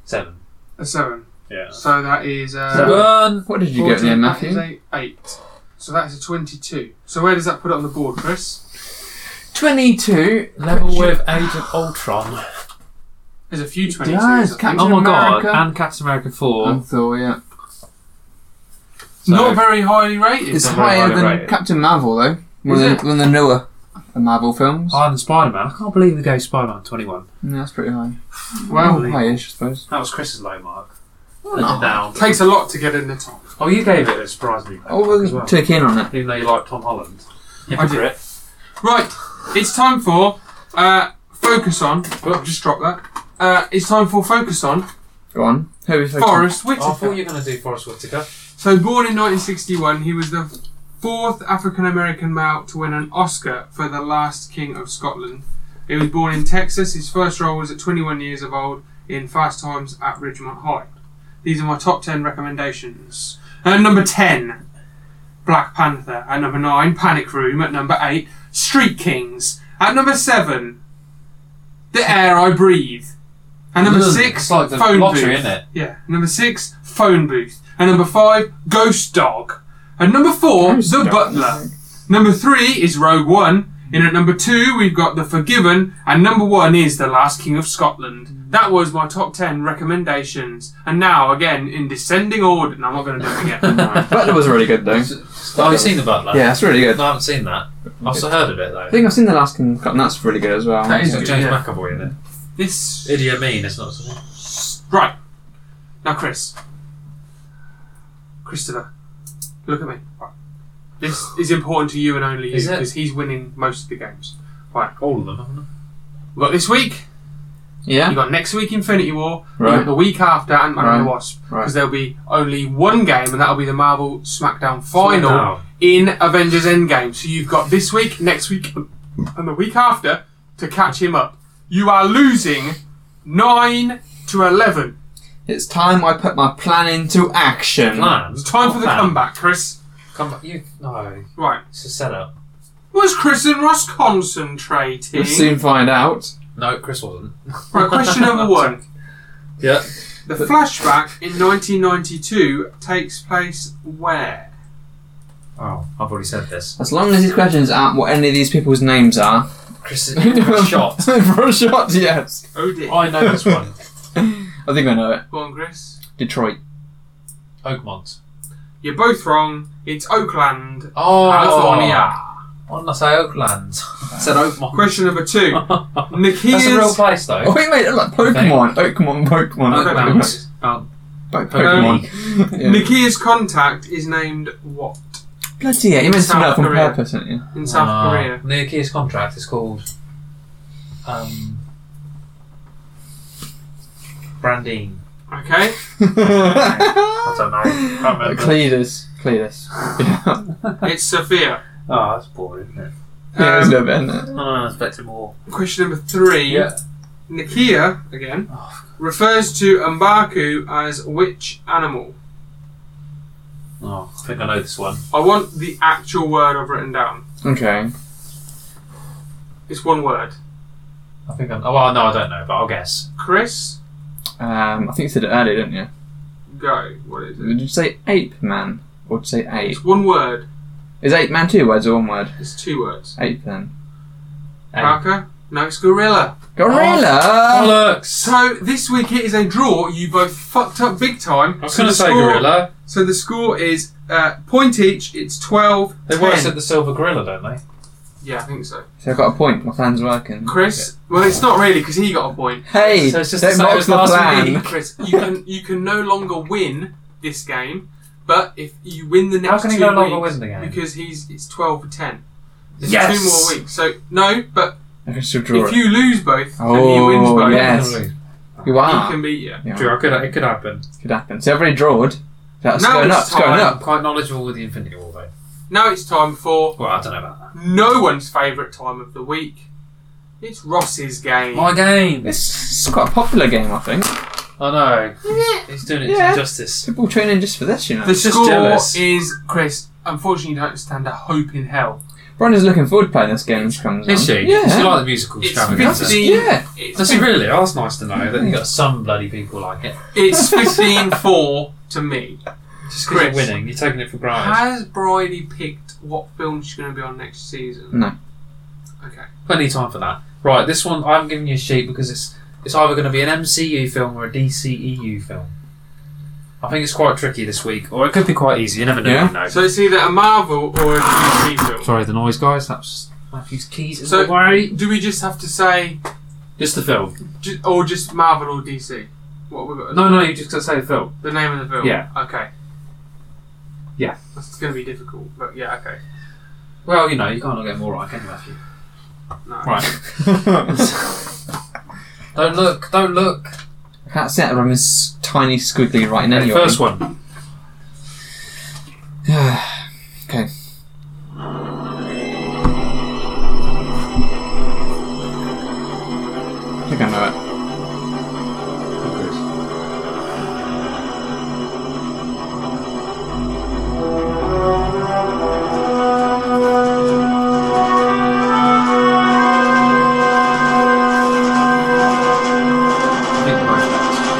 Speaker 3: seven.
Speaker 1: a seven.
Speaker 3: Yeah.
Speaker 1: So that is. Uh,
Speaker 3: Seven.
Speaker 2: What did you get there,
Speaker 1: 14,
Speaker 2: Matthew?
Speaker 1: that is a Eight. So that's a twenty-two. So where does that put it on the board, Chris?
Speaker 2: 22
Speaker 3: Level with Age of Ultron.
Speaker 1: There's a few twenty-twos.
Speaker 2: does,
Speaker 1: I think.
Speaker 2: Captain
Speaker 4: Oh my
Speaker 2: America.
Speaker 4: god! And Captain America Four.
Speaker 3: Um,
Speaker 2: I thought, yeah.
Speaker 3: So-
Speaker 1: Not very highly rated.
Speaker 2: It's
Speaker 1: It's,
Speaker 3: not very
Speaker 2: higher
Speaker 3: highly
Speaker 2: than
Speaker 3: rated.
Speaker 2: Captain Marvel, though. One
Speaker 1: Is
Speaker 2: of,
Speaker 1: it?
Speaker 2: the, one of the newer Marvel films.
Speaker 3: Iron Spider Man. I can't believe we gave Spider Man 21.
Speaker 2: Yeah, that's pretty high.
Speaker 1: well,
Speaker 2: high ish, I suppose.
Speaker 3: That was Chris's low mark. Oh.
Speaker 2: no.
Speaker 3: Down.
Speaker 1: takes a lot to get in the top.
Speaker 3: Oh, you gave it a surprisingly low
Speaker 2: Oh,
Speaker 3: mark as
Speaker 2: we'll
Speaker 3: well.
Speaker 2: check in on it.
Speaker 3: Even though you like Tom Holland.
Speaker 1: I did. Right, it's time for uh, focus on. Well, just drop that. Uh, it's time for focus on
Speaker 2: Go on. Who are we focusing-
Speaker 1: Forrest
Speaker 3: I
Speaker 1: Whitaker.
Speaker 3: thought you were going to do Forrest Whitaker.
Speaker 1: So born in 1961, he was the fourth African American male to win an Oscar for The Last King of Scotland. He was born in Texas. His first role was at 21 years of old in Fast Times at Ridgemont High. These are my top 10 recommendations. At number 10, Black Panther. At number 9, Panic Room. At number 8, Street Kings. At number 7, The Air I Breathe. At number 6,
Speaker 3: It's like the
Speaker 1: Phone
Speaker 3: lottery,
Speaker 1: Booth.
Speaker 3: isn't it?
Speaker 1: Yeah. Number six, phone booth. And number five, ghost dog. And number four,
Speaker 2: Ghost
Speaker 1: the
Speaker 2: Dog.
Speaker 1: butler. Number three is Rogue One. In at number two, we've got The Forgiven, and number one is The Last King of Scotland. That was my top ten recommendations. And now, again, in descending order, and I'm not going to do it again.
Speaker 2: Butler was really good, though.
Speaker 3: Oh, you've seen The Butler?
Speaker 2: Yeah, it's really good.
Speaker 3: No, I haven't seen that. I've also heard of it, though.
Speaker 2: I think I've seen the last one, and that's really good as well.
Speaker 1: That
Speaker 3: it's
Speaker 1: is
Speaker 3: got
Speaker 1: good,
Speaker 3: James
Speaker 1: yeah.
Speaker 3: McAvoy in it.
Speaker 1: This
Speaker 3: Idi Amin, it's not something.
Speaker 1: right now, Chris, Christopher, look at me. Right. This is important to you and only you
Speaker 3: Is it?
Speaker 1: because he's winning most of the games.
Speaker 3: All of them, haven't
Speaker 1: We've got this week.
Speaker 2: Yeah?
Speaker 1: You got next week Infinity War, you
Speaker 2: Right.
Speaker 1: got the week after Ant Man and the
Speaker 2: Right.
Speaker 1: Wasp, because
Speaker 2: Right.
Speaker 1: there'll be only one game, and that'll be the Marvel SmackDown
Speaker 3: I?
Speaker 1: final in Avengers Endgame. So you've got this week, next week, and the week after to catch him up. You are losing nine to eleven.
Speaker 2: It's time I put my plan into action.
Speaker 3: Plan.
Speaker 1: It's time for the
Speaker 3: Plan.
Speaker 1: comeback, Chris.
Speaker 3: Come back. You, no,
Speaker 1: Right,
Speaker 3: it's a setup.
Speaker 1: Was Chris and Ross concentrating?
Speaker 2: We'll soon find out.
Speaker 3: No, Chris wasn't.
Speaker 1: Right, question number one.
Speaker 3: Yeah.
Speaker 1: The flashback in 1992 takes place where?
Speaker 3: Oh, I've already said this.
Speaker 2: As long as these questions aren't what any of these people's names are.
Speaker 3: Chris is shot.
Speaker 2: For a shot, yes.
Speaker 1: Oh dear.
Speaker 3: I know this one.
Speaker 2: I think I know it.
Speaker 1: Go on, Chris.
Speaker 2: Detroit.
Speaker 3: Oakmont.
Speaker 1: You're both wrong. It's Oakland,
Speaker 3: Oh,
Speaker 1: California.
Speaker 3: Why didn't I say Oakland? I said Oakmont.
Speaker 1: Question number two.
Speaker 3: That's a real
Speaker 1: Nikia's
Speaker 3: place, though.
Speaker 2: Oh, wait, mate, look like Pokemon. Pokemon, Pokemon.
Speaker 3: Oakmont.
Speaker 1: Oakmont.
Speaker 2: Po- Pokemon. Yeah.
Speaker 1: Nikia's contact is named what
Speaker 2: Bloody yeah, you meant to do that on
Speaker 1: South Korea.
Speaker 2: purpose, didn't you?
Speaker 1: in South
Speaker 3: Ah,
Speaker 1: Korea?
Speaker 3: New Kia's contract is called um, Brandine.
Speaker 1: Okay.
Speaker 3: I don't know. can't remember.
Speaker 2: Cletus. Cletus. Yeah,
Speaker 1: It's Sophia.
Speaker 3: Oh, that's boring, isn't it?
Speaker 2: yeah, it's
Speaker 1: Um,
Speaker 2: a little bit, isn't it?
Speaker 3: Oh, I expected more.
Speaker 1: Question number three.
Speaker 3: Yeah. Oh,
Speaker 1: Nikia, again, refers to Mbaku as which animal?
Speaker 3: Oh, I think I know this one.
Speaker 1: I want the actual word I've written down.
Speaker 2: Okay.
Speaker 1: It's one word.
Speaker 3: I think I'm. Oh, well, no, I don't know, but I'll guess.
Speaker 1: Chris,
Speaker 2: Um, I think you said it earlier, didn't you?
Speaker 1: go. What is it?
Speaker 2: Did you say ape man? Or did you say ape?
Speaker 1: It's one word.
Speaker 2: Is ape man two words or one word?
Speaker 1: It's two words.
Speaker 2: Ape then.
Speaker 3: Hey.
Speaker 1: Parker, no, it's gorilla.
Speaker 2: Gorilla!
Speaker 3: Bollocks!
Speaker 1: So this week it is a draw. You both fucked up big time.
Speaker 3: I was
Speaker 1: So
Speaker 3: going to
Speaker 1: the
Speaker 3: say
Speaker 1: score-
Speaker 3: gorilla.
Speaker 1: So the score is uh, point each. It's 12.
Speaker 3: They
Speaker 1: 10.
Speaker 3: work at the silver gorilla, don't they?
Speaker 1: Yeah, I think so.
Speaker 2: so I've got a point, my plan's working.
Speaker 1: Chris, well, it's not really because he got a point. Um,
Speaker 2: Hey,
Speaker 3: So it's just the
Speaker 2: don't
Speaker 3: same
Speaker 2: mock
Speaker 3: as
Speaker 2: the
Speaker 3: last
Speaker 2: plan.
Speaker 3: week.
Speaker 1: Chris, you can you can no longer win this game, but if you win the next
Speaker 3: How can he
Speaker 1: two
Speaker 3: no longer
Speaker 1: weeks,
Speaker 3: win the game?
Speaker 1: because he's it's 12 for 10. There's
Speaker 3: Yes!
Speaker 1: two more weeks. So no, but
Speaker 2: I can still draw
Speaker 1: if
Speaker 2: it.
Speaker 1: you lose both and he
Speaker 2: Oh,
Speaker 1: wins both,
Speaker 2: yes. You
Speaker 1: he
Speaker 2: are.
Speaker 1: can beat you.
Speaker 2: Yeah,
Speaker 3: Drew, I could, it could happen.
Speaker 2: could happen. So I've already drawed. That's
Speaker 1: Now
Speaker 2: going
Speaker 1: it's
Speaker 2: up, it's going
Speaker 1: time.
Speaker 2: up.
Speaker 3: I'm quite knowledgeable with the Infinity War, though.
Speaker 1: Now it's time for
Speaker 3: Well, I don't know about that.
Speaker 1: no one's favourite time of the week. It's Ross's game.
Speaker 3: My game!
Speaker 2: This is quite a popular game, I think.
Speaker 3: I know. He's- He's doing it
Speaker 2: Yeah.
Speaker 3: injustice.
Speaker 2: People tune in just for this, you know.
Speaker 1: the
Speaker 3: He's just
Speaker 1: score
Speaker 3: jealous.
Speaker 1: is Chris. Unfortunately, you don't stand a hope in hell.
Speaker 2: Bronny's looking forward to playing this game when she comes
Speaker 3: Is
Speaker 2: on.
Speaker 3: she?
Speaker 2: Yeah.
Speaker 3: She like the musical
Speaker 1: It's
Speaker 3: extravaganza.
Speaker 1: fifteen.
Speaker 2: Yeah.
Speaker 1: It's
Speaker 3: Does she really? Oh, that's nice to know that you got some bloody people like it.
Speaker 1: It's 15 4 to me.
Speaker 3: Just 'cause you're
Speaker 1: Chris.
Speaker 3: winning, you're taking it for granted.
Speaker 1: Has Bridie picked what film she's going to be on next season?
Speaker 2: No.
Speaker 1: Okay.
Speaker 3: Plenty of time for that. Right, this one I'm giving you a sheet because it's it's either going to be an MCU film or a DCEU film. I think it's quite tricky this week, or it could be quite easy. You never know.
Speaker 2: Yeah.
Speaker 3: you know.
Speaker 1: So it's either a Marvel or a DC film.
Speaker 3: Sorry, the noise, guys. That's Matthew's keys in
Speaker 1: So-
Speaker 3: the way.
Speaker 1: Do we just have to say,
Speaker 3: Just the film.
Speaker 1: ju- or just Marvel or DC? What we got?
Speaker 3: No, no, you just got to say the film.
Speaker 1: The name of the film.
Speaker 3: Yeah.
Speaker 1: Okay.
Speaker 3: Yeah.
Speaker 1: That's going to be difficult, but yeah. Okay.
Speaker 3: Well, you know, you can't get more right, can you, Matthew?
Speaker 1: No.
Speaker 3: Right. don't look. Don't look.
Speaker 2: I can't see that from this tiny squiggly writing
Speaker 3: Okay,
Speaker 2: anyway.
Speaker 3: First one.
Speaker 2: okay. I think I know it.
Speaker 3: I think both of us.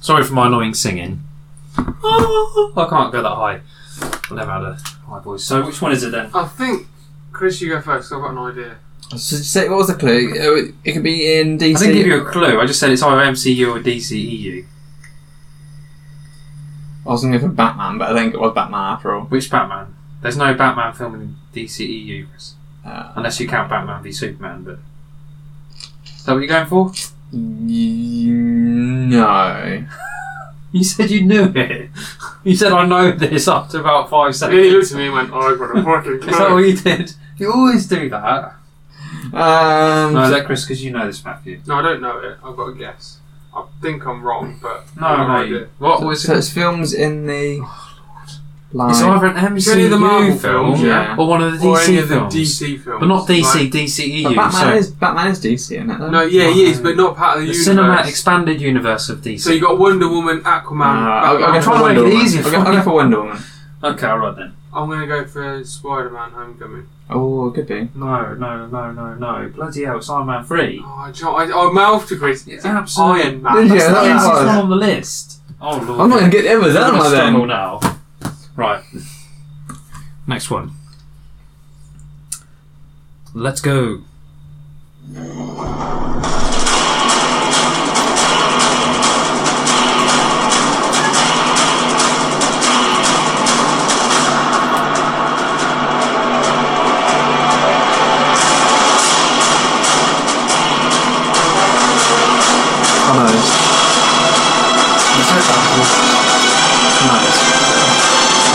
Speaker 3: Sorry for my annoying singing. Ah, I can't go that high. I've never had a high voice. So which one is it then?
Speaker 1: I think Chris, you go first. I've got an idea.
Speaker 2: So say, what was the clue? Oh, It, it could be in DC.
Speaker 3: I didn't give you a clue. I just said it's either MCU or E DCEU.
Speaker 2: I was going to go for Batman, but I think it was Batman after all.
Speaker 3: Which Batman? There's no Batman film in DCEU, Chris.
Speaker 2: Uh,
Speaker 3: Unless you count Batman v Superman, but. Is that what you're going for?
Speaker 2: y- no.
Speaker 3: You said you knew it. You said I know this after about five
Speaker 1: And then he looked
Speaker 3: seconds.
Speaker 1: at me and went, oh, I've got a fucking
Speaker 3: Is that what
Speaker 1: clue.
Speaker 3: you did? You always do that.
Speaker 2: Um,
Speaker 3: No, is that Chris, because you know this, Matthew.
Speaker 1: No, I don't know it. I've got a guess. I think I'm wrong, but
Speaker 3: No, no.
Speaker 1: I
Speaker 3: you- What was
Speaker 2: so it's films in the line.
Speaker 3: It's either an
Speaker 1: It's any
Speaker 3: MCU
Speaker 1: of the Marvel
Speaker 3: film
Speaker 1: films,
Speaker 2: yeah.
Speaker 3: or one of the
Speaker 1: Or any
Speaker 3: DC
Speaker 1: of the
Speaker 3: films.
Speaker 1: DC films.
Speaker 3: but not DC,
Speaker 1: Like-
Speaker 3: DCEU.
Speaker 2: but Batman
Speaker 3: E so
Speaker 2: is Batman is DC, isn't it? though?
Speaker 1: no, yeah, he is, but not part of
Speaker 3: the
Speaker 1: the,
Speaker 3: cinema
Speaker 1: universe.
Speaker 3: expanded universe of DC.
Speaker 1: so you got Wonder Woman, Aquaman.
Speaker 2: Uh, I'll,
Speaker 1: Batman.
Speaker 2: I'll go
Speaker 3: I'm
Speaker 2: for
Speaker 3: trying to
Speaker 2: Wonder
Speaker 3: make it
Speaker 2: Woman.
Speaker 3: easier
Speaker 2: I'll
Speaker 3: for
Speaker 2: go, I'll
Speaker 3: you.
Speaker 2: go for Wonder Woman.
Speaker 3: okay, alright then.
Speaker 1: I'm gonna go for Spider-Man: Homecoming.
Speaker 2: Oh, it could be.
Speaker 3: No, no, no, no, no. Bloody hell, it's Iron Man 3.
Speaker 1: Oh, I, jo- I, I mouthed to Chris. It's
Speaker 3: absolutely-
Speaker 1: Iron Man.
Speaker 2: Yeah,
Speaker 3: That's the
Speaker 2: that
Speaker 3: easiest
Speaker 2: was-
Speaker 3: one on the list. Oh, Lord.
Speaker 2: I'm not going to get ever
Speaker 3: I'm
Speaker 2: that
Speaker 3: gonna
Speaker 2: one
Speaker 3: struggle
Speaker 2: then.
Speaker 3: now. Right. Next one. Let's go.
Speaker 2: Oh,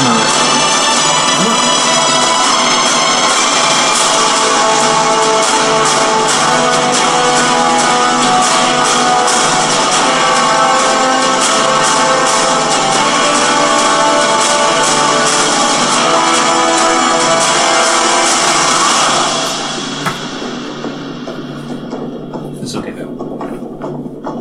Speaker 2: no. No. No.
Speaker 3: It's okay, Bill.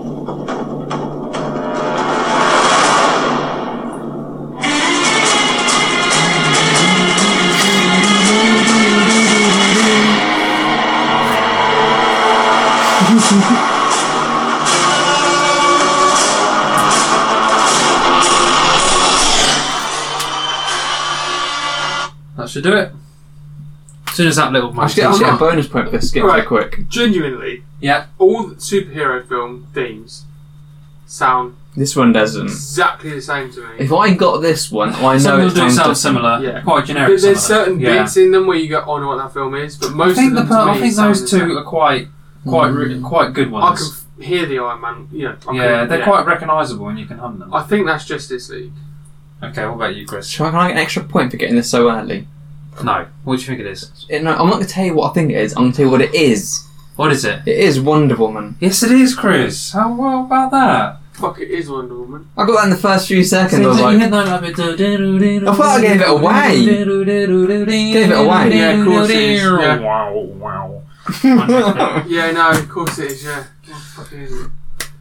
Speaker 3: That should do it. As soon as that little
Speaker 2: I should, get, I should get a
Speaker 3: monkey-
Speaker 2: bonus point for this game
Speaker 1: Right.
Speaker 2: right. quick.
Speaker 1: Genuinely,
Speaker 3: Yeah.
Speaker 1: all the superhero film themes sound
Speaker 2: This one doesn't.
Speaker 1: exactly the same to me.
Speaker 2: If I got this one, I
Speaker 3: Some
Speaker 2: know
Speaker 3: of
Speaker 2: it's
Speaker 3: them
Speaker 2: time
Speaker 3: do sound
Speaker 2: to-
Speaker 3: similar.
Speaker 1: Yeah.
Speaker 3: Quite generic.
Speaker 1: But there's
Speaker 3: some of
Speaker 1: certain
Speaker 3: them. Yeah.
Speaker 1: bits in them where you go, oh, I know what that film is, but
Speaker 3: I
Speaker 1: most
Speaker 3: think,
Speaker 1: of
Speaker 3: the
Speaker 1: them
Speaker 3: per-
Speaker 1: to me
Speaker 3: I think
Speaker 1: sound
Speaker 3: those
Speaker 1: the same.
Speaker 3: two are quite, quite, re- quite good
Speaker 1: I
Speaker 3: ones.
Speaker 1: can f- hear the Iron Man. You know, I
Speaker 3: yeah,
Speaker 1: can,
Speaker 3: they're quite recognisable, and you can hum them.
Speaker 1: I think that's Justice League.
Speaker 3: okay, what about you, Chris?
Speaker 2: Shall I, can I get an extra point for getting this so early?
Speaker 3: No. What do you think it is?
Speaker 2: It, no, I'm not going to tell you what I think it is. I'm going to tell you what it is.
Speaker 3: What is it?
Speaker 2: It is Wonder Woman.
Speaker 3: Yes, it is, Chris. How well about that?
Speaker 1: Fuck, it is Wonder Woman.
Speaker 2: I got that in the first few seconds. I was like,
Speaker 3: I
Speaker 2: thought I gave it away.
Speaker 3: Gave
Speaker 2: it away.
Speaker 1: Yeah, of course it is, yeah.
Speaker 3: Wow, wow.
Speaker 1: Yeah, no, of course it is. Yeah, What the fuck is it?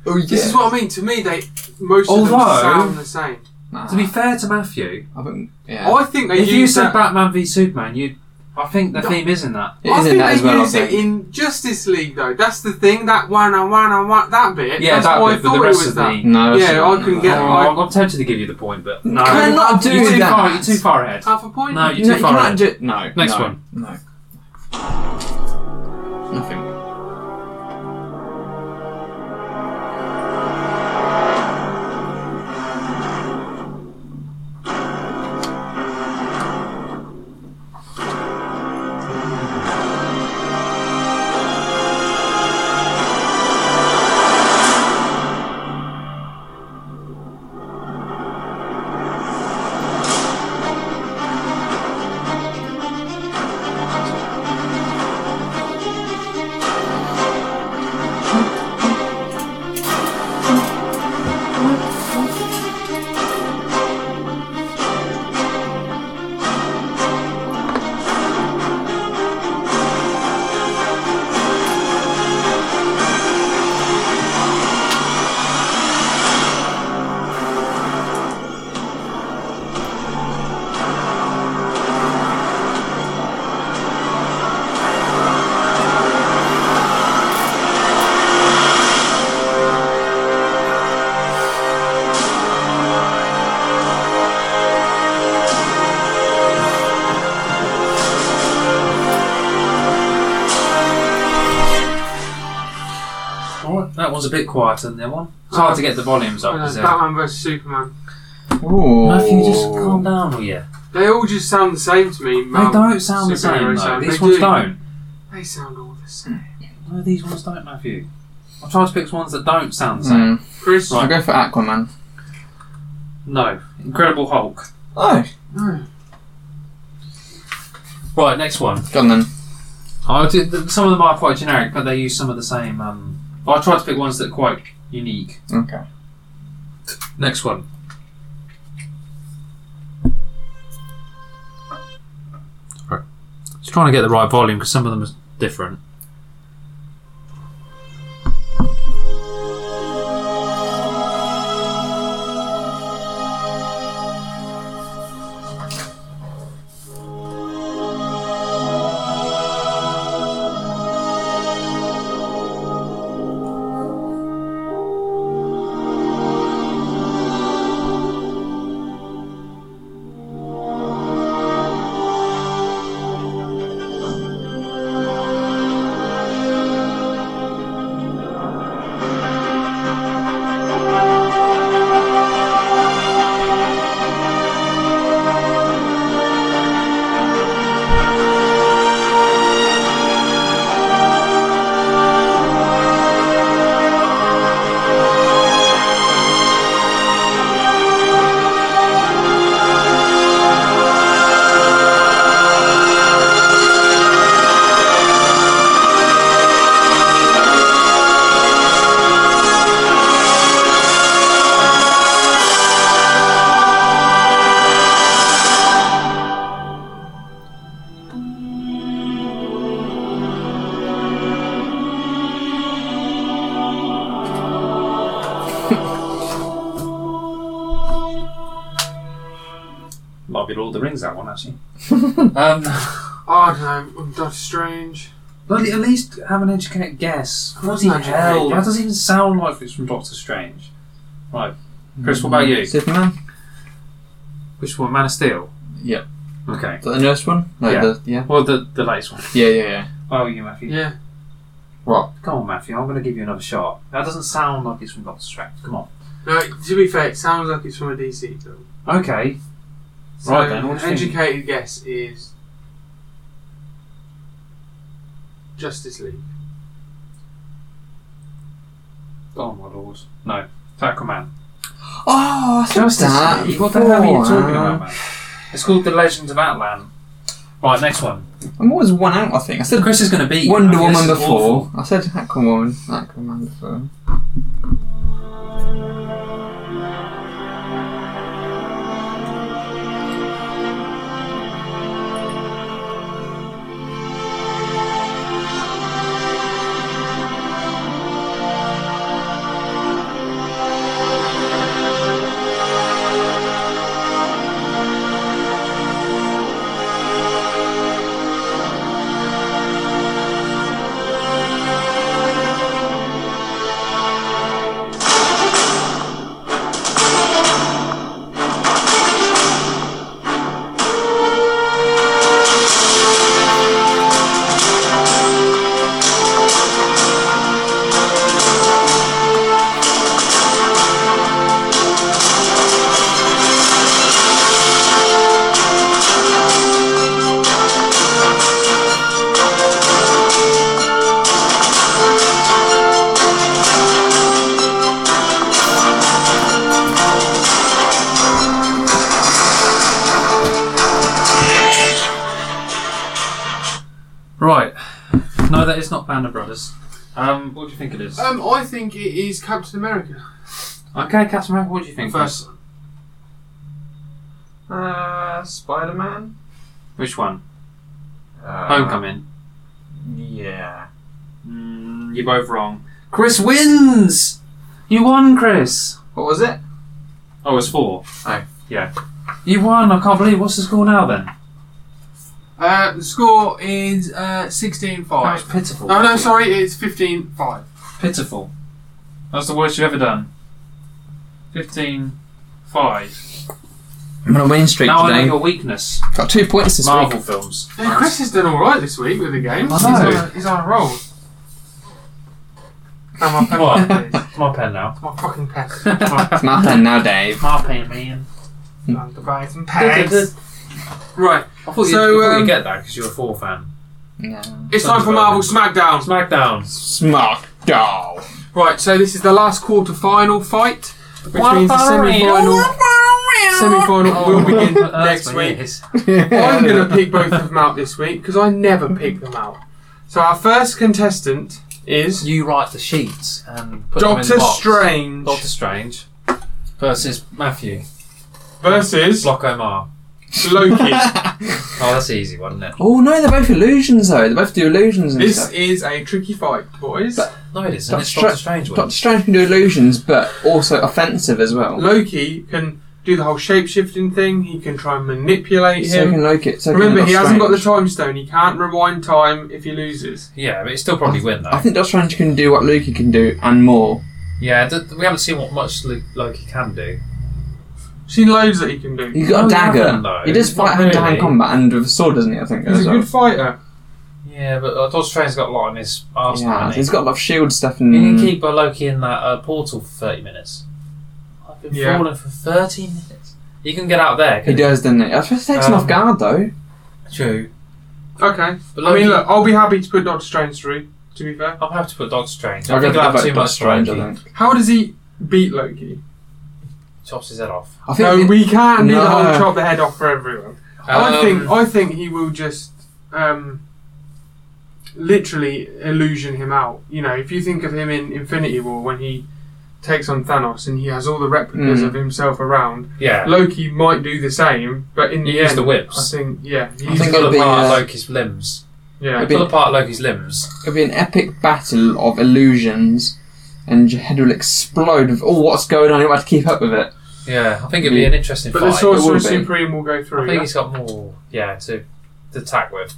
Speaker 2: oh, yeah.
Speaker 1: this is what I mean. To me, they most of
Speaker 3: Although-
Speaker 1: them sound the same.
Speaker 2: Nah,
Speaker 3: to be fair to Matthew,
Speaker 2: I think, yeah.
Speaker 1: I think they
Speaker 3: if you
Speaker 1: use
Speaker 3: said
Speaker 1: that.
Speaker 3: Batman v Superman, you, I think the
Speaker 1: No.
Speaker 3: theme is in that.
Speaker 2: It
Speaker 1: I
Speaker 2: is in
Speaker 1: think
Speaker 2: that
Speaker 1: they
Speaker 2: as well. I
Speaker 1: use it
Speaker 2: think.
Speaker 1: in Justice League though. That's the thing. That one and one and one. That bit.
Speaker 3: Yeah,
Speaker 1: that's
Speaker 3: that
Speaker 1: why
Speaker 3: bit,
Speaker 1: I
Speaker 3: but
Speaker 1: thought
Speaker 3: the
Speaker 1: it
Speaker 3: rest
Speaker 1: was
Speaker 3: of
Speaker 1: that.
Speaker 3: the.
Speaker 2: No,
Speaker 1: Yeah, I can get-
Speaker 3: Oh,
Speaker 1: I-
Speaker 3: I'm tempted to give you the point, but no.
Speaker 2: cannot do
Speaker 3: you're too
Speaker 2: that.
Speaker 3: Far, you're too far ahead.
Speaker 1: Half a point.
Speaker 3: No, you're
Speaker 2: No,
Speaker 3: too
Speaker 2: you
Speaker 3: far ahead.
Speaker 2: can't do. No.
Speaker 3: Next
Speaker 2: no,
Speaker 3: one.
Speaker 2: No. Nothing.
Speaker 3: That one's a bit quieter than the other one. It's hard to get the volumes up.
Speaker 1: Uh,
Speaker 3: is it?
Speaker 1: Batman versus Superman.
Speaker 2: Ooh.
Speaker 3: Matthew, just calm down, will you?
Speaker 1: They all just sound the same to me.
Speaker 3: They don't sound the same. Though. These ones don't.
Speaker 1: They sound all the same.
Speaker 3: No, these ones don't, Matthew. I'm trying to pick ones that don't sound the same.
Speaker 2: Mm.
Speaker 1: Chris,
Speaker 2: I'll go for Aquaman.
Speaker 3: No, Incredible Hulk.
Speaker 2: Oh,
Speaker 1: no.
Speaker 3: Right, next one.
Speaker 2: gone then.
Speaker 3: I did, th- some of them are quite generic, but they use some of the same. Um, I tried to pick ones that are quite unique.
Speaker 2: Okay.
Speaker 3: Next one. Right. Just trying to get the right volume because some of them are different. Might be Lord of the Rings, that one, actually. um,
Speaker 1: Oh, I don't know. I'm Doctor Strange.
Speaker 3: bloody- at least have an educated guess. Bloody
Speaker 1: An educated
Speaker 3: hell. That
Speaker 1: guess.
Speaker 3: doesn't even sound like it's from Doctor Strange. Right. Chris, what about you?
Speaker 2: Superman?
Speaker 3: Which one? Man of Steel?
Speaker 2: Yep.
Speaker 3: Okay.
Speaker 2: The newest one? Like
Speaker 3: Yeah.
Speaker 2: The, yeah.
Speaker 3: Well, the, the latest one.
Speaker 2: Yeah, yeah, yeah.
Speaker 3: Oh, you, Matthew.
Speaker 1: Yeah.
Speaker 3: Come on, Matthew. I'm going to give you another shot. That doesn't sound like it's from Doctor Strange. Come on.
Speaker 1: No, to be fair, it sounds like it's from a DC film.
Speaker 3: Okay.
Speaker 1: So
Speaker 3: Right then,
Speaker 1: an
Speaker 3: what do you think?
Speaker 1: educated guess is Justice League.
Speaker 3: Oh my lord. No. Aquaman.
Speaker 2: Oh, I said that.
Speaker 3: What the hell are you
Speaker 2: before,
Speaker 3: talking
Speaker 2: man.
Speaker 3: about, man? It's called The Legend of Atlan. Right, next one.
Speaker 2: I'm always one out, I think. I said
Speaker 3: Chris is going to beat you,
Speaker 2: Wonder
Speaker 3: Matthew. This
Speaker 2: Woman
Speaker 3: is
Speaker 2: before.
Speaker 3: awful.
Speaker 2: I said Aquaman. Aquaman before.
Speaker 3: Right. No, that is not Band of Brothers. Um, what do you think it is?
Speaker 1: Um, I think it is Captain America.
Speaker 3: okay, Captain America, what do you think?
Speaker 1: First
Speaker 3: Chris?
Speaker 1: one. Uh, Spider Man.
Speaker 3: Which one?
Speaker 2: Uh,
Speaker 3: Homecoming.
Speaker 2: Yeah.
Speaker 3: Mm, you're both wrong. Chris wins! You won, Chris!
Speaker 2: What was it?
Speaker 3: Oh, it's four.
Speaker 2: Oh.
Speaker 3: Yeah. You won, I can't believe What's the score now then?
Speaker 1: Uh, the score is uh, 16
Speaker 3: That was
Speaker 1: 5.
Speaker 3: pitiful.
Speaker 1: Oh, no, sorry, it's 15 5.
Speaker 3: Pitiful. That's the worst you've ever done. 15 5.
Speaker 2: I'm on a win streak
Speaker 3: Now I know
Speaker 2: today.
Speaker 3: your weakness.
Speaker 2: Got two points this
Speaker 3: Marvel
Speaker 2: week.
Speaker 3: films.
Speaker 1: Yeah, Chris has done alright this week with the game.
Speaker 2: I
Speaker 1: He's
Speaker 2: know.
Speaker 1: on, a- he's on a roll. Come on,
Speaker 3: What?
Speaker 1: pen, please.
Speaker 3: It's my pen now.
Speaker 1: Come on, fucking pen.
Speaker 2: It's my pen now, Dave.
Speaker 4: My pen, man.
Speaker 1: Time to buy some pens.
Speaker 3: Right. I thought,
Speaker 1: So,
Speaker 3: you, I thought
Speaker 1: um,
Speaker 3: you'd get that because you're a 4 fan.
Speaker 2: No.
Speaker 1: It's time for Marvel SmackDown.
Speaker 3: SmackDown.
Speaker 2: Smart doll.
Speaker 1: Right, so this is the last quarter final fight, which means the semi final.
Speaker 4: Oh,
Speaker 1: Semi final will begin next week. I'm going to pick both of them out this week because I never pick them out. So our first contestant is
Speaker 4: You write the sheets and put them in
Speaker 1: Doctor
Speaker 4: the box.
Speaker 1: Strange
Speaker 3: Doctor Strange versus Matthew.
Speaker 1: versus
Speaker 3: Block Omar.
Speaker 1: Loki.
Speaker 3: Oh, that's an easy, wasn't it?
Speaker 2: Oh no, they're both illusions though. They both do illusions and
Speaker 1: this
Speaker 2: stuff.
Speaker 1: is a tricky fight, boys.
Speaker 2: But-
Speaker 3: No, it isn't. It's
Speaker 2: Doctor
Speaker 3: Doctor Strange one.
Speaker 2: Doctor Strange can do illusions, but also offensive as well.
Speaker 1: Loki can do the whole shape shifting thing. He can try and manipulate
Speaker 2: so
Speaker 1: him.
Speaker 2: can Loki. So
Speaker 1: Remember,
Speaker 2: can
Speaker 1: he
Speaker 2: Doctor
Speaker 1: hasn't got the
Speaker 2: Strange.
Speaker 1: time stone. He can't rewind time if he loses.
Speaker 3: Yeah, but it still probably win though.
Speaker 2: I think Doctor Strange can do what Loki can do and more.
Speaker 3: yeah, th- we haven't seen what much Lu- Loki can do.
Speaker 1: Seen loads that he can do.
Speaker 2: He's got
Speaker 3: No,
Speaker 2: a
Speaker 3: he
Speaker 2: dagger.
Speaker 3: hasn't, though.
Speaker 2: He does fight
Speaker 3: Not
Speaker 2: hand to hand
Speaker 3: really.
Speaker 2: combat and with a sword, doesn't he? I think.
Speaker 1: He's
Speaker 2: as
Speaker 1: a
Speaker 2: well.
Speaker 1: good fighter.
Speaker 3: Yeah, but uh, Doctor Strange's got a lot on his arsenal.
Speaker 2: Yeah, Mm.
Speaker 3: hasn't he?
Speaker 2: he's got a lot of shield stuff
Speaker 3: You
Speaker 2: and.
Speaker 3: can keep uh, Loki in that uh, portal for 30 minutes. I've been
Speaker 1: Yeah.
Speaker 3: falling for 30 minutes. You can get out there.
Speaker 2: He
Speaker 3: Can
Speaker 2: does, doesn't he? I suppose it takes him
Speaker 3: Um,
Speaker 2: off guard though.
Speaker 3: True.
Speaker 1: Okay.
Speaker 3: But
Speaker 1: I
Speaker 3: Loki,
Speaker 1: mean, look, I'll be happy to put Doctor Strange through. To be fair,
Speaker 3: I'm happy to put Doctor Strange. I
Speaker 2: I'd
Speaker 3: think
Speaker 2: rather
Speaker 3: I'll have
Speaker 2: vote
Speaker 3: too
Speaker 2: Doctor
Speaker 3: much Strange.
Speaker 2: I
Speaker 3: He
Speaker 2: think.
Speaker 1: how does he beat Loki?
Speaker 3: Chops his head off.
Speaker 2: I think.
Speaker 1: No, we can't do the
Speaker 2: No.
Speaker 1: whole chop the head off for everyone. I
Speaker 3: Um,
Speaker 1: think I think he will just um, literally illusion him out. You know, if you think of him in Infinity War when he takes on Thanos and he has all the replicas
Speaker 3: Hmm.
Speaker 2: Mm.
Speaker 1: of himself around,
Speaker 3: Yeah.
Speaker 1: Loki might do the same, but in
Speaker 3: He
Speaker 1: the
Speaker 3: used
Speaker 1: end,
Speaker 3: the
Speaker 1: I
Speaker 3: whips.
Speaker 1: think yeah, he
Speaker 2: I
Speaker 3: He
Speaker 2: think
Speaker 1: uses-
Speaker 2: it'll
Speaker 3: pulled
Speaker 2: be,
Speaker 3: apart
Speaker 2: uh,
Speaker 3: Loki's limbs.
Speaker 1: yeah.
Speaker 2: it'll
Speaker 3: He
Speaker 2: be-
Speaker 3: pulled apart Loki's limbs.
Speaker 2: It'll be an epic battle of illusions, and your head will explode with all what's going on. You will have to keep up with it.
Speaker 3: Yeah, I think it'd be
Speaker 2: Yeah.
Speaker 3: an interesting
Speaker 1: But the
Speaker 3: fight.
Speaker 2: will
Speaker 1: Sorcerer
Speaker 2: be.
Speaker 1: Supreme will go
Speaker 3: I
Speaker 1: through.
Speaker 3: think
Speaker 1: yeah?
Speaker 3: he's got more, yeah, to, to attack with.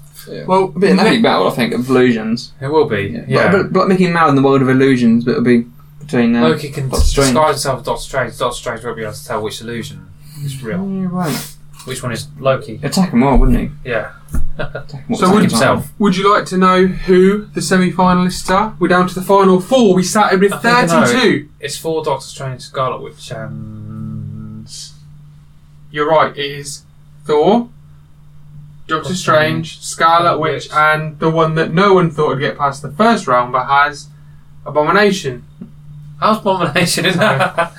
Speaker 1: Well,
Speaker 2: It'll be an
Speaker 1: ne-
Speaker 2: epic battle, I think, of illusions.
Speaker 3: It will be.
Speaker 2: But-
Speaker 3: Yeah.
Speaker 2: But, but, Mickey Mouse in the world of illusions, but it'll be between. Uh,
Speaker 3: Loki can
Speaker 2: Doctor Strange.
Speaker 3: disguise himself as Doctor Strange. Doctor Strange won't be able to tell which illusion is
Speaker 2: Oh, Yeah,
Speaker 3: real.
Speaker 2: right.
Speaker 3: Which one is Loki?
Speaker 2: Attack him all, wouldn't he?
Speaker 3: Yeah.
Speaker 2: Attack 'em
Speaker 1: So
Speaker 2: all,
Speaker 1: would
Speaker 2: attack him all.
Speaker 3: himself.
Speaker 1: Would you like to know who the semi-finalists are? We're down to the final four. We started with
Speaker 3: I think I know.
Speaker 1: thirty-two.
Speaker 3: It's for Doctor Strange, Scarlet Witch, and
Speaker 1: You're right. It is Thor, Doctor
Speaker 3: Doctor
Speaker 1: Strange, Scarlet Witch,
Speaker 3: Witch.
Speaker 1: and the one that no one thought would get past the first round, but has Abomination.
Speaker 3: How's Abomination in that?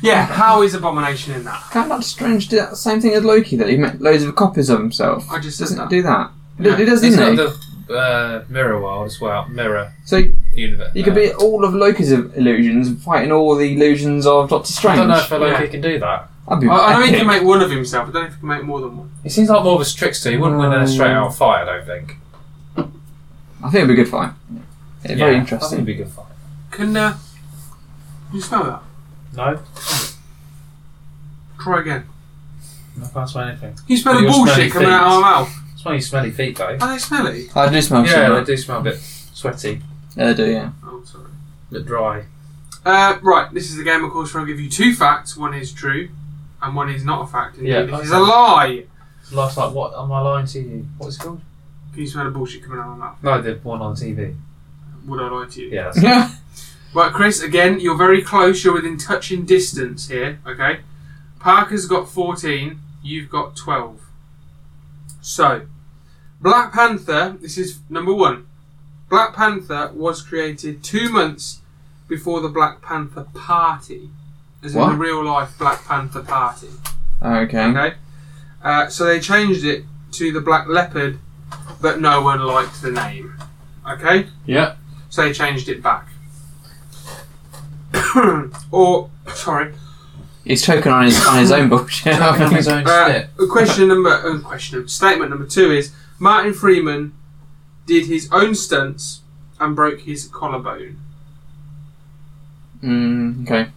Speaker 1: Yeah, how is Abomination in that?
Speaker 2: Can't Doctor Strange do that same thing as Loki? That he made loads of copies of himself.
Speaker 1: I just
Speaker 2: doesn't
Speaker 1: that.
Speaker 2: do that. He
Speaker 1: No,
Speaker 2: does- He does,
Speaker 3: He's
Speaker 2: doesn't
Speaker 3: got
Speaker 2: he?
Speaker 3: the uh, mirror world as well. Mirror
Speaker 2: So
Speaker 3: universe.
Speaker 2: you could be all of Loki's illusions, fighting all the illusions of Doctor
Speaker 3: I
Speaker 2: Strange.
Speaker 3: don't know if Loki
Speaker 1: Yeah.
Speaker 3: can do that.
Speaker 2: That'd
Speaker 1: I,
Speaker 2: be
Speaker 1: I know he
Speaker 2: epic.
Speaker 1: can make one of himself. I don't know if he can make more than one.
Speaker 3: He seems like more of a trickster. He wouldn't win in a straight out fight. I don't think.
Speaker 2: I think it'd be a good fight. Yeah, very
Speaker 3: Yeah, I think
Speaker 2: interesting.
Speaker 3: it'd be a good fight.
Speaker 1: Can uh, you smell that?
Speaker 3: No,
Speaker 1: Try again.
Speaker 3: no can't smell anything.
Speaker 1: You smell the
Speaker 3: You're
Speaker 1: bullshit
Speaker 3: smelling
Speaker 1: coming out of
Speaker 3: things.
Speaker 1: my mouth.
Speaker 3: It's one of your smelly feet though.
Speaker 1: Are they smelly?
Speaker 2: I do smell
Speaker 3: yeah,
Speaker 2: yeah,
Speaker 3: they do smell a bit sweaty,
Speaker 2: yeah, I do, yeah.
Speaker 1: Oh, sorry.
Speaker 3: a bit dry.
Speaker 1: Uh, right, this is the game, of course, where I'll give you two facts. One is true, and one is not a fact. And
Speaker 3: Yeah,
Speaker 1: this
Speaker 3: okay.
Speaker 1: is a lie.
Speaker 3: Last like what? Am I lying to you? What's it called?
Speaker 1: Can you smell the bullshit coming out of my mouth?
Speaker 3: No, the one on TV.
Speaker 1: Would I lie to you?
Speaker 3: Yeah. That's
Speaker 2: Yeah.
Speaker 1: Right, Chris, again, you're very close. You're within touching distance here, okay? Parker's got 14, you've got 12. So, Black Panther, this is number one. Black Panther was created two months before the Black Panther Party. As in
Speaker 2: What?
Speaker 1: the real life Black Panther Party.
Speaker 2: Okay.
Speaker 1: Okay. Uh, so they changed it to the Black Leopard, but no one liked the name. Okay.
Speaker 4: Yeah.
Speaker 1: So they changed it back. or sorry.
Speaker 2: He's choking on his on his own bullshit.
Speaker 3: Choking on his own
Speaker 1: Uh,
Speaker 3: spit.
Speaker 1: question number. Uh, question number- statement number two is Martin Freeman did his own stunts and broke his collarbone.
Speaker 2: Mm, okay.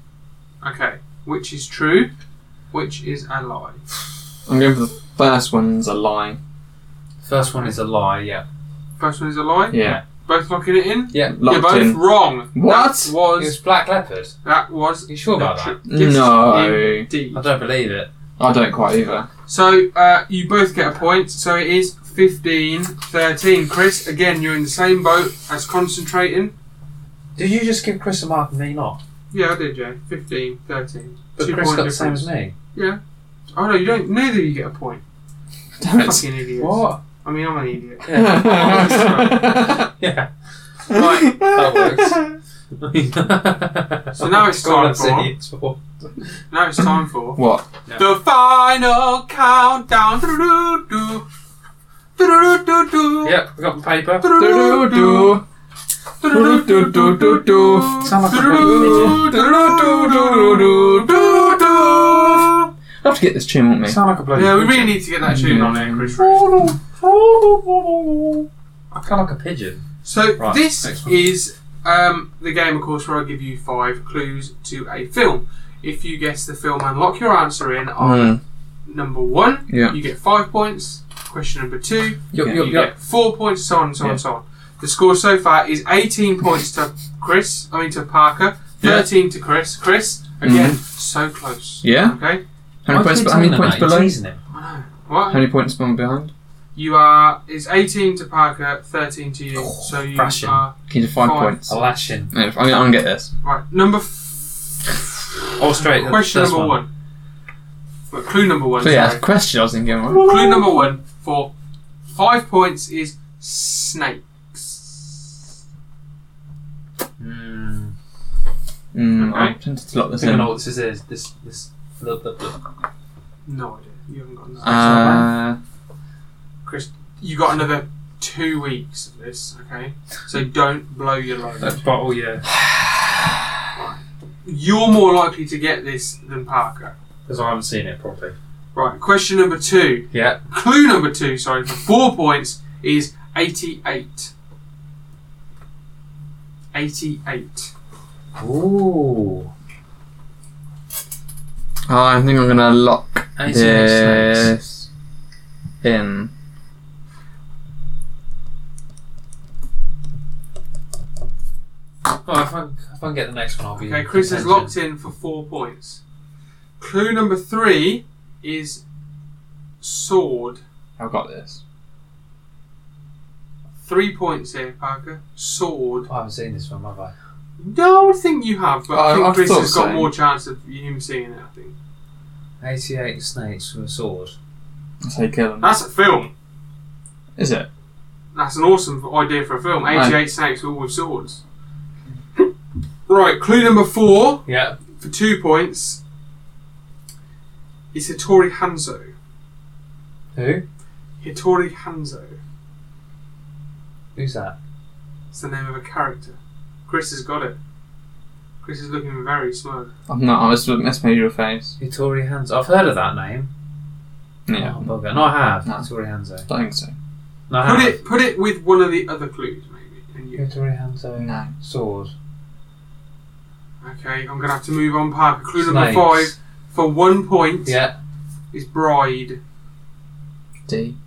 Speaker 1: Okay, which is true, which is a lie.
Speaker 2: I'm going for the first one's a lie.
Speaker 3: First one is a lie. Yeah.
Speaker 1: First one is a lie.
Speaker 2: Yeah.
Speaker 1: Both locking it in.
Speaker 3: Yeah.
Speaker 2: Locked
Speaker 1: You're both
Speaker 2: in.
Speaker 1: wrong.
Speaker 2: What?
Speaker 1: That
Speaker 3: It was
Speaker 1: was
Speaker 3: Black Leopard.
Speaker 1: that was
Speaker 3: You sure about
Speaker 1: Yes,
Speaker 3: that?
Speaker 2: No.
Speaker 1: indeed.
Speaker 3: I don't believe it.
Speaker 2: I don't quite either.
Speaker 1: So uh, you both get a point. So it is 15 13. Chris, again, you're in the same boat as concentrating.
Speaker 3: Did you just give Chris a mark and me not?
Speaker 1: Yeah, I did, Jay. 15, 13.
Speaker 3: But
Speaker 1: Two
Speaker 3: Chris
Speaker 1: point
Speaker 3: got the same
Speaker 1: difference.
Speaker 3: as me.
Speaker 1: Yeah. Oh no, you don't. Neither of you get a point.
Speaker 2: Damn it.
Speaker 1: Fucking idiots.
Speaker 3: What?
Speaker 1: I mean, I'm an idiot.
Speaker 3: Yeah. yeah. Right, that works.
Speaker 1: So now it's
Speaker 3: God,
Speaker 1: time
Speaker 3: that's
Speaker 1: for-
Speaker 3: idiots for-
Speaker 1: Now it's time for
Speaker 2: What?
Speaker 1: the final countdown. Do-do-do-do. Do-do-do-do-do.
Speaker 3: Yep, we got the paper.
Speaker 1: Do-do-do-do. Do-do-do-do-do-do.
Speaker 3: Sound like a
Speaker 1: Do-do-do-do-do-do-do.
Speaker 2: I have to get this tune, won't me?
Speaker 3: Sound like a bloody.
Speaker 1: Yeah, we
Speaker 3: pigeon.
Speaker 1: really need to get that tune on there, Chris.
Speaker 3: I feel like a pigeon.
Speaker 1: So
Speaker 3: Right,
Speaker 1: this
Speaker 3: next one.
Speaker 1: is um, the game, of course, where I give you five clues to a film. If you guess the film and lock your answer in on
Speaker 2: Mm,
Speaker 1: number one,
Speaker 2: Yeah.
Speaker 1: you get five points. Question number two,
Speaker 3: Yup,
Speaker 2: Yeah.
Speaker 3: yup,
Speaker 1: you
Speaker 3: yup.
Speaker 1: get four points, so on, so
Speaker 2: Yeah.
Speaker 1: on, so on. The score so far is 18 points to Chris, I mean to Parker,
Speaker 2: Yeah.
Speaker 1: 13 to Chris. Chris, again, so close.
Speaker 2: Yeah.
Speaker 1: Okay?
Speaker 2: How many
Speaker 3: Why
Speaker 2: points?
Speaker 3: keep
Speaker 2: How many
Speaker 3: telling
Speaker 2: points
Speaker 3: him that?
Speaker 2: below?
Speaker 3: He's teasing him.
Speaker 1: What?
Speaker 2: How many points behind?
Speaker 1: You are, it's 18 to Parker, 13 to you, so you
Speaker 3: thrashing.
Speaker 1: are.
Speaker 2: Can you do five
Speaker 1: Five.
Speaker 2: points?
Speaker 3: A lashing.
Speaker 2: Yeah, I'm, I'm gonna get this.
Speaker 1: Right, number
Speaker 3: Oh, straight. that's-
Speaker 1: Question
Speaker 3: that's
Speaker 1: number one. Well, clue number one.
Speaker 2: So yeah,
Speaker 1: sorry.
Speaker 2: question I was thinking. Right?
Speaker 1: Clue number one for five points is snakes.
Speaker 3: Mm,
Speaker 2: Mm,
Speaker 1: Okay.
Speaker 2: I tend to lock
Speaker 3: I
Speaker 2: this
Speaker 3: think I
Speaker 2: in.
Speaker 3: know what this is. This, this. Blah, blah, blah.
Speaker 1: No idea. You haven't got another.
Speaker 2: Uh,
Speaker 1: Chris, you got another two weeks of this, okay? So don't blow your load.
Speaker 3: That bottle, yeah.
Speaker 1: You're more likely to get this than Parker.
Speaker 3: Because I haven't seen it properly.
Speaker 1: Right, question number two.
Speaker 3: Yeah.
Speaker 1: Clue number two, sorry, for four points is 88. 88.
Speaker 3: Ooh.
Speaker 2: I think I'm gonna lock
Speaker 3: I see no
Speaker 2: this in.
Speaker 3: Oh, if I, if I can get the next one, I'll be.
Speaker 1: Okay, Chris is locked in for four points. Clue number three is sword.
Speaker 2: I've got this.
Speaker 1: Three points here, Parker. Sword.
Speaker 3: I haven't seen this one, have I?
Speaker 1: Don't think you have, but I
Speaker 2: I-
Speaker 1: think
Speaker 2: I
Speaker 1: Chris
Speaker 2: thought
Speaker 1: has got
Speaker 2: so.
Speaker 1: more chance of him seeing it. I think
Speaker 3: 88 snakes with a sword.
Speaker 2: I say kill him.
Speaker 1: that's a film.
Speaker 2: Is it?
Speaker 1: That's an awesome idea for a film.
Speaker 2: Aye.
Speaker 1: Eighty-eight snakes, all with swords. right, clue number four
Speaker 3: Yeah.
Speaker 1: for two points. Is Hitori Hanzo.
Speaker 3: Who?
Speaker 1: Hitori Hanzo.
Speaker 3: Who's that?
Speaker 1: It's the name of a character. Chris has got it. Chris is looking very smug.
Speaker 2: I'm not. I was mess made your face.
Speaker 3: Vittori Hanzo. I've heard of that name.
Speaker 2: Yeah.
Speaker 3: Oh, bugger. No, I have.
Speaker 2: No.
Speaker 3: Vittori Hanzo.
Speaker 2: don't think so.
Speaker 3: No, I
Speaker 1: Put
Speaker 3: have.
Speaker 1: it put it with one of the other clues, maybe. And you,
Speaker 3: Vittori Hanzo.
Speaker 2: No.
Speaker 3: Sword.
Speaker 1: okay, I'm gonna have to move on. Parker, clue number
Speaker 3: Snakes.
Speaker 1: five for one point
Speaker 3: Yeah.
Speaker 1: is bride.
Speaker 2: D.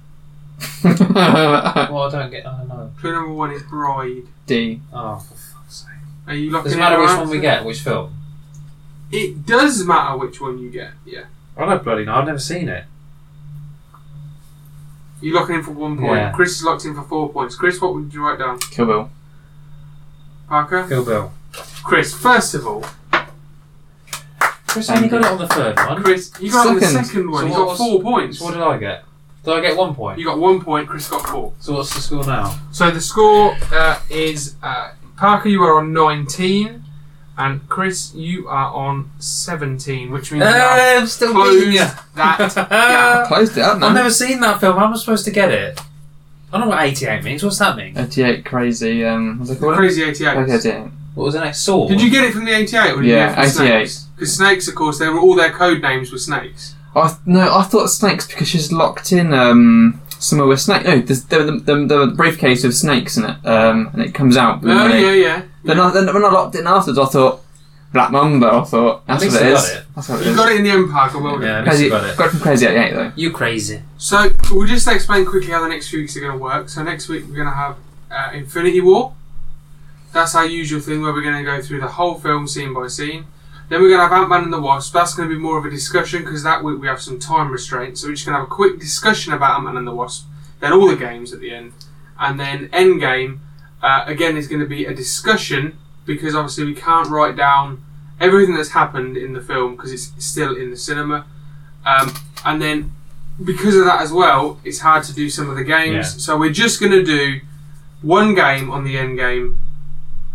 Speaker 3: Well, I don't get. I don't know.
Speaker 1: Clue number one is bride.
Speaker 2: D.
Speaker 3: Oh, for fuck's sake.
Speaker 1: Are you locking
Speaker 3: Doesn't
Speaker 1: in
Speaker 3: matter
Speaker 1: your
Speaker 3: which one we
Speaker 1: answer?
Speaker 3: get, which film.
Speaker 1: It does matter which one you get. Yeah,
Speaker 3: I don't bloody know. I've never seen it.
Speaker 1: you're locking in for one point.
Speaker 3: Yeah.
Speaker 1: Chris is locked in for four points. Chris, what would you write down?
Speaker 2: Kill Bill.
Speaker 1: Parker,
Speaker 3: Kill Bill.
Speaker 1: Chris. First of all,
Speaker 3: Chris only got it on the third one.
Speaker 1: Chris, you got on the
Speaker 2: Second.
Speaker 1: second one.
Speaker 3: So
Speaker 1: you
Speaker 3: what
Speaker 1: got
Speaker 3: was-
Speaker 1: four points.
Speaker 3: So what did I get? Did I get one point?
Speaker 1: You got one point. Chris got four.
Speaker 3: So what's the score now?
Speaker 1: So the score uh, is uh, Parker, you are on 19, and Chris, you are on 17, which means you have
Speaker 3: I'm still
Speaker 1: closed that
Speaker 2: I closed it, haven't
Speaker 3: I've
Speaker 2: I?
Speaker 3: never seen that film. How am I supposed to get it? I don't know what 88 means. What's that mean?
Speaker 2: 88 crazy. Um, what's it
Speaker 1: the
Speaker 2: called?
Speaker 1: crazy 88.
Speaker 2: Like 88.
Speaker 3: What was the next sword?
Speaker 1: Did you get it from the 88 or did
Speaker 2: Yeah,
Speaker 1: you get it from
Speaker 2: 88.
Speaker 1: snakes? Because snakes, of course, they were all their code names were snakes.
Speaker 2: I no, I thought snakes because she's locked in um somewhere with snake. No, there's the, the, the, the briefcase with snakes in it. Um, and it comes out. with
Speaker 1: Oh,
Speaker 2: money.
Speaker 1: yeah, yeah.
Speaker 2: Then, I, then when I locked it in afterwards, I thought Black Mamba. I thought that's
Speaker 3: least
Speaker 2: what it
Speaker 3: I
Speaker 2: is.
Speaker 3: got it.
Speaker 2: That's what it
Speaker 1: You
Speaker 2: is.
Speaker 1: got it in the end, Parker, well done.
Speaker 3: Yeah, at least
Speaker 2: Crazy,
Speaker 3: you got it.
Speaker 2: got it from Crazy 88 though.
Speaker 3: You crazy.
Speaker 1: So we'll just explain quickly how the next few weeks are going to work. So next week we're going to have uh, Infinity War. That's our usual thing where we're going to go through the whole film scene by scene. Then we're going to have Ant Man and the Wasp. That's going to be more of a discussion because that week we have some time restraints. So we're just going to have a quick discussion about Ant Man and the Wasp. Then all the games at the end, and then Endgame. Uh, again, is going to be a discussion because obviously we can't write down everything that's happened in the film because it's still in the cinema. Um, and then because of that as well, it's hard to do some of the games.
Speaker 4: Yeah.
Speaker 1: So we're just going to do one game on the end game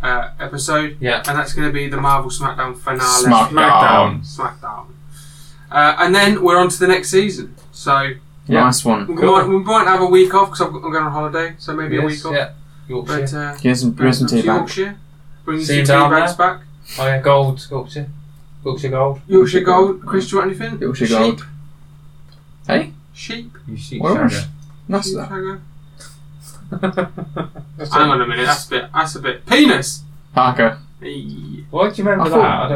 Speaker 1: uh, episode,
Speaker 3: Yeah.
Speaker 1: and that's going to be the Marvel SmackDown finale.
Speaker 3: Smackdown.
Speaker 5: Smackdown.
Speaker 1: SmackDown. Uh, and then we're on to the next season. So
Speaker 2: Yeah. Nice one.
Speaker 1: we, might, we might have a week off because I'm going on holiday, so maybe a
Speaker 3: Yes,
Speaker 1: week off.
Speaker 3: Yeah. Yorkshire.
Speaker 1: But uh,
Speaker 2: Give us some, give
Speaker 1: bring
Speaker 2: us some
Speaker 1: some
Speaker 2: tea
Speaker 1: to
Speaker 2: back.
Speaker 1: Yorkshire. Bring
Speaker 3: See
Speaker 1: some tea
Speaker 3: you down
Speaker 1: bags back.
Speaker 3: Oh yeah, gold. Yorkshire. Yorkshire gold.
Speaker 1: Yorkshire Gold. Chris, do you want anything?
Speaker 2: Yorkshire
Speaker 1: Sheep.
Speaker 2: Gold. Hey?
Speaker 1: Sheep.
Speaker 4: You see,
Speaker 2: Well,
Speaker 4: Shagger.
Speaker 2: That's
Speaker 1: Sheep
Speaker 2: that.
Speaker 1: shagger. Hang on a minute. That's a bit. That's a bit. Penis.
Speaker 2: Parker.
Speaker 1: Hey.
Speaker 3: Why do you remember
Speaker 2: I
Speaker 3: that?
Speaker 2: thought-
Speaker 3: I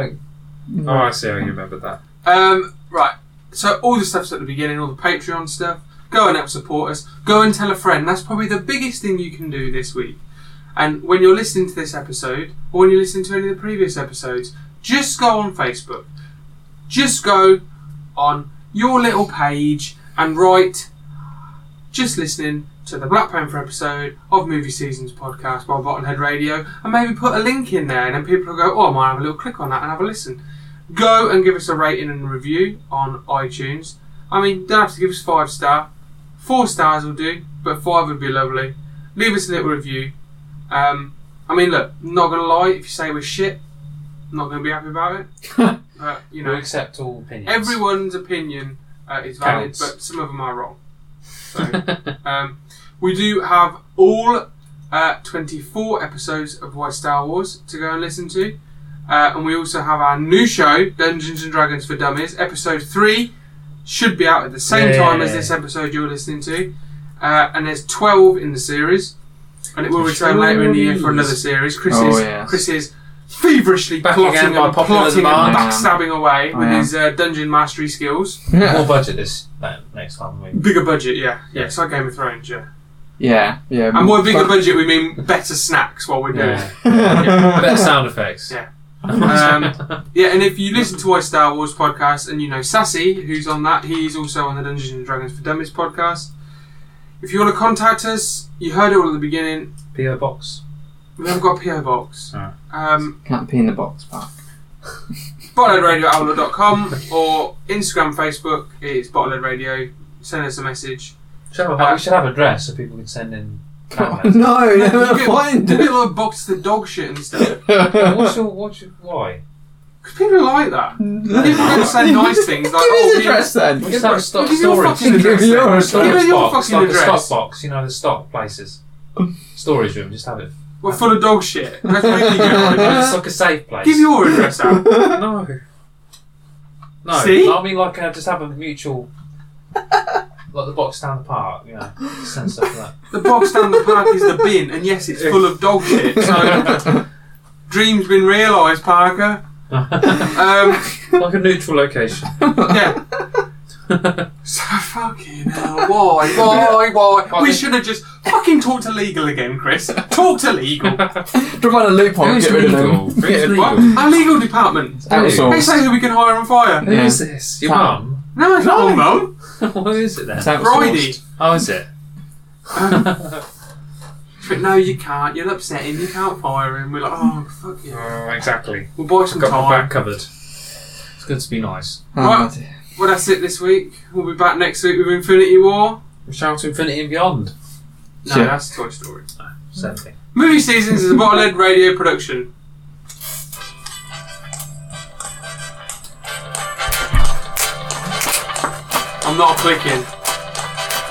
Speaker 3: don't. Oh, I see. I remember that.
Speaker 1: Um. Right. So all the stuff's at the beginning. All the Patreon stuff. Go and help support us. Go and tell a friend. That's probably the biggest thing you can do this week. And when you're listening to this episode, or when you listen to any of the previous episodes, just go on Facebook. Just go on your little page and write just listening to the Black Panther episode of Movie Seasons podcast by Bottomhead Radio and maybe put a link in there and then people will go, Oh I might have a little click on that and have a listen. Go and give us a rating and review on iTunes. I mean don't have to give us five star. Four stars will do, but five would be lovely. Leave us a little review. Um, I mean look, not gonna lie, if you say we're shit, I'm not gonna be happy about it. but you
Speaker 3: You
Speaker 1: know
Speaker 3: know, accept all opinions.
Speaker 1: everyone's opinion uh, is valid,
Speaker 3: Counts.
Speaker 1: but some of them are wrong. So, um, we do have all uh, 24 episodes of Why Star Wars to go and listen to. Uh, and we also have our new show, Dungeons and Dragons for Dummies, episode 3. Should be out at the same
Speaker 3: Yeah.
Speaker 1: time as this episode you're listening to. Uh, and there's 12 in the series. And it will return later in the year for another series. Chris,
Speaker 2: Oh,
Speaker 1: is,
Speaker 2: yes.
Speaker 1: Chris is feverishly
Speaker 3: Back
Speaker 1: plotting,
Speaker 3: again
Speaker 1: and,
Speaker 3: by popular
Speaker 1: plotting and
Speaker 3: demand. Oh,
Speaker 1: backstabbing away
Speaker 2: I
Speaker 1: with
Speaker 2: am.
Speaker 1: his uh, dungeon mastery skills.
Speaker 3: More
Speaker 2: Yeah.
Speaker 3: budget this no, next time. We...
Speaker 1: Bigger budget, yeah. Yeah, it's like Game of Thrones, yeah.
Speaker 2: Yeah. Yeah.
Speaker 1: And by bigger
Speaker 2: Fuck.
Speaker 1: budget, we mean better snacks while we're doing it.
Speaker 3: Yeah. Better sound effects.
Speaker 1: Yeah. Um, yeah, and if you listen to my Star Wars podcast and you know Sassy, who's on that, he's also on the Dungeons and Dragons for Dummies podcast. If you want to contact us, you heard it all at the beginning.
Speaker 3: PO box.
Speaker 1: We haven't got a PO box.
Speaker 3: Ah.
Speaker 1: Um,
Speaker 2: Can't pee in the box, Park.
Speaker 1: bottleheadradio@outlook.com or Instagram, Facebook. It's Bottlehead Radio. Send us a message.
Speaker 3: Should have a, we should have a dress so people can send in. comments.
Speaker 2: no,
Speaker 1: We'll
Speaker 2: you never
Speaker 1: get-
Speaker 2: find
Speaker 1: we'll
Speaker 2: it.
Speaker 1: get a little box to dog shit and stuff.
Speaker 3: what's your what's your why?
Speaker 1: Because people like that. People don't say nice things like,
Speaker 2: Give
Speaker 1: "Oh,
Speaker 2: his
Speaker 1: we-
Speaker 2: address then.
Speaker 3: We should have a stock
Speaker 1: Give your
Speaker 3: storage.
Speaker 1: fucking address.
Speaker 2: Give
Speaker 1: then.
Speaker 2: your
Speaker 1: Give me
Speaker 3: Storage
Speaker 1: your
Speaker 3: box,
Speaker 1: fucking
Speaker 3: like a
Speaker 1: address.
Speaker 3: stock box, you know the stock places, storage room. Just have it.
Speaker 1: We're full of dog shit. Let's make you get one.
Speaker 3: it's like a safe place.
Speaker 1: Give your address out.
Speaker 3: no. No,
Speaker 1: See?
Speaker 3: I mean like uh, just have a mutual, like the box down the park, you know, send stuff like
Speaker 1: The box down the park is the bin, and yes, it's full of dog shit. So, dream's been realised, Parker.
Speaker 3: that.
Speaker 1: Um,
Speaker 3: like a neutral location.
Speaker 1: yeah. So fucking hell, why, why, why? We should have just fucking talked to legal again, Chris. Talk to legal.
Speaker 2: Provide a loophole.
Speaker 4: Who's
Speaker 2: get rid of
Speaker 4: legal?
Speaker 2: them.
Speaker 4: Who's
Speaker 2: Get rid-
Speaker 4: legal?
Speaker 1: What? Our legal department. They
Speaker 2: Outsourced.
Speaker 1: say who we can hire and fire.
Speaker 3: Who
Speaker 2: Yeah.
Speaker 3: is this? Your
Speaker 2: Fam.
Speaker 3: mum?
Speaker 1: No, it's not all mum.
Speaker 3: what is it then?
Speaker 2: It's outsourced.
Speaker 1: Friday.
Speaker 3: Oh, is it?
Speaker 1: But no, you can't. You'll upset him. You can't fire him. We're like, oh, fuck you.
Speaker 3: Oh, exactly.
Speaker 1: We'll buy some
Speaker 3: Got my
Speaker 1: time.
Speaker 3: back covered. It's good to be nice.
Speaker 2: Oh,
Speaker 1: Right.
Speaker 2: dear.
Speaker 1: Well, that's it this week. We'll be back next week with Infinity War.
Speaker 3: Shout out to Infinity and Beyond.
Speaker 1: No,
Speaker 2: Sure.
Speaker 1: that's Toy Story.
Speaker 3: Same thing.
Speaker 1: Movie Seasons is a bottlehead radio production. I'm not clicking.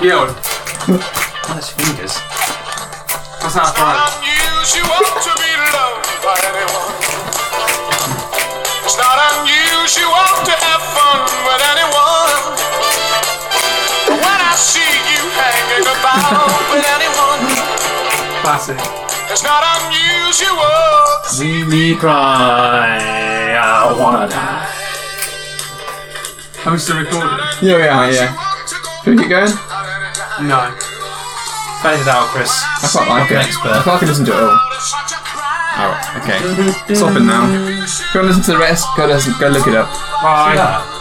Speaker 1: Yo,
Speaker 3: Nice Oh, fingers.
Speaker 1: that's how fun.
Speaker 5: unusual to be loved by anyone. It's not unusual to have fun with anyone. But when I see you hanging about with anyone,
Speaker 1: Classic.
Speaker 5: it's not unusual.
Speaker 3: See me cry. I wanna die.
Speaker 1: Are we still recording?
Speaker 2: Yeah, we are, yeah. Should we keep going?
Speaker 1: No.
Speaker 3: Fade it out, Chris.
Speaker 2: I quite like
Speaker 3: an
Speaker 2: it.
Speaker 3: expert.
Speaker 2: I can listen to it all. Alright, okay. Stopping now. Go and listen to the rest. Go, listen, go look it up.
Speaker 3: Bye.